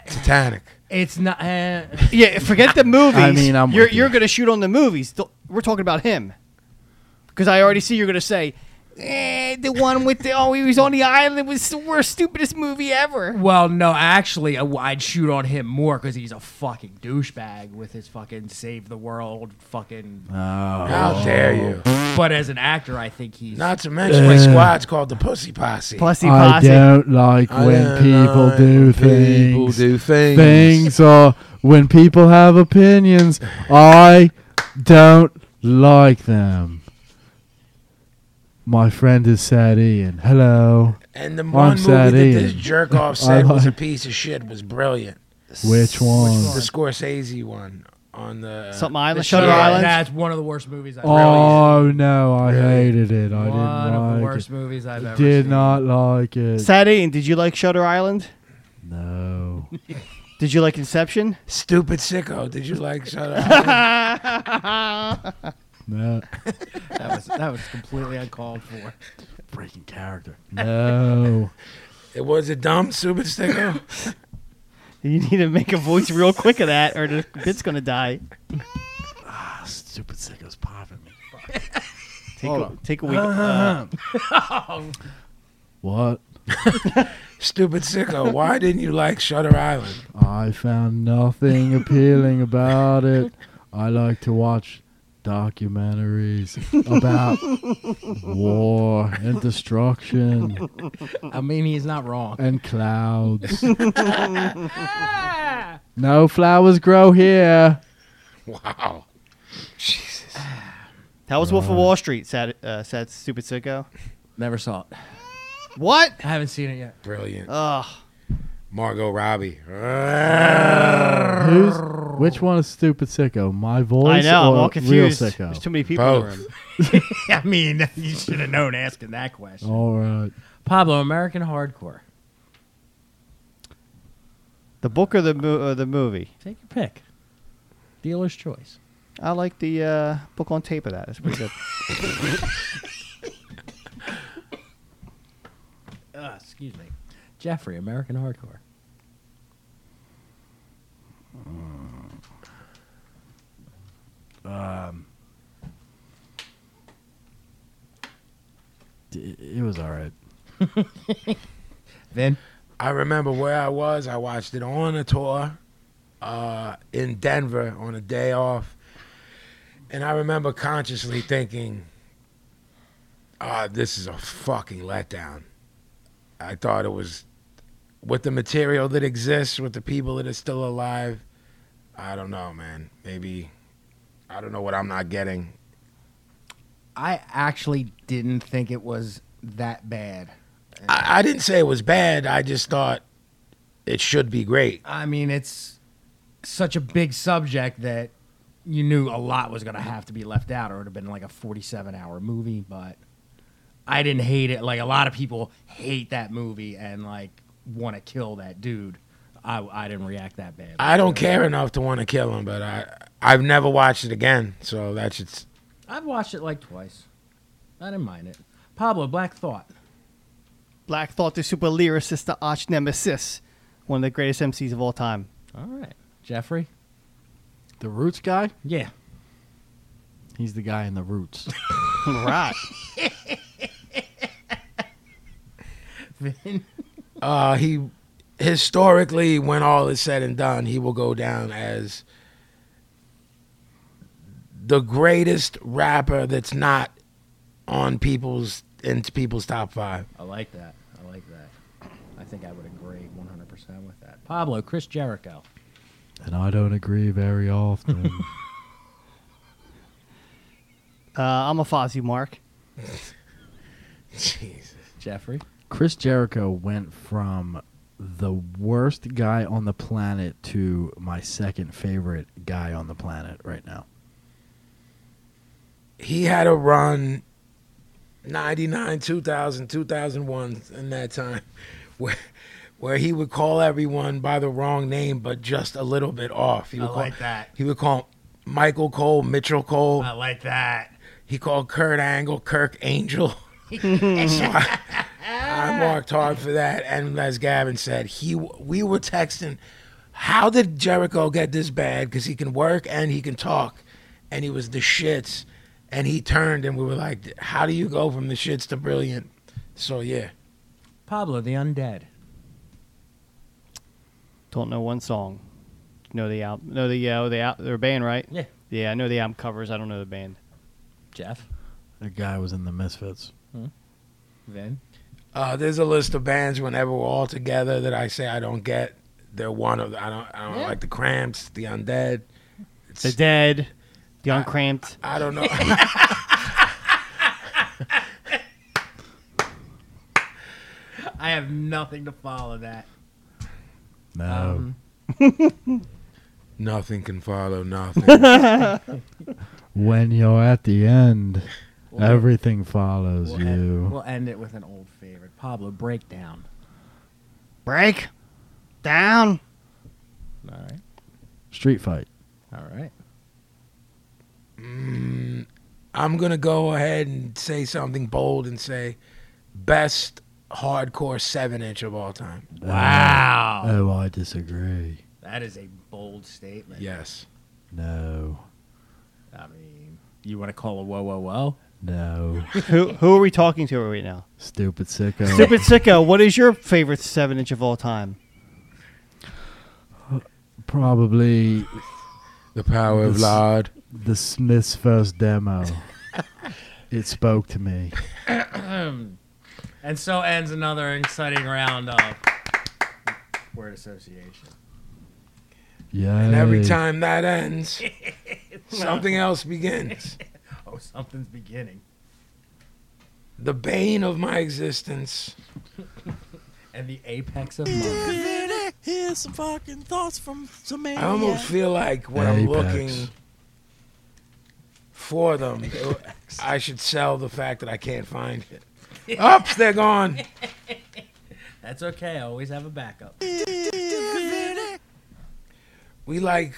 B: Titanic.
C: It's not. Uh,
A: Yeah, forget the movies.
D: I mean, I'm
A: you're
D: with you.
A: you're gonna shoot on the movies. Th- We're talking about him because I already see you're gonna say. Eh, the one with the oh he was on the island it was the worst stupidest movie ever.
C: well, no, actually, I- I'd shoot on him more because he's a fucking douchebag with his fucking save the world fucking.
D: Oh,
B: How dare you?
C: But as an actor, I think he's.
B: Not to mention my squad's called the Pussy Posse.
A: Pussy
D: I
A: posse.
D: don't like when people do
B: People
D: things.
B: do things.
D: Things or when people have opinions, I don't like them. My friend is sad Ian. Hello.
B: And the one movie that
D: sad
B: this
D: Ian.
B: jerk off said
D: I
B: was a
D: like-
B: piece of shit was brilliant.
D: Which one?
B: The Scorsese one on the
A: Something Island,
B: the
A: Shutter
B: shit.
A: Island.
C: That's one of the worst movies I've
D: Oh no, I
B: Really?
D: hated it. I
C: One of the
D: didn't like
C: worst
D: it.
C: movies I've ever
D: Did
C: seen.
D: not like it.
A: Sad Ian, did you like Shutter Island?
C: *laughs*
D: no.
A: Did you like Inception?
B: Stupid sicko. Did you like Shutter Island?
D: No.
C: That was that was completely uncalled for.
D: Breaking character.
C: *laughs*
D: No.
B: it was a dumb stupid sicko.
A: *laughs* You need to make a voice real quick of that, or the bit's gonna die.
D: ah, stupid sicko's popping me.
A: Take,
D: Hold
A: a,
D: on.
A: take a week. Uh-huh.
D: What?
B: stupid sicko. Why didn't you like Shutter Island?
D: I found nothing appealing about it. I like to watch documentaries about war and destruction
C: I mean, he's not wrong.
D: and
A: *laughs*
D: clouds. no flowers grow here.
B: Wow. Jesus.
A: That was Wolf of Wall Street. Sad, uh, sad, stupid sicko.
C: Never saw it.
A: What?
C: I haven't seen it yet.
B: Brilliant.
A: Ugh.
B: Margot Robbie.
D: Who's, which one is stupid sicko? My voice
A: I know. I'm
D: or
A: all confused.
D: real
A: There's
D: sicko?
A: too many people in the
B: Both.
A: room.
C: *laughs* I mean, you should have known asking that question.
D: all right.
C: Pablo, American Hardcore.
A: The book or the mo- uh, the movie?
C: Take your pick. Dealer's choice.
A: I like the uh, book on tape of that. It's pretty good.
C: Uh, excuse me. Jeffrey, American Hardcore. Hmm. Um.
D: D- It was
C: *laughs*
D: all right.
C: Then
B: I remember where I was. I watched it on a tour uh, in Denver on a day off. And I remember consciously thinking, uh, this is a fucking letdown. I thought it was with the material that exists, with the people that are still alive. I don't know, man. Maybe I don't know what I'm not getting.
C: I actually didn't think it was that bad.
B: I, I didn't say it was bad. I just thought it should be great.
C: I mean, it's such a big subject that you knew a lot was going to have to be left out, or it would have been like a 47 hour movie. But I didn't hate it. Like, a lot of people hate that movie and, like, want to kill that dude. I, I didn't react that bad.
B: I don't care enough to want to kill him, but I I've never watched it again, so that's just
C: I've watched it like twice. I didn't mind it. Pablo, Black Thought.
A: *laughs* Black Thought, the super lyricist, the arch nemesis, one of the greatest MCs of all time.
C: All right. Jeffrey?
D: The Roots guy?
C: Yeah. *laughs*
D: He's the guy in the Roots.
A: *laughs* right.
B: uh he historically when all is said and done, he will go down as the greatest rapper that's not on people's in people's top five. *laughs*
C: I like that. I like that. I think I would agree 100% with that. Pablo, Chris Jericho.
D: and I don't agree very often.
A: Uh, I'm a Fozzie Mark.
B: Jeez.
C: Jeffrey?
D: Chris Jericho went from the worst guy on the planet to my second favorite guy on the planet right now.
B: He had a run 99, 2000, 2001 in that time *laughs* where where he would call everyone by the wrong name but just a little bit off. He would call-
C: that.
B: He would call Michael Cole, Mitchell Cole.
C: like that.
B: he called Kurt Angle, Kirk Angel. so I, I marked hard for that. And as Gavin said, he we were texting, how did Jericho get this bad? Because he can work and he can talk, and he was the shits. And he turned, and we were like, how do you go from the shits to brilliant? So yeah,
C: Pablo, the undead.
A: Don't know one song. Know the album? Know the uh, the al- their band, right?
C: Yeah.
A: Yeah, I know the album covers. I don't know the band.
C: Jeff?
D: The guy was in the Misfits.
C: Vin?
B: uh, there's a list of bands whenever we're all together that I say I don't get. They're one of the, I don't I don't
C: Yeah.
B: like the Cramps, the Undead. It's-
A: The Dead, The Uncramped.
B: I don't know. *laughs*
C: I have nothing to follow that.
D: No.
C: Oh, Um,
B: Nothing can follow nothing.
D: when you're at the end, everything follows
C: We'll,
D: you.
C: End, we'll end it with an old favorite. Pablo, Breakdown.
A: Break down.
C: All right.
D: Street fight.
C: All right.
B: I'm gonna go ahead and say something bold and say best hardcore seven inch of all time. uh,
C: Wow.
D: Oh, I disagree.
C: that is a bold statement.
B: Yes.
D: No.
C: I mean, you want to call a whoa, whoa, whoa?
D: No.
A: who who are we talking to right now?
D: Stupid sicko.
A: Stupid sicko. What is your favorite seven inch of all time?
D: *laughs* Probably
B: The power of
D: This-
B: Lord.
D: the Smiths' first demo.
B: *laughs*
D: it spoke to me.
C: And so ends another exciting round of word association.
D: Yeah.
B: And every time that ends, something else begins.
C: Oh, something's beginning.
B: The bane of my existence.
C: and the apex of mind.
G: Here's some fucking thoughts from some man.
B: I almost feel like when I'm
D: Apex.
B: looking for them, I should sell the fact that I can't find it. Oops, they're gone.
C: That's okay. I always have a backup.
B: We like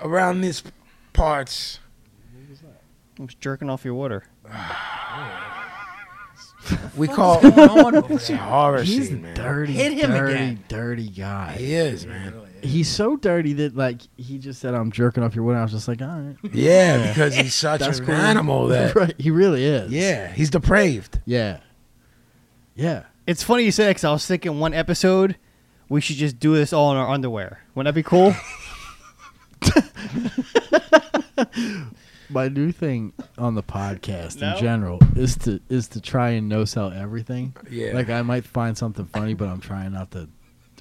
B: around this parts.
A: I'm just jerking off your water.
B: We call it's a horror
D: He's a
B: scene, man.
D: dirty,
C: Hit him
D: dirty,
C: again.
D: dirty guy.
B: He is, man.
D: He's so dirty that like he just said, "I'm jerking off your wood." I was just like, "All right,
B: *laughs* Yeah, because
D: *laughs*
B: he's such
D: That's
B: an
D: cool.
B: animal that.
D: *laughs* right." He really is.
B: Yeah, he's depraved.
D: yeah, yeah.
A: It's funny you say that because I was thinking one episode we should just do this all in our underwear. Wouldn't that be
B: *laughs*
A: cool?
D: My new thing on the podcast
A: No?
D: in general is to is to try and no sell everything.
B: Yeah.
D: like I might find something funny, but I'm trying not to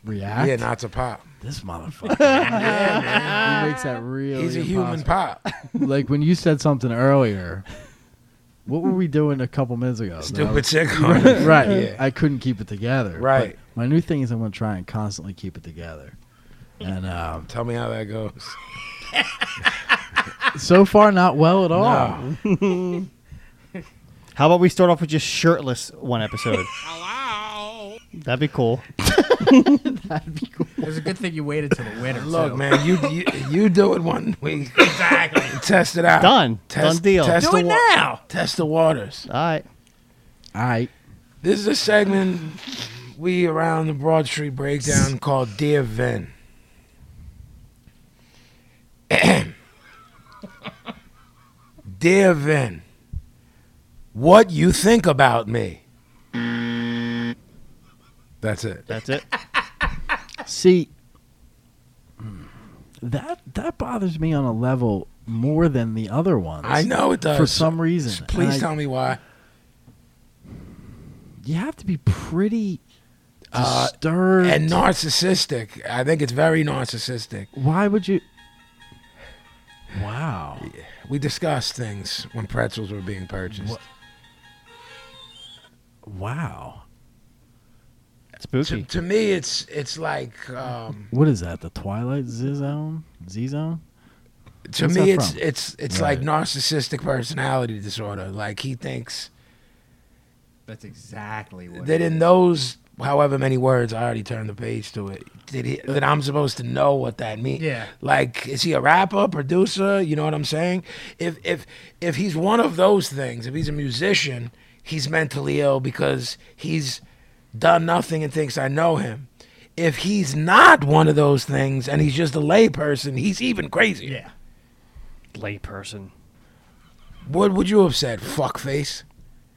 D: react.
B: Yeah, not to pop. *laughs*
D: this motherfucker. He makes that really.
B: He's a human
D: impossible.
B: pop.
D: *laughs* Like when you said something earlier. What were we doing a couple minutes ago? that I
B: Stupid
D: was-
B: sitcom.
D: *laughs* right.
B: Yeah.
D: I couldn't keep it together.
B: Right.
D: But my new thing is I'm going to try and constantly keep it together. And um,
B: Tell me how that goes.
D: so far, not well at all.
B: No.
A: How about we start off with just shirtless one
B: *laughs*
A: episode? That'd be cool.
C: It was a good thing you waited till the winter.
B: Look,
C: too.
B: man, you, you you do it one week.
C: *laughs* Exactly.
B: Test it out.
A: Done.
B: Test,
A: Done deal.
B: Test
C: Do
B: the
C: it
B: wa-
C: now.
B: Test the waters.
A: All right.
D: All right.
B: This is a segment we around the Broad Street breakdown called Dear Vin. *clears throat* Dear Vin, what you think about me? That's it.
A: That's it.
D: See, that that bothers me on a level more than the other ones.
B: I know it does.
D: For some reason.
B: Please
D: And I-
B: tell me why.
D: You have to be pretty
B: Uh,
D: disturbed.
B: And narcissistic. I think it's very narcissistic.
D: Why would you? Wow.
B: We discussed things when pretzels were being purchased.
D: Wow.
B: To,
A: Spooky.
B: to me, it's it's like um,
D: What is that? The Twilight Z Zone? Z Zone?
B: to
D: What's
B: me
D: that
B: it's
D: from?
B: it's it's like narcissistic personality disorder. Like he thinks
C: That's exactly what.
B: that in those however many words, I already turned the page to it. That, he, that I'm supposed to know what that means.
C: Yeah.
B: Like, is he a rapper, producer? You know what I'm saying? If if if he's one of those things, if he's a musician, he's mentally ill because he's done nothing and thinks I know him. If he's not one of those things and he's just a layperson, he's even crazier.
C: yeah.
A: Layperson.
B: What would you have said, fuckface?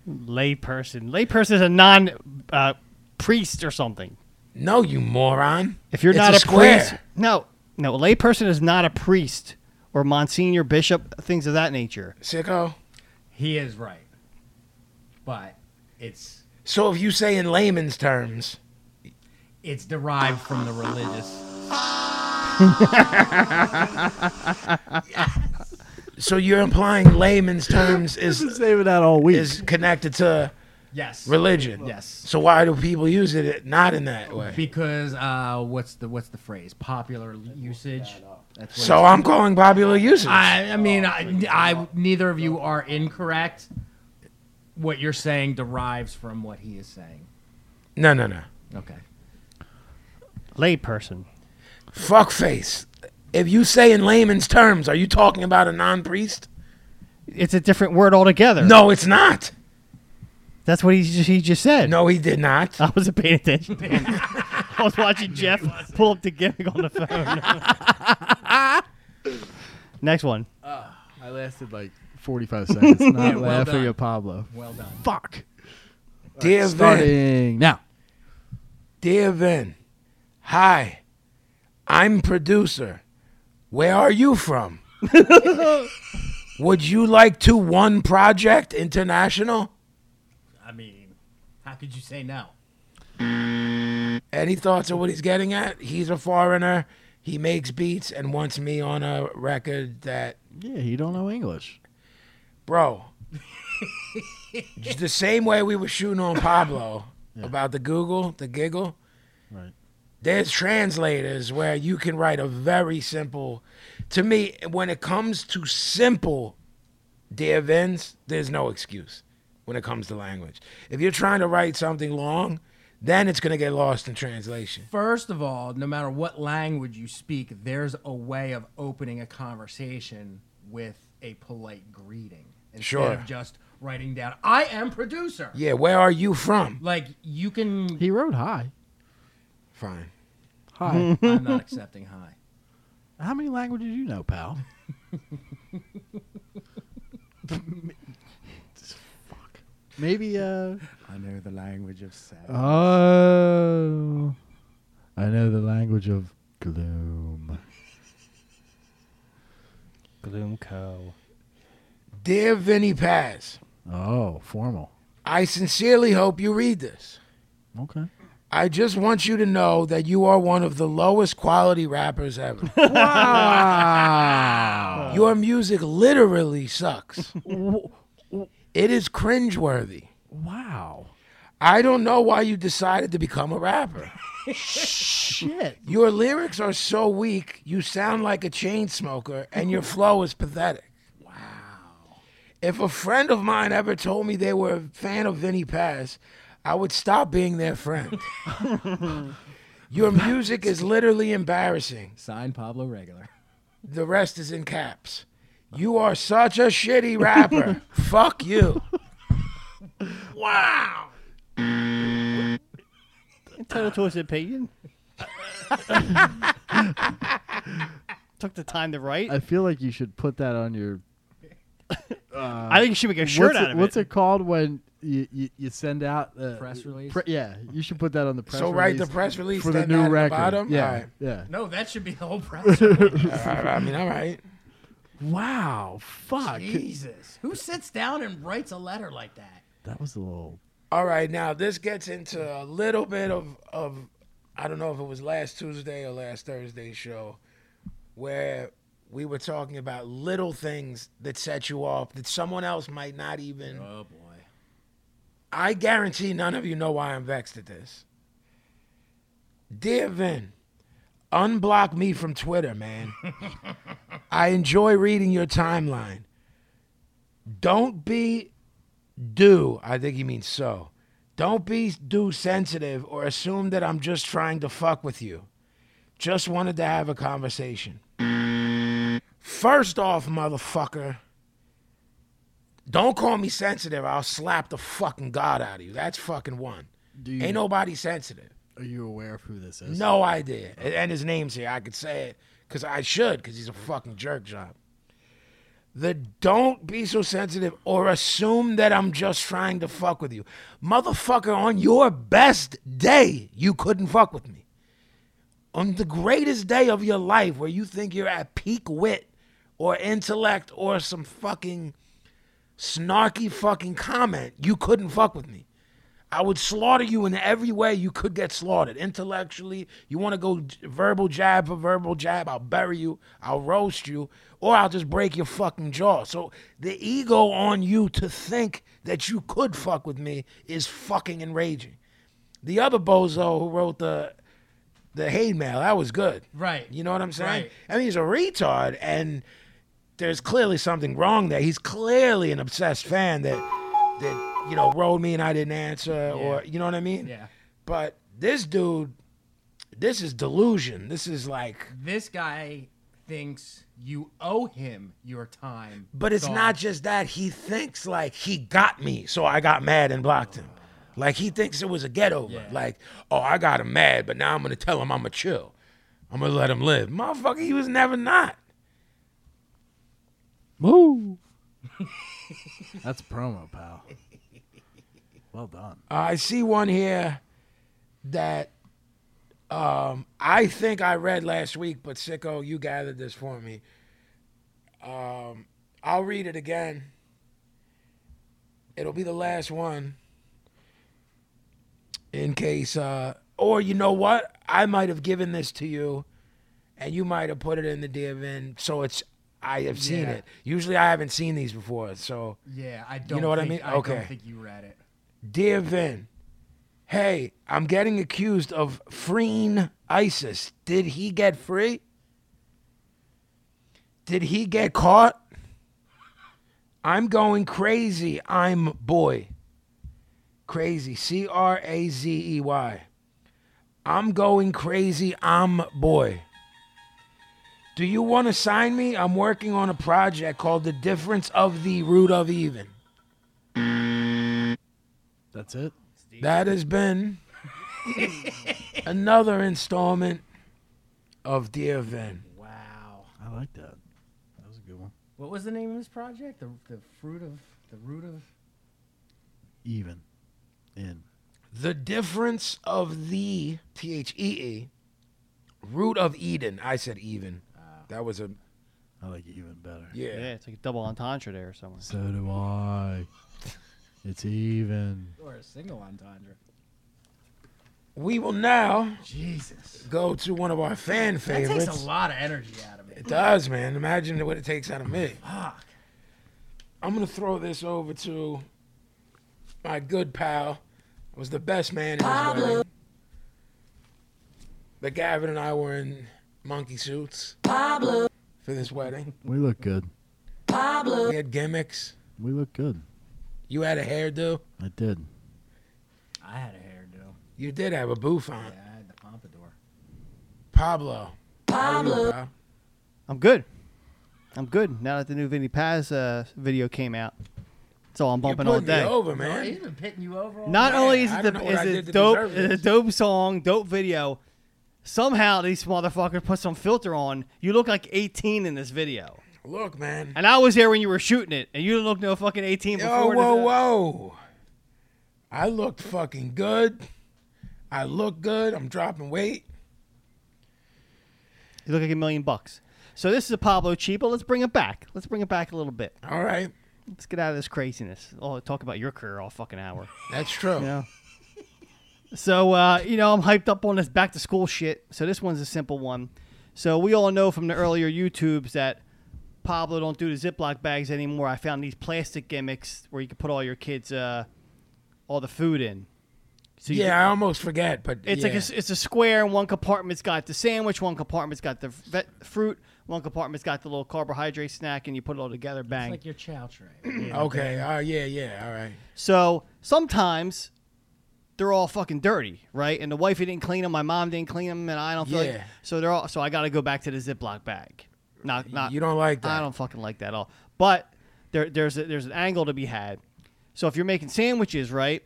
A: Layperson. Layperson is a non uh, priest or something.
B: No, you moron.
A: If you're
B: It's
A: not
B: a
A: a,
B: square.
A: priest, no, no, a layperson is not a priest or Monsignor, Bishop, things of that nature.
B: Sicko.
C: He is right. But it's
B: So if you say in layman's terms,
C: it's derived from the religious.
B: so you're implying layman's terms is
D: Saving that all week.
B: is connected to
C: Yes.
B: religion.
C: Yes.
B: So why do people use it not in that way?
C: because uh, what's the what's the phrase? Popular usage. That's what
B: So
C: it's-
B: I'm calling popular usage.
C: I I mean I, I neither of you are incorrect. What you're saying derives from what he is saying.
B: No, no, no.
C: Okay.
A: Layperson.
B: Fuckface. If you say in layman's terms, are you talking about a non-priest?
A: It's a different word altogether.
B: No, it's not.
A: That's what he just, he just said.
B: No, he did not.
A: I wasn't paying attention. I was watching Jeff pull up the gimmick on the phone. *laughs* Next one.
D: I lasted like *laughs* 45 seconds, not
C: well
D: laughing
C: done.
D: at Pablo.
C: Well done.
D: Fuck.
B: Dear Vin,
D: *laughs* Starting now.
B: dear Vin, hi, I'm producer. Where are you from? Would you like to one project international?
C: I mean, how could you say no?
B: Any thoughts on what he's getting at? He's a foreigner. He makes beats and wants me on a record that,
D: Yeah, he don't know English.
B: *laughs* bro. just the same way we were shooting on Pablo, about the Google, the Giggle,
D: Right.
B: there's translators where you can write a very simple. To me, when it comes to simple dear Vince, there's no excuse when it comes to language. If you're trying to write something long, then it's gonna get lost in translation.
C: First of all, no matter what language you speak, there's a way of opening a conversation with a polite greeting instead
B: Sure.
C: of just writing down "I am producer."
B: Yeah, where are you from?
C: Like you can,
D: He wrote hi.
B: Fine.
D: Hi.
C: I'm not accepting high.
B: *laughs*
D: How many languages you know, *laughs* pal? Fuck. Maybe uh
H: I know the language of sound.
C: Uh-huh.
D: Oh I know the language of gloom.
A: Gloom Co.
B: Dear Vinny Paz,
D: Oh, formal.
B: I sincerely hope you read this.
D: Okay.
B: I just want you to know that you are one of the lowest quality rappers ever.
D: Wow.
B: *laughs* Your music literally sucks. it is cringeworthy.
D: wow.
B: I don't know why you decided to become a rapper.
D: Shit.
B: Your lyrics are so weak, you sound like a chain smoker, and your flow is pathetic. Wow. If a friend of mine ever told me they were a fan of Vinnie Paz, I would stop being their *laughs* friend. Your music is literally embarrassing.
H: Signed Pablo Regular.
B: The rest is in caps. You are such a shitty *laughs* rapper. Fuck you. Wow.
A: Entitled to his
D: *laughs*
A: opinion. Took the time to write.
D: I feel like you should put that on your
A: I think you should make a shirt
D: what's
A: out
D: it,
A: of
D: what's
A: it.
D: it called when you, you, you send out uh,
H: Press release?
D: pre- yeah, you should put that on the press
B: So
D: release.
B: write the press release
D: for the
B: then that
D: new
B: at the
D: record.
B: bottom?
D: Yeah,
B: All right.
D: yeah.
C: No, that should be the whole
B: *laughs*
C: press.
B: All right, I mean, all right.
D: Wow, fuck.
C: Jesus, who sits down and writes a letter like that?
D: That was a little.
B: All right, now this gets into a little bit of of I don't know if it was last Tuesday or last Thursday show where we were talking about little things that set you off that someone else might not even
C: Oh boy.
B: I guarantee none of you know why I'm vexed at this. Dear Vin, unblock me from Twitter, man. *laughs* I enjoy reading your timeline. Don't be do, I think he means so. Don't be do sensitive or assume that I'm just trying to fuck with you. Just wanted to have a conversation. First off, motherfucker. Don't call me sensitive. I'll slap the fucking god out of you. That's fucking one.
D: Do you,
B: Ain't nobody sensitive.
D: are you aware of who this is?
B: No idea. And- And his name's here. I could say it because I should because he's a fucking jerk job. The don't be so sensitive or assume that I'm just trying to fuck with you. Motherfucker, on your best day, you couldn't fuck with me. On the greatest day of your life where you think you're at peak wit or intellect or some fucking snarky fucking comment, you couldn't fuck with me. I would slaughter you in every way you could get slaughtered. Intellectually, you want to go j- verbal jab for verbal jab, I'll bury you, I'll roast you, or I'll just break your fucking jaw. So the ego on you to think that you could fuck with me is fucking enraging. The other bozo who wrote the the hate mail, that was good.
C: Right.
B: You know what I'm saying?
C: Right.
B: I mean, he's a retard, and there's clearly something wrong there. He's clearly an obsessed fan that that you know wrote me and I didn't answer, or you know what I mean?
C: Yeah.
B: But this dude, this is delusion. This is like,
C: This guy thinks you owe him your time.
B: but it's not just that. He thinks like he got me, so I got mad and blocked him. Like he thinks it was a get over.
C: Yeah.
B: Like, oh, I got him mad, but now I'm gonna tell him I'm a chill. I'm gonna let him live, motherfucker. He was never not.
D: Woo. That's promo, pal. Well done.
B: Uh, I see one here that um, I think I read last week, but Sicko, you gathered this for me. Um, I'll read it again. It'll be the last one in case, uh, or you know what? I might have given this to you and you might have put it in the DMN, so it's. I have seen
C: Yeah.
B: it. Usually, I haven't seen these before, so.
C: Yeah, I don't.
B: know what I
C: think-
B: mean?
C: I
B: Okay.
C: don't think you read it.
B: Dear Vin, hey, I'm getting accused of freeing ISIS. Did he get free? Did he get caught? I'm going crazy. I'm boy. Crazy. C R A Z E Y. I'm going crazy. I'm boy. Do you want to sign me? I'm working on a project called The Difference of the Root of Even.
D: That's it.
B: That has been another installment of Dear Vin.
C: Wow.
D: I like that. That was a good one.
C: What was the name of this project? The the fruit of the root of
D: Even. In.
B: The difference of the T H E E root of Eden. I said even. That was a
D: I like even better.
A: Yeah,
B: yeah.
A: it's like a double entendre there somewhere.
D: So do I. It's even.
H: Or a single entendre.
B: We will now
C: Jesus.
B: go to one of our fan
C: That
B: favorites.
C: takes a lot of energy out of me.
B: It does, man. Imagine what it takes out of me.
C: Fuck.
B: I'm gonna throw this over to my good pal. Was the best man. in his wedding. But Gavin and I were in monkey suits for this wedding.
D: We look good.
B: We had gimmicks.
D: We look good.
B: You had a hairdo.
D: I did.
C: I had a hairdo.
B: You did have a bouffant.
C: Yeah, I had the pompadour.
B: Pablo. Pablo.
A: I'm good. I'm good. Now that the new Vinny Paz uh, video came out, that's all I'm
B: You're
A: bumping all
B: putting me
A: day.
B: over,
C: Man. He's
B: man.
C: been pitting you over. all
A: Not
B: Yeah,
A: only is
B: I
A: it
B: don't
A: the
B: know what
A: is
B: I did
A: it
B: to
A: dope,
B: deserve
A: it's a
B: this.
A: dope song, dope video. Somehow these motherfuckers put some filter on. You look like 18 in this video,
B: Look, man.
A: and I was there when you were shooting it, and you didn't look no fucking 18 before.
B: Yo,
A: the-
B: whoa, whoa. I looked fucking good. I look good. I'm dropping weight.
A: You look like a million bucks. So this is a Pablo Chiba. Let's bring it back. Let's bring it back a little bit.
B: All right.
A: Let's get out of this craziness. Oh, talk about your career all fucking hour.
B: That's true.
A: Yeah. *laughs* So uh, you know, I'm hyped up on this back to school shit. So this one's a simple one. So we all know from the earlier YouTubes that Pablo don't do the Ziploc bags anymore. I found these plastic gimmicks where you can put all your kids, uh, all the food in. So you
B: Yeah, I almost forget, but
A: it's
B: yeah.
A: like a, it's a square, and one compartment's got the sandwich, one compartment's got the vet, fruit, one compartment's got the little carbohydrate snack, and you put it all together.
C: It's
A: Bang.
C: like your chow tray.
B: okay. Uh, yeah, yeah. All right.
A: So sometimes they're all fucking dirty, right? And the wifey didn't clean them, my mom didn't clean them, and I don't feel like
B: Yeah.
A: so they're all so I got to go back to the Ziploc bag. Not not
B: You don't like that.
A: I don't fucking like that at all. But there there's a, there's an angle to be had. So if you're making sandwiches, right,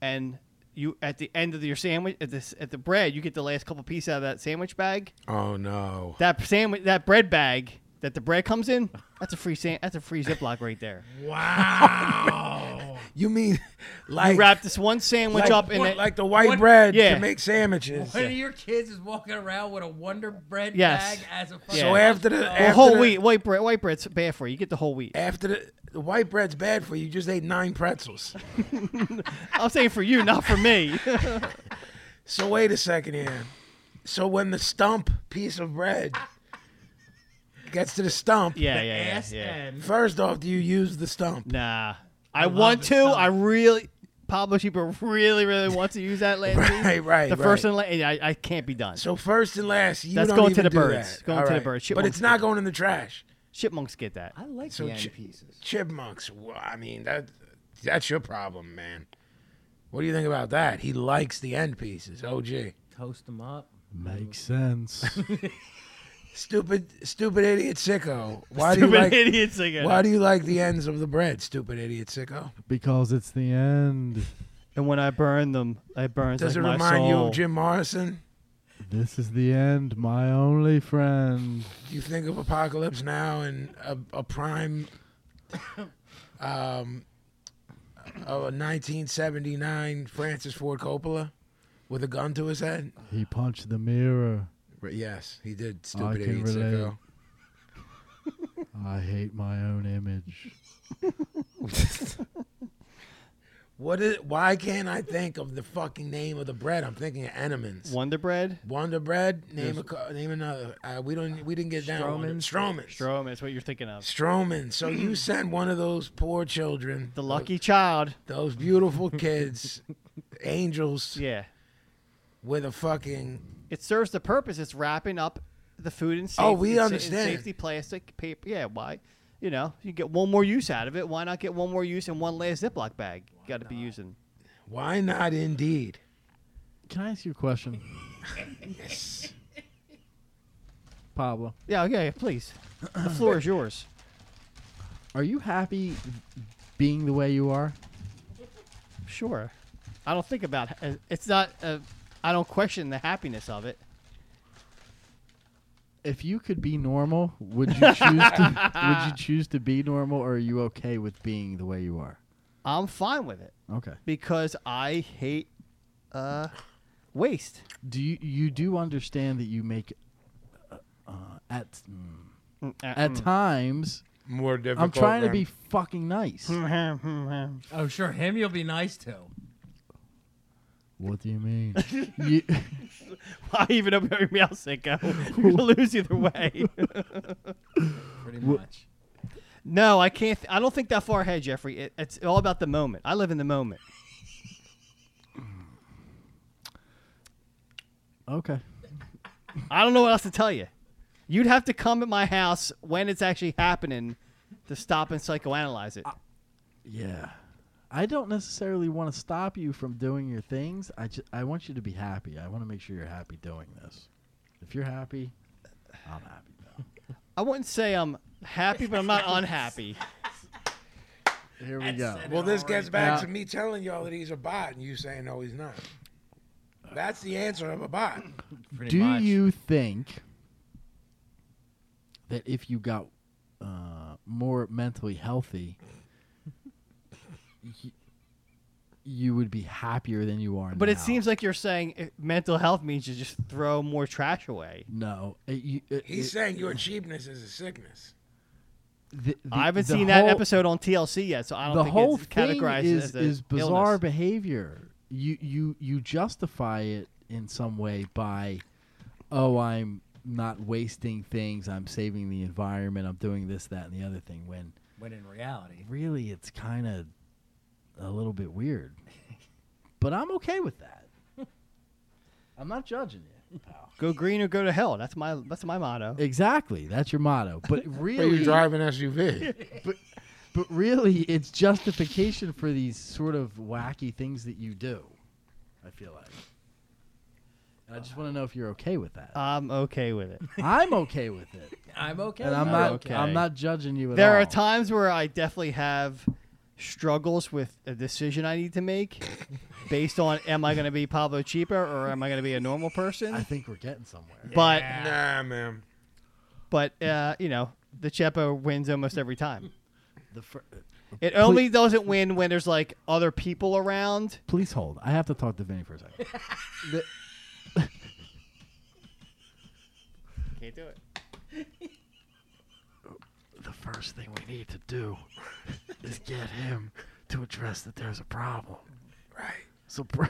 A: and you at the end of your sandwich at this at the bread, you get the last couple pieces out of that sandwich bag.
B: Oh no.
A: That sandwich that bread bag that the bread comes in, that's a free san- that's a free Ziploc right
B: *laughs*
A: there. *laughs*
C: Wow.
B: You mean *laughs* like
A: You wrap this one sandwich
B: like,
A: up in it.
B: like the white
C: what-
B: bread
A: yeah.
B: to make sandwiches?
C: One of your kids is walking around with a Wonder Bread
A: Yes.
C: bag as a fucking Oh,
A: Yeah.
B: So after the
A: The
B: after
A: whole
B: the,
A: wheat, white bread, white bread's bad for you. You get the whole wheat.
B: *laughs* after the, the white bread's bad for you, you just ate nine pretzels.
A: I'm saying for you, not for me. *laughs*
B: So wait a second here. So when the stump piece of bread gets to the stump,
A: yeah, yeah, yeah,
C: ass
A: yeah.
C: end.
B: first off, do you use
A: *laughs*
B: the stump?
A: Nah, I, want
C: the
A: to. I really, Pablo Cheaper really, really wants to use that last piece.
B: *laughs* Right, right.
A: The first
B: right.
A: and la- I, I can't be done.
B: So first and last, you
A: That's
B: don't
A: going to
B: even
A: the
B: do
A: birds.
B: that.
A: Going
B: All
A: to the
B: right.
A: birds. Shit
B: But
A: won't
B: it's not going in the trash.
A: Chipmunks get that.
H: I like
B: So
H: the end
B: chi-
H: pieces.
B: Chipmunks. Well, I mean that that's your problem, man. What do you think about that? He likes the end pieces. OG.
C: Toast them up.
D: Makes sense.
B: *laughs* Stupid, stupid idiot sicko. Why do you
A: Stupid
B: like?
A: idiots again.
B: Why do you like the ends of the bread? Stupid idiot sicko.
D: because it's the end.
A: And when I burn them, I burn
B: Does
A: like
B: it
A: my
B: remind
A: soul.
B: you of Jim Morrison?
D: This is the end, my only friend.
B: you think of Apocalypse Now and a, a prime, *coughs* um, a 1979 Francis Ford Coppola with a gun to his head?
D: He punched the mirror.
B: But yes, he did.
D: I
B: Stupid
D: can
B: idiot
D: relate.
B: sicko.
D: I hate my own image.
B: What is? Why can't I think of the fucking name of the bread? I'm thinking of Enemans.
A: Wonder Bread.
B: Wonder bread. Name a co- name another. Uh, we don't. We didn't get down. Stroman. Stroman.
A: Strom is what you're thinking of.
B: Stroman. So
D: Hmm.
B: you sent one of those poor children,
A: The lucky child.
B: those beautiful kids, angels,
A: Yeah.
B: with a fucking
A: It serves the purpose. It's wrapping up the food in safety.
B: Oh, we
A: in sa- in
B: understand.
A: safety plastic paper. Yeah, why? You know, you get one more use out of it. Why not get one more use in one last Ziploc bag? You got to be using.
B: why not? Indeed.
D: Can I ask you a question? Pablo,
A: Yeah, okay, please.
B: *coughs*
A: The floor is yours.
D: are you happy being the way you are?
A: Sure. I don't think about it's not. Uh, I don't question the happiness of it.
D: If you could be normal, would you choose to would you choose to be normal or are you okay with being the way you are?
A: I'm fine with it
D: Okay.
A: because I hate uh, waste.
D: Do you you do understand that you make uh, uh, at
A: *laughs*
D: at times
B: More difficult.
D: I'm trying to
B: than-
D: be fucking nice.
C: Oh, sure. Him you'll be nice to.
D: what do you mean? you, *laughs*
A: I even *laughs* know Barry Meowsico. You're gonna lose either way.
B: *laughs*
H: Pretty much.
A: no, I can't. I don't think that far ahead, Jeffrey. It, it's all about the moment. I live in the moment.
D: okay.
A: I don't know what else to tell you. You'd have to come at my house when it's actually happening to stop and psychoanalyze it.
D: Yeah. I don't necessarily want to stop you from doing your things. I just, I want you to be happy. I want to make sure you're happy doing this. If you're happy, I'm happy.
A: I wouldn't say I'm happy, but I'm
D: *laughs*
A: not unhappy.
D: Here we go.
B: Well, this gets back
D: Yeah.
B: to me telling y'all that he's a bot, and you saying no, he's not. That's the answer of a bot.
C: Pretty
D: Do
C: much.
D: you think that if you got uh, more mentally healthy, y- you would be happier than you are now?
A: But it seems like you're saying eh, mental health means you just throw more trash away.
D: no. It, you, it,
B: He's
D: it-
B: saying your cheapness is a sickness.
D: the- the-
A: I haven't
D: the
A: seen
D: whole-
A: that episode on TLC yet, so I don't
D: the
A: think
D: whole
A: it's
D: thing
A: categorized
D: is
A: as a
D: is bizarre
A: illness.
D: behavior. You you you justify it in some way by, oh, I'm not wasting things. I'm saving the environment. I'm doing this, that, and the other thing. When
H: When in reality,
D: really, it's kind of a little
A: *laughs*
D: bit weird. but I'm okay with that. I'm not judging you. pal.
A: Go green or go to hell. That's my that's my motto.
D: Exactly, that's your motto.
A: *laughs*
B: But
D: But
B: you
D: really,
B: drive an *laughs* SUV.
D: but really, it's justification for these sort of wacky things that you do. I feel like. And I just want to know if you're okay with
A: *laughs*
D: that.
A: I'm okay with it.
D: I'm okay with
A: *laughs*
D: it,
H: I'm okay.
D: and I'm
H: with
D: not.
H: it.
A: okay.
D: I'm not judging you at
A: There
D: all.
A: are times where I definitely have struggles with a decision I need to make based on am I going to be Pablo Chipa or am I going to be a normal
D: I
A: person?
D: think we're getting somewhere.
A: But
B: nah, man.
A: but uh, you know, the Chepa wins almost every time.
D: The fir-
A: It only doesn't win when there's like other people around.
D: Please hold. I have to talk to Vinny for
A: *laughs*
D: a second. The-
A: Can't do it.
D: the first thing we need to
A: *laughs*
D: do is get him to address that there's a problem.
B: Right.
D: So pro-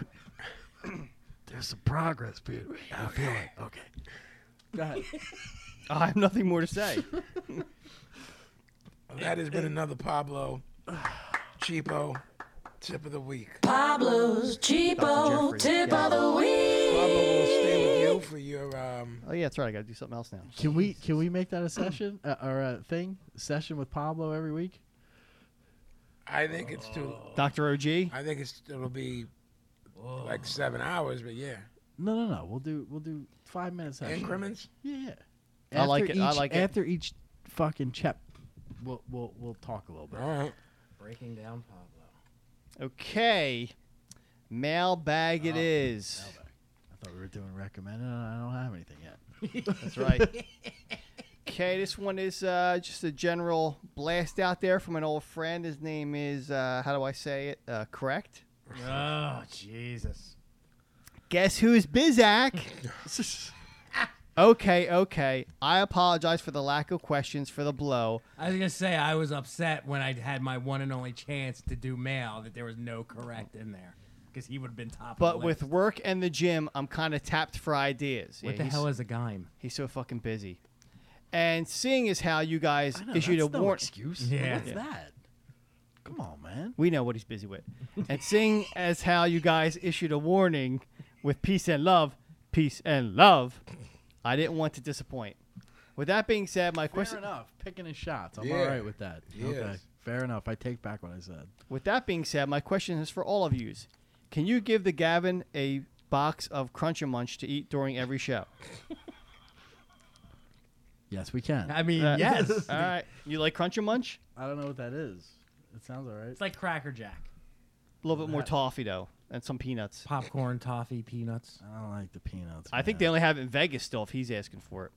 D: *coughs* there's some progress being made. I feel it. Okay.
A: *laughs* I have nothing more to say.
B: Well, that has been another Pablo Cheapo tip of the week.
I: Pablo's cheapo tip of the week.
B: Pablo will stay with you for your um.
A: Oh yeah, that's right. I got to do something else now.
D: Can we can we make that a session uh, or a thing? Session with Pablo every week.
B: I think it's too.
A: Doctor OG.
B: I think it's it'll be like seven hours, but yeah,
D: No, no, no. We'll do we'll do five minutes session.
B: increments.
D: Yeah, yeah.
A: I like it,
D: Each,
A: I like it.
D: after each fucking chap, we'll we'll we'll talk a little bit.
B: All right.
H: breaking down Pablo.
A: Okay, mailbag it is.
D: I thought we were doing recommended. and I don't have anything yet.
A: That's right. *laughs* Okay, this one is uh, just a general blast out there from an old friend. His name is uh, how do I say it? Uh, correct.
C: Oh, Jesus.
A: Guess who's Bizak? Okay, okay. I apologize for the lack of questions for the blow.
C: I was gonna say I was upset when I had my one and only chance to do mail that there was no correct in there because he would have been top. of the
A: But with
C: list.
A: work and the gym, I'm kind of tapped for ideas.
C: what
A: Yeah,
C: the
A: he's-
C: hell is a gime?
A: He's so fucking busy. And seeing as how you guys
D: I know,
A: issued a
D: that's no
A: warrant,
D: excuse.
C: Yeah.
D: What's
C: Yeah.
D: that? Come on, man.
A: we know what he's busy with. and seeing as how you guys issued a warning with peace and love, peace and love, I didn't want to disappoint. With that being said, my
D: Fair
A: question.
D: enough. Picking his shots. I'm
B: Yeah.
D: all right with that. Okay.
B: Yes.
D: Fair enough. I take back what I said.
A: With that being said, my question is for all of yous. Can you give the Gavin a box of Crunch and Munch to eat during every show?
D: Yes, we can.
C: I mean,
A: Uh,
D: *laughs*
A: *laughs*
C: yes,
A: All right. You like Crunch and Munch?
D: I don't know what that is. It sounds all right.
C: it's like Cracker Jack,
A: A little bit more toffee though, and some peanuts.
C: popcorn, toffee, peanuts.
D: I don't like the peanuts.
A: I think they
D: man.
A: only have it in Vegas still. If he's asking for it,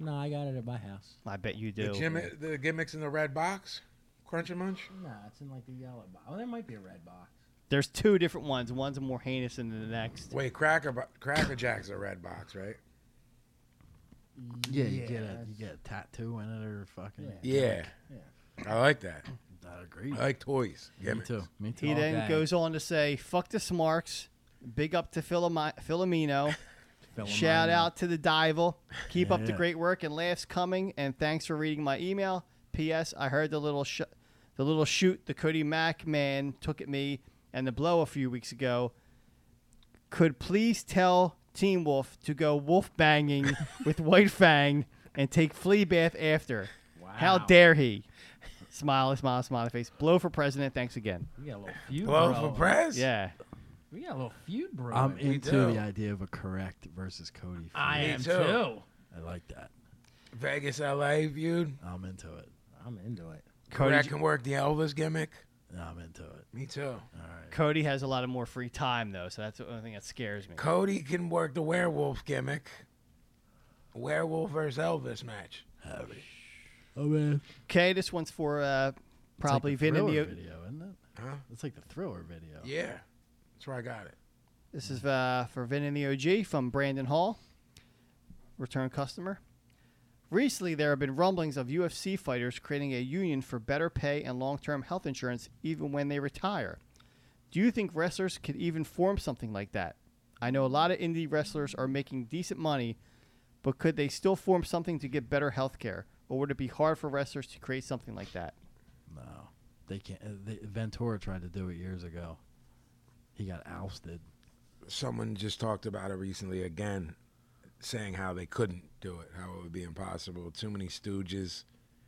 C: No, I got it at my house.
A: I bet you do.
B: The, gym, the gimmicks in the red box, Crunch and Munch.
C: No, it's in like the yellow box. Oh, there might be a red box.
A: There's two different ones. One's more heinous than the next.
B: Wait, Cracker Bo- Cracker Jack's a red box, right?
D: Yeah, you get a
C: Yes.
D: you get a tattoo in it or fucking.
B: Yeah. I like that.
D: I agree.
B: I like toys.
D: Me
B: Gimmicks.
D: too. Me too.
A: He
C: All
A: then
C: day.
A: goes on to say, "Fuck the Smarks." Big up to Philomino. Philomino. Shout out to the Dival. Keep up the
D: Yeah.
A: great work and laughs coming. And thanks for reading my email. P.S. I heard the little sh- the little shoot the Cody Mack man took at me and the blow a few weeks ago. Could please tell Team Wolf to go wolf
C: *laughs*
A: banging with White Fang and take flea bath after. How
C: Wow.
A: dare he? Smiley, smiley, smiley face. Blow for president. Thanks again.
C: We got a little feud.
B: Blow
C: brewing.
B: for press.
A: Yeah.
C: We got a little feud, bro.
D: I'm
B: We
D: into
B: do.
D: the idea of a correct versus Cody.
C: I
B: Me
D: feud.
C: am
B: too.
C: too.
D: I like that.
B: Vegas, LA viewed.
D: I'm into it.
C: I'm into it.
B: Cody
A: Cody,
B: can work the Elvis gimmick.
D: I'm into it.
B: Me too.
A: Cody has a lot of more free time though, so that's the only thing that scares me.
B: Cody can work the werewolf gimmick. Werewolf versus Elvis match.
D: Oh man,
A: Okay, this one's for uh, probably
D: it's like
A: Vin
D: the
A: and
D: Thriller
A: the.
D: video, isn't it?
B: Huh?
D: It's like the thriller video.
B: Yeah. That's where I got it.
A: This is uh, for Vin and the OG from Brandon Hall, return customer. Recently, there have been rumblings of UFC fighters creating a union for better pay and long-term health insurance, even when they retire. Do you think wrestlers could even form something like that? I know a lot of indie wrestlers are making decent money, but could they still form something to get better health care, or would it be hard for wrestlers to create something like that?
D: No, they can't. uh, They, Ventura tried to do it years ago. He got ousted.
B: Someone just talked about it recently again, saying how they couldn't do it, how it would be impossible. Too many stooges.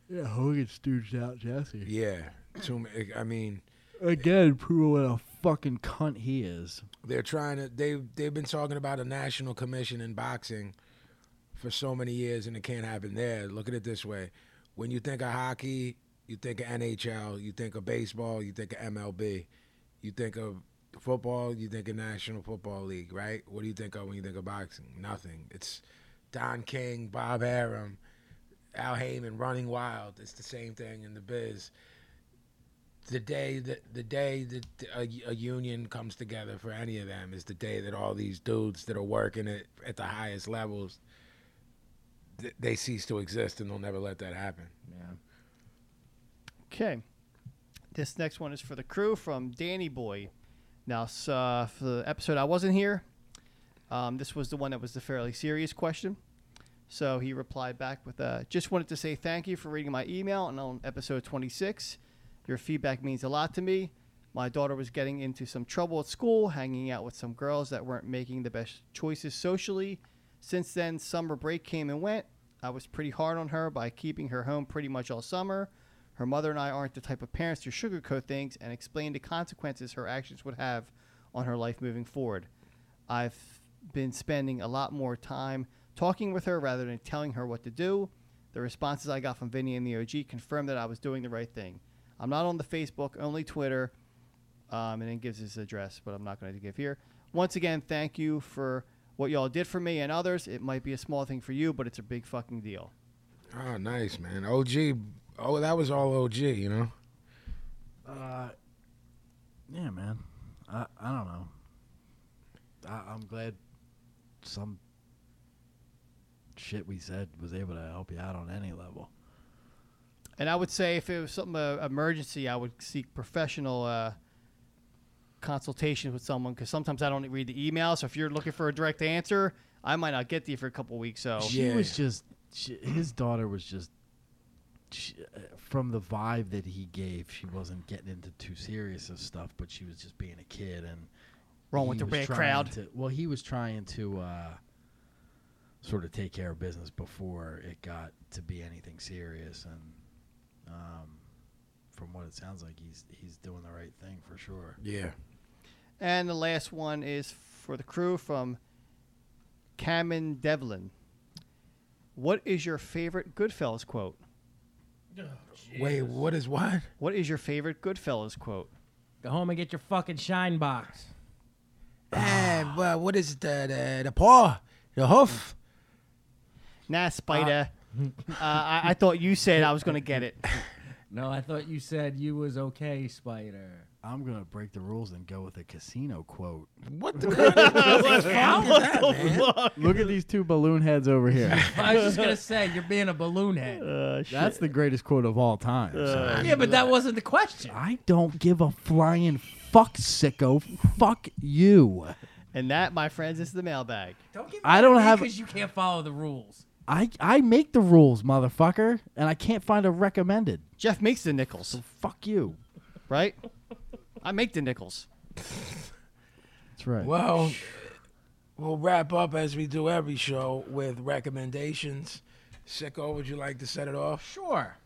D: Yeah, Hogan stooged out Jesse
B: Yeah. Too ma- I mean,
D: again. Prove what a fucking cunt he is.
B: they're trying to they they've been talking about a national commission in boxing for so many years and it can't happen there. Look at it this way. When you think of hockey, you think of NHL, you think of baseball, you think of MLB, you think of football, you think of National Football League, right? What do you think of when you think of boxing? Nothing. It's Don King, Bob Arum, Al Heyman running wild. It's the same thing in the biz the day that the day that a, a union comes together for any of them is the day that all these dudes that are working at, at the highest levels th- they cease to exist and they'll never let that happen
A: Okay. This next one is for the crew from Danny Boy. Now, s- uh, for the episode I wasn't here, um, this was the one that was the fairly serious question. So he replied back with, uh, "Just wanted to say thank you for reading my email and on episode 26. Your feedback means a lot to me. My daughter was getting into some trouble at school, hanging out with some girls that weren't making the best choices socially. Since then, summer break came and went. I was pretty hard on her by keeping her home pretty much all summer. Her mother and I aren't the type of parents to sugarcoat things and explain the consequences her actions would have on her life moving forward. I've been spending a lot more time talking with her rather than telling her what to do. The responses I got from Vinny and the OG confirmed that I was doing the right thing. I'm not on the Facebook, only Twitter, um, and then gives his address, but I'm not going to give here. Once again, thank you for what y'all did for me and others. It might be a small thing for you, but it's a big fucking deal.
B: oh nice man og oh that was all og you know
D: Uh, yeah, man. I I don't know. I, I'm glad some shit we said was able to help you out on any level.
A: And I would say if it was something uh, emergency, I would seek professional uh, consultation with someone because sometimes I don't read the email. So if you're looking for a direct answer, I might not get to you for a couple weeks. So
D: She was just she, his daughter was just she, uh, from the vibe that he gave. She wasn't getting into too serious of stuff, but she was just being a kid and
A: wrong with
D: he
A: the
D: was
A: red
D: trying
A: crowd.
D: to- well, he was trying to uh, sort of take care of business before it got to be anything serious, and um, from what it sounds like, he's he's doing the right thing for sure.
B: Yeah.
A: And the last one is for the crew from Cameron Devlin. What is your favorite Goodfellas quote?
B: Wait, what is what?
A: What is your favorite Goodfellas quote?
C: Go home and get your fucking shine box.
B: And well, Ah, what is the, the the paw, the hoof?
A: Nah, Spider.
D: *laughs*
A: Uh, I, I thought you said I was going to get it.
C: No, I thought you said you was okay, Spider.
D: I'm gonna break the rules and go with a casino quote.
B: What the? *laughs* what the fuck is that, man?
D: *laughs* Look at these two balloon heads over *laughs* here.
C: I was just gonna say you're being a balloon head.
D: Uh, That's the greatest quote of all time. so.
C: yeah, but that wasn't the question.
D: I don't give a flying fuck, sicko. Fuck you.
A: And that, my friends, is the mailbag.
C: Don't give
D: I don't have-
C: because you can't follow the rules.
D: I I make the rules, motherfucker, and I can't find a recommended.
A: Jeff makes the nickels,
D: Fuck you.
B: *laughs*
A: right? I make the nickels.
D: That's right.
B: Well, we'll wrap up as we do every show with recommendations. Sicko, would you like to set it off?
C: Sure.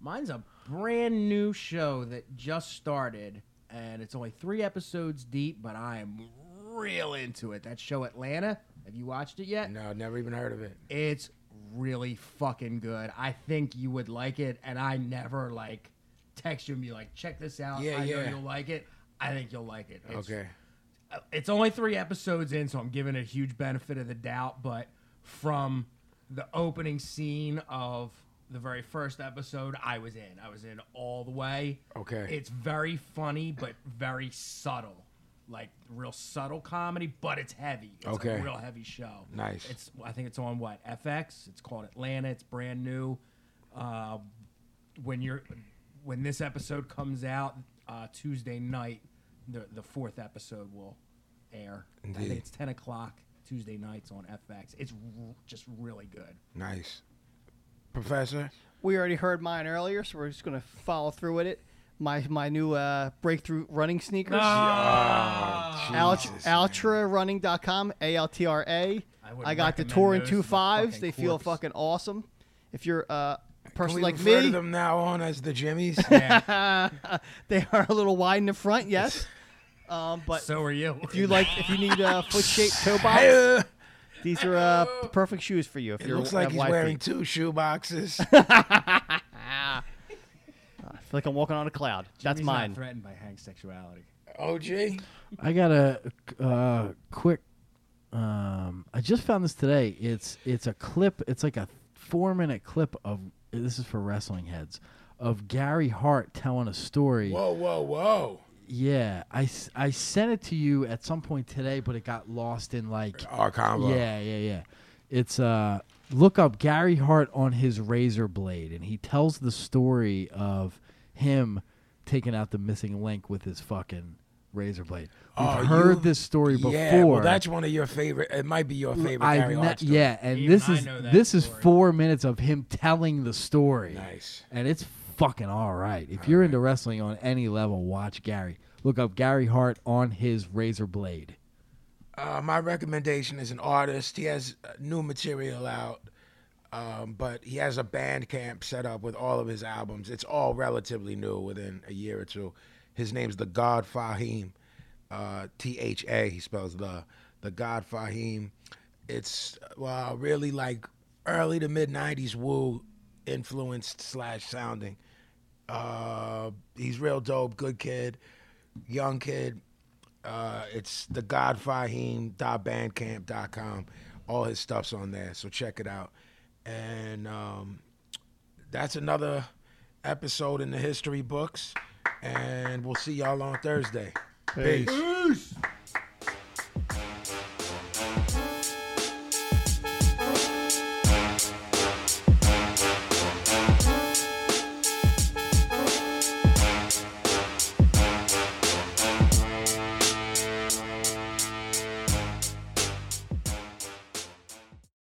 C: Mine's a brand new show that just started, and it's only three episodes deep, but I'm real into it. That show Atlanta. Have you watched it yet?
B: No, never even heard of it.
C: It's really fucking good. I think you would like it, and I never like text you and be like, check this out.
B: Yeah,
C: I
B: yeah.
C: know you'll like it. I think you'll like it. It's-
B: Okay.
C: uh, it's only three episodes in, so I'm giving it a huge benefit of the doubt. But from the opening scene of the very first episode, I was in. I was in all the way.
B: Okay.
C: It's very funny, but very subtle. Like real subtle comedy, but it's heavy. It's
B: Okay.
C: a real heavy show.
B: Nice.
C: It's I think it's on what FX. It's called Atlanta. It's brand new. Uh, when you're when this episode comes out uh, Tuesday night, the the fourth episode will air. I
B: Indeed.
C: think it's ten o'clock Tuesday nights on FX. It's r- just really good.
B: Nice. Professor?
A: We already heard mine earlier, so we're just going to follow through with it. My my new uh, breakthrough running sneakers. Alt-
B: Ah, Jesus,
A: Altrarunning.com, A L T R A.
C: I would
A: I got the
C: recommend
A: Tour and
C: those
A: two
C: to the
A: fives.
C: fucking
A: They feel
C: corpse.
A: fucking awesome. If you're uh, a
B: Can
A: person
B: we
A: like
B: refer to
A: me,
B: them now on as the *laughs* Jimmies?
A: they are a little wide in the
B: *laughs*
A: front, yes. um, but
C: So are you?
A: if you like, if you need
B: *laughs*
A: uh, foot shaped toe box,
B: Hey, uh,
A: these are uh, p- perfect shoes for you. If
B: it
A: you're
B: looks like
A: have
B: he's
A: wide
B: wearing
A: feet.
B: two shoe boxes. *laughs*
A: I feel like I'm walking on a cloud. That's
C: Jimmy's
A: mine.
C: Not threatened by Hank's sexuality.
B: *laughs* OG?
D: I got a uh, quick. Um, I just found this today. It's it's a clip. It's like a four minute clip of this is for wrestling heads of Gary Hart telling a story.
B: Whoa, whoa, whoa.
D: Yeah, I, s- I sent it to you at some point today, but it got lost in like
B: Our combo.
D: Yeah, yeah, yeah. It's uh look up Gary Hart on his razor blade and he tells the story of him taking out the missing link with his fucking razor blade. We've
B: Oh,
D: heard
B: you-
D: this story before.
B: Yeah, well, that's one of your favorite. It might be your favorite
D: I've
B: Gary
D: ne-
B: Hart story.
D: yeah, and
C: Even
D: this
C: I
D: is
C: know that
D: this is
C: story.
D: 4 minutes of him telling the story.
B: Nice.
D: And it's fucking all right. If you're into wrestling on any level, watch Gary. Look up Gary Hart on his razor blade.
B: Uh, my recommendation is an artist. He has uh, new material out, um, but he has a band camp set up with all of his albums. It's all relatively new within a year or two. His name's The God Fahim, uh, T H A. He spells the The God Fahim. It's well, really like early to mid '90s woo influenced slash sounding. Uh, he's real dope, good kid, young kid. Uh, it's the godfahim.bandcamp.com. All his stuff's on there, so check it out. And um, that's another episode in the history books. And we'll see y'all on Thursday. Peace.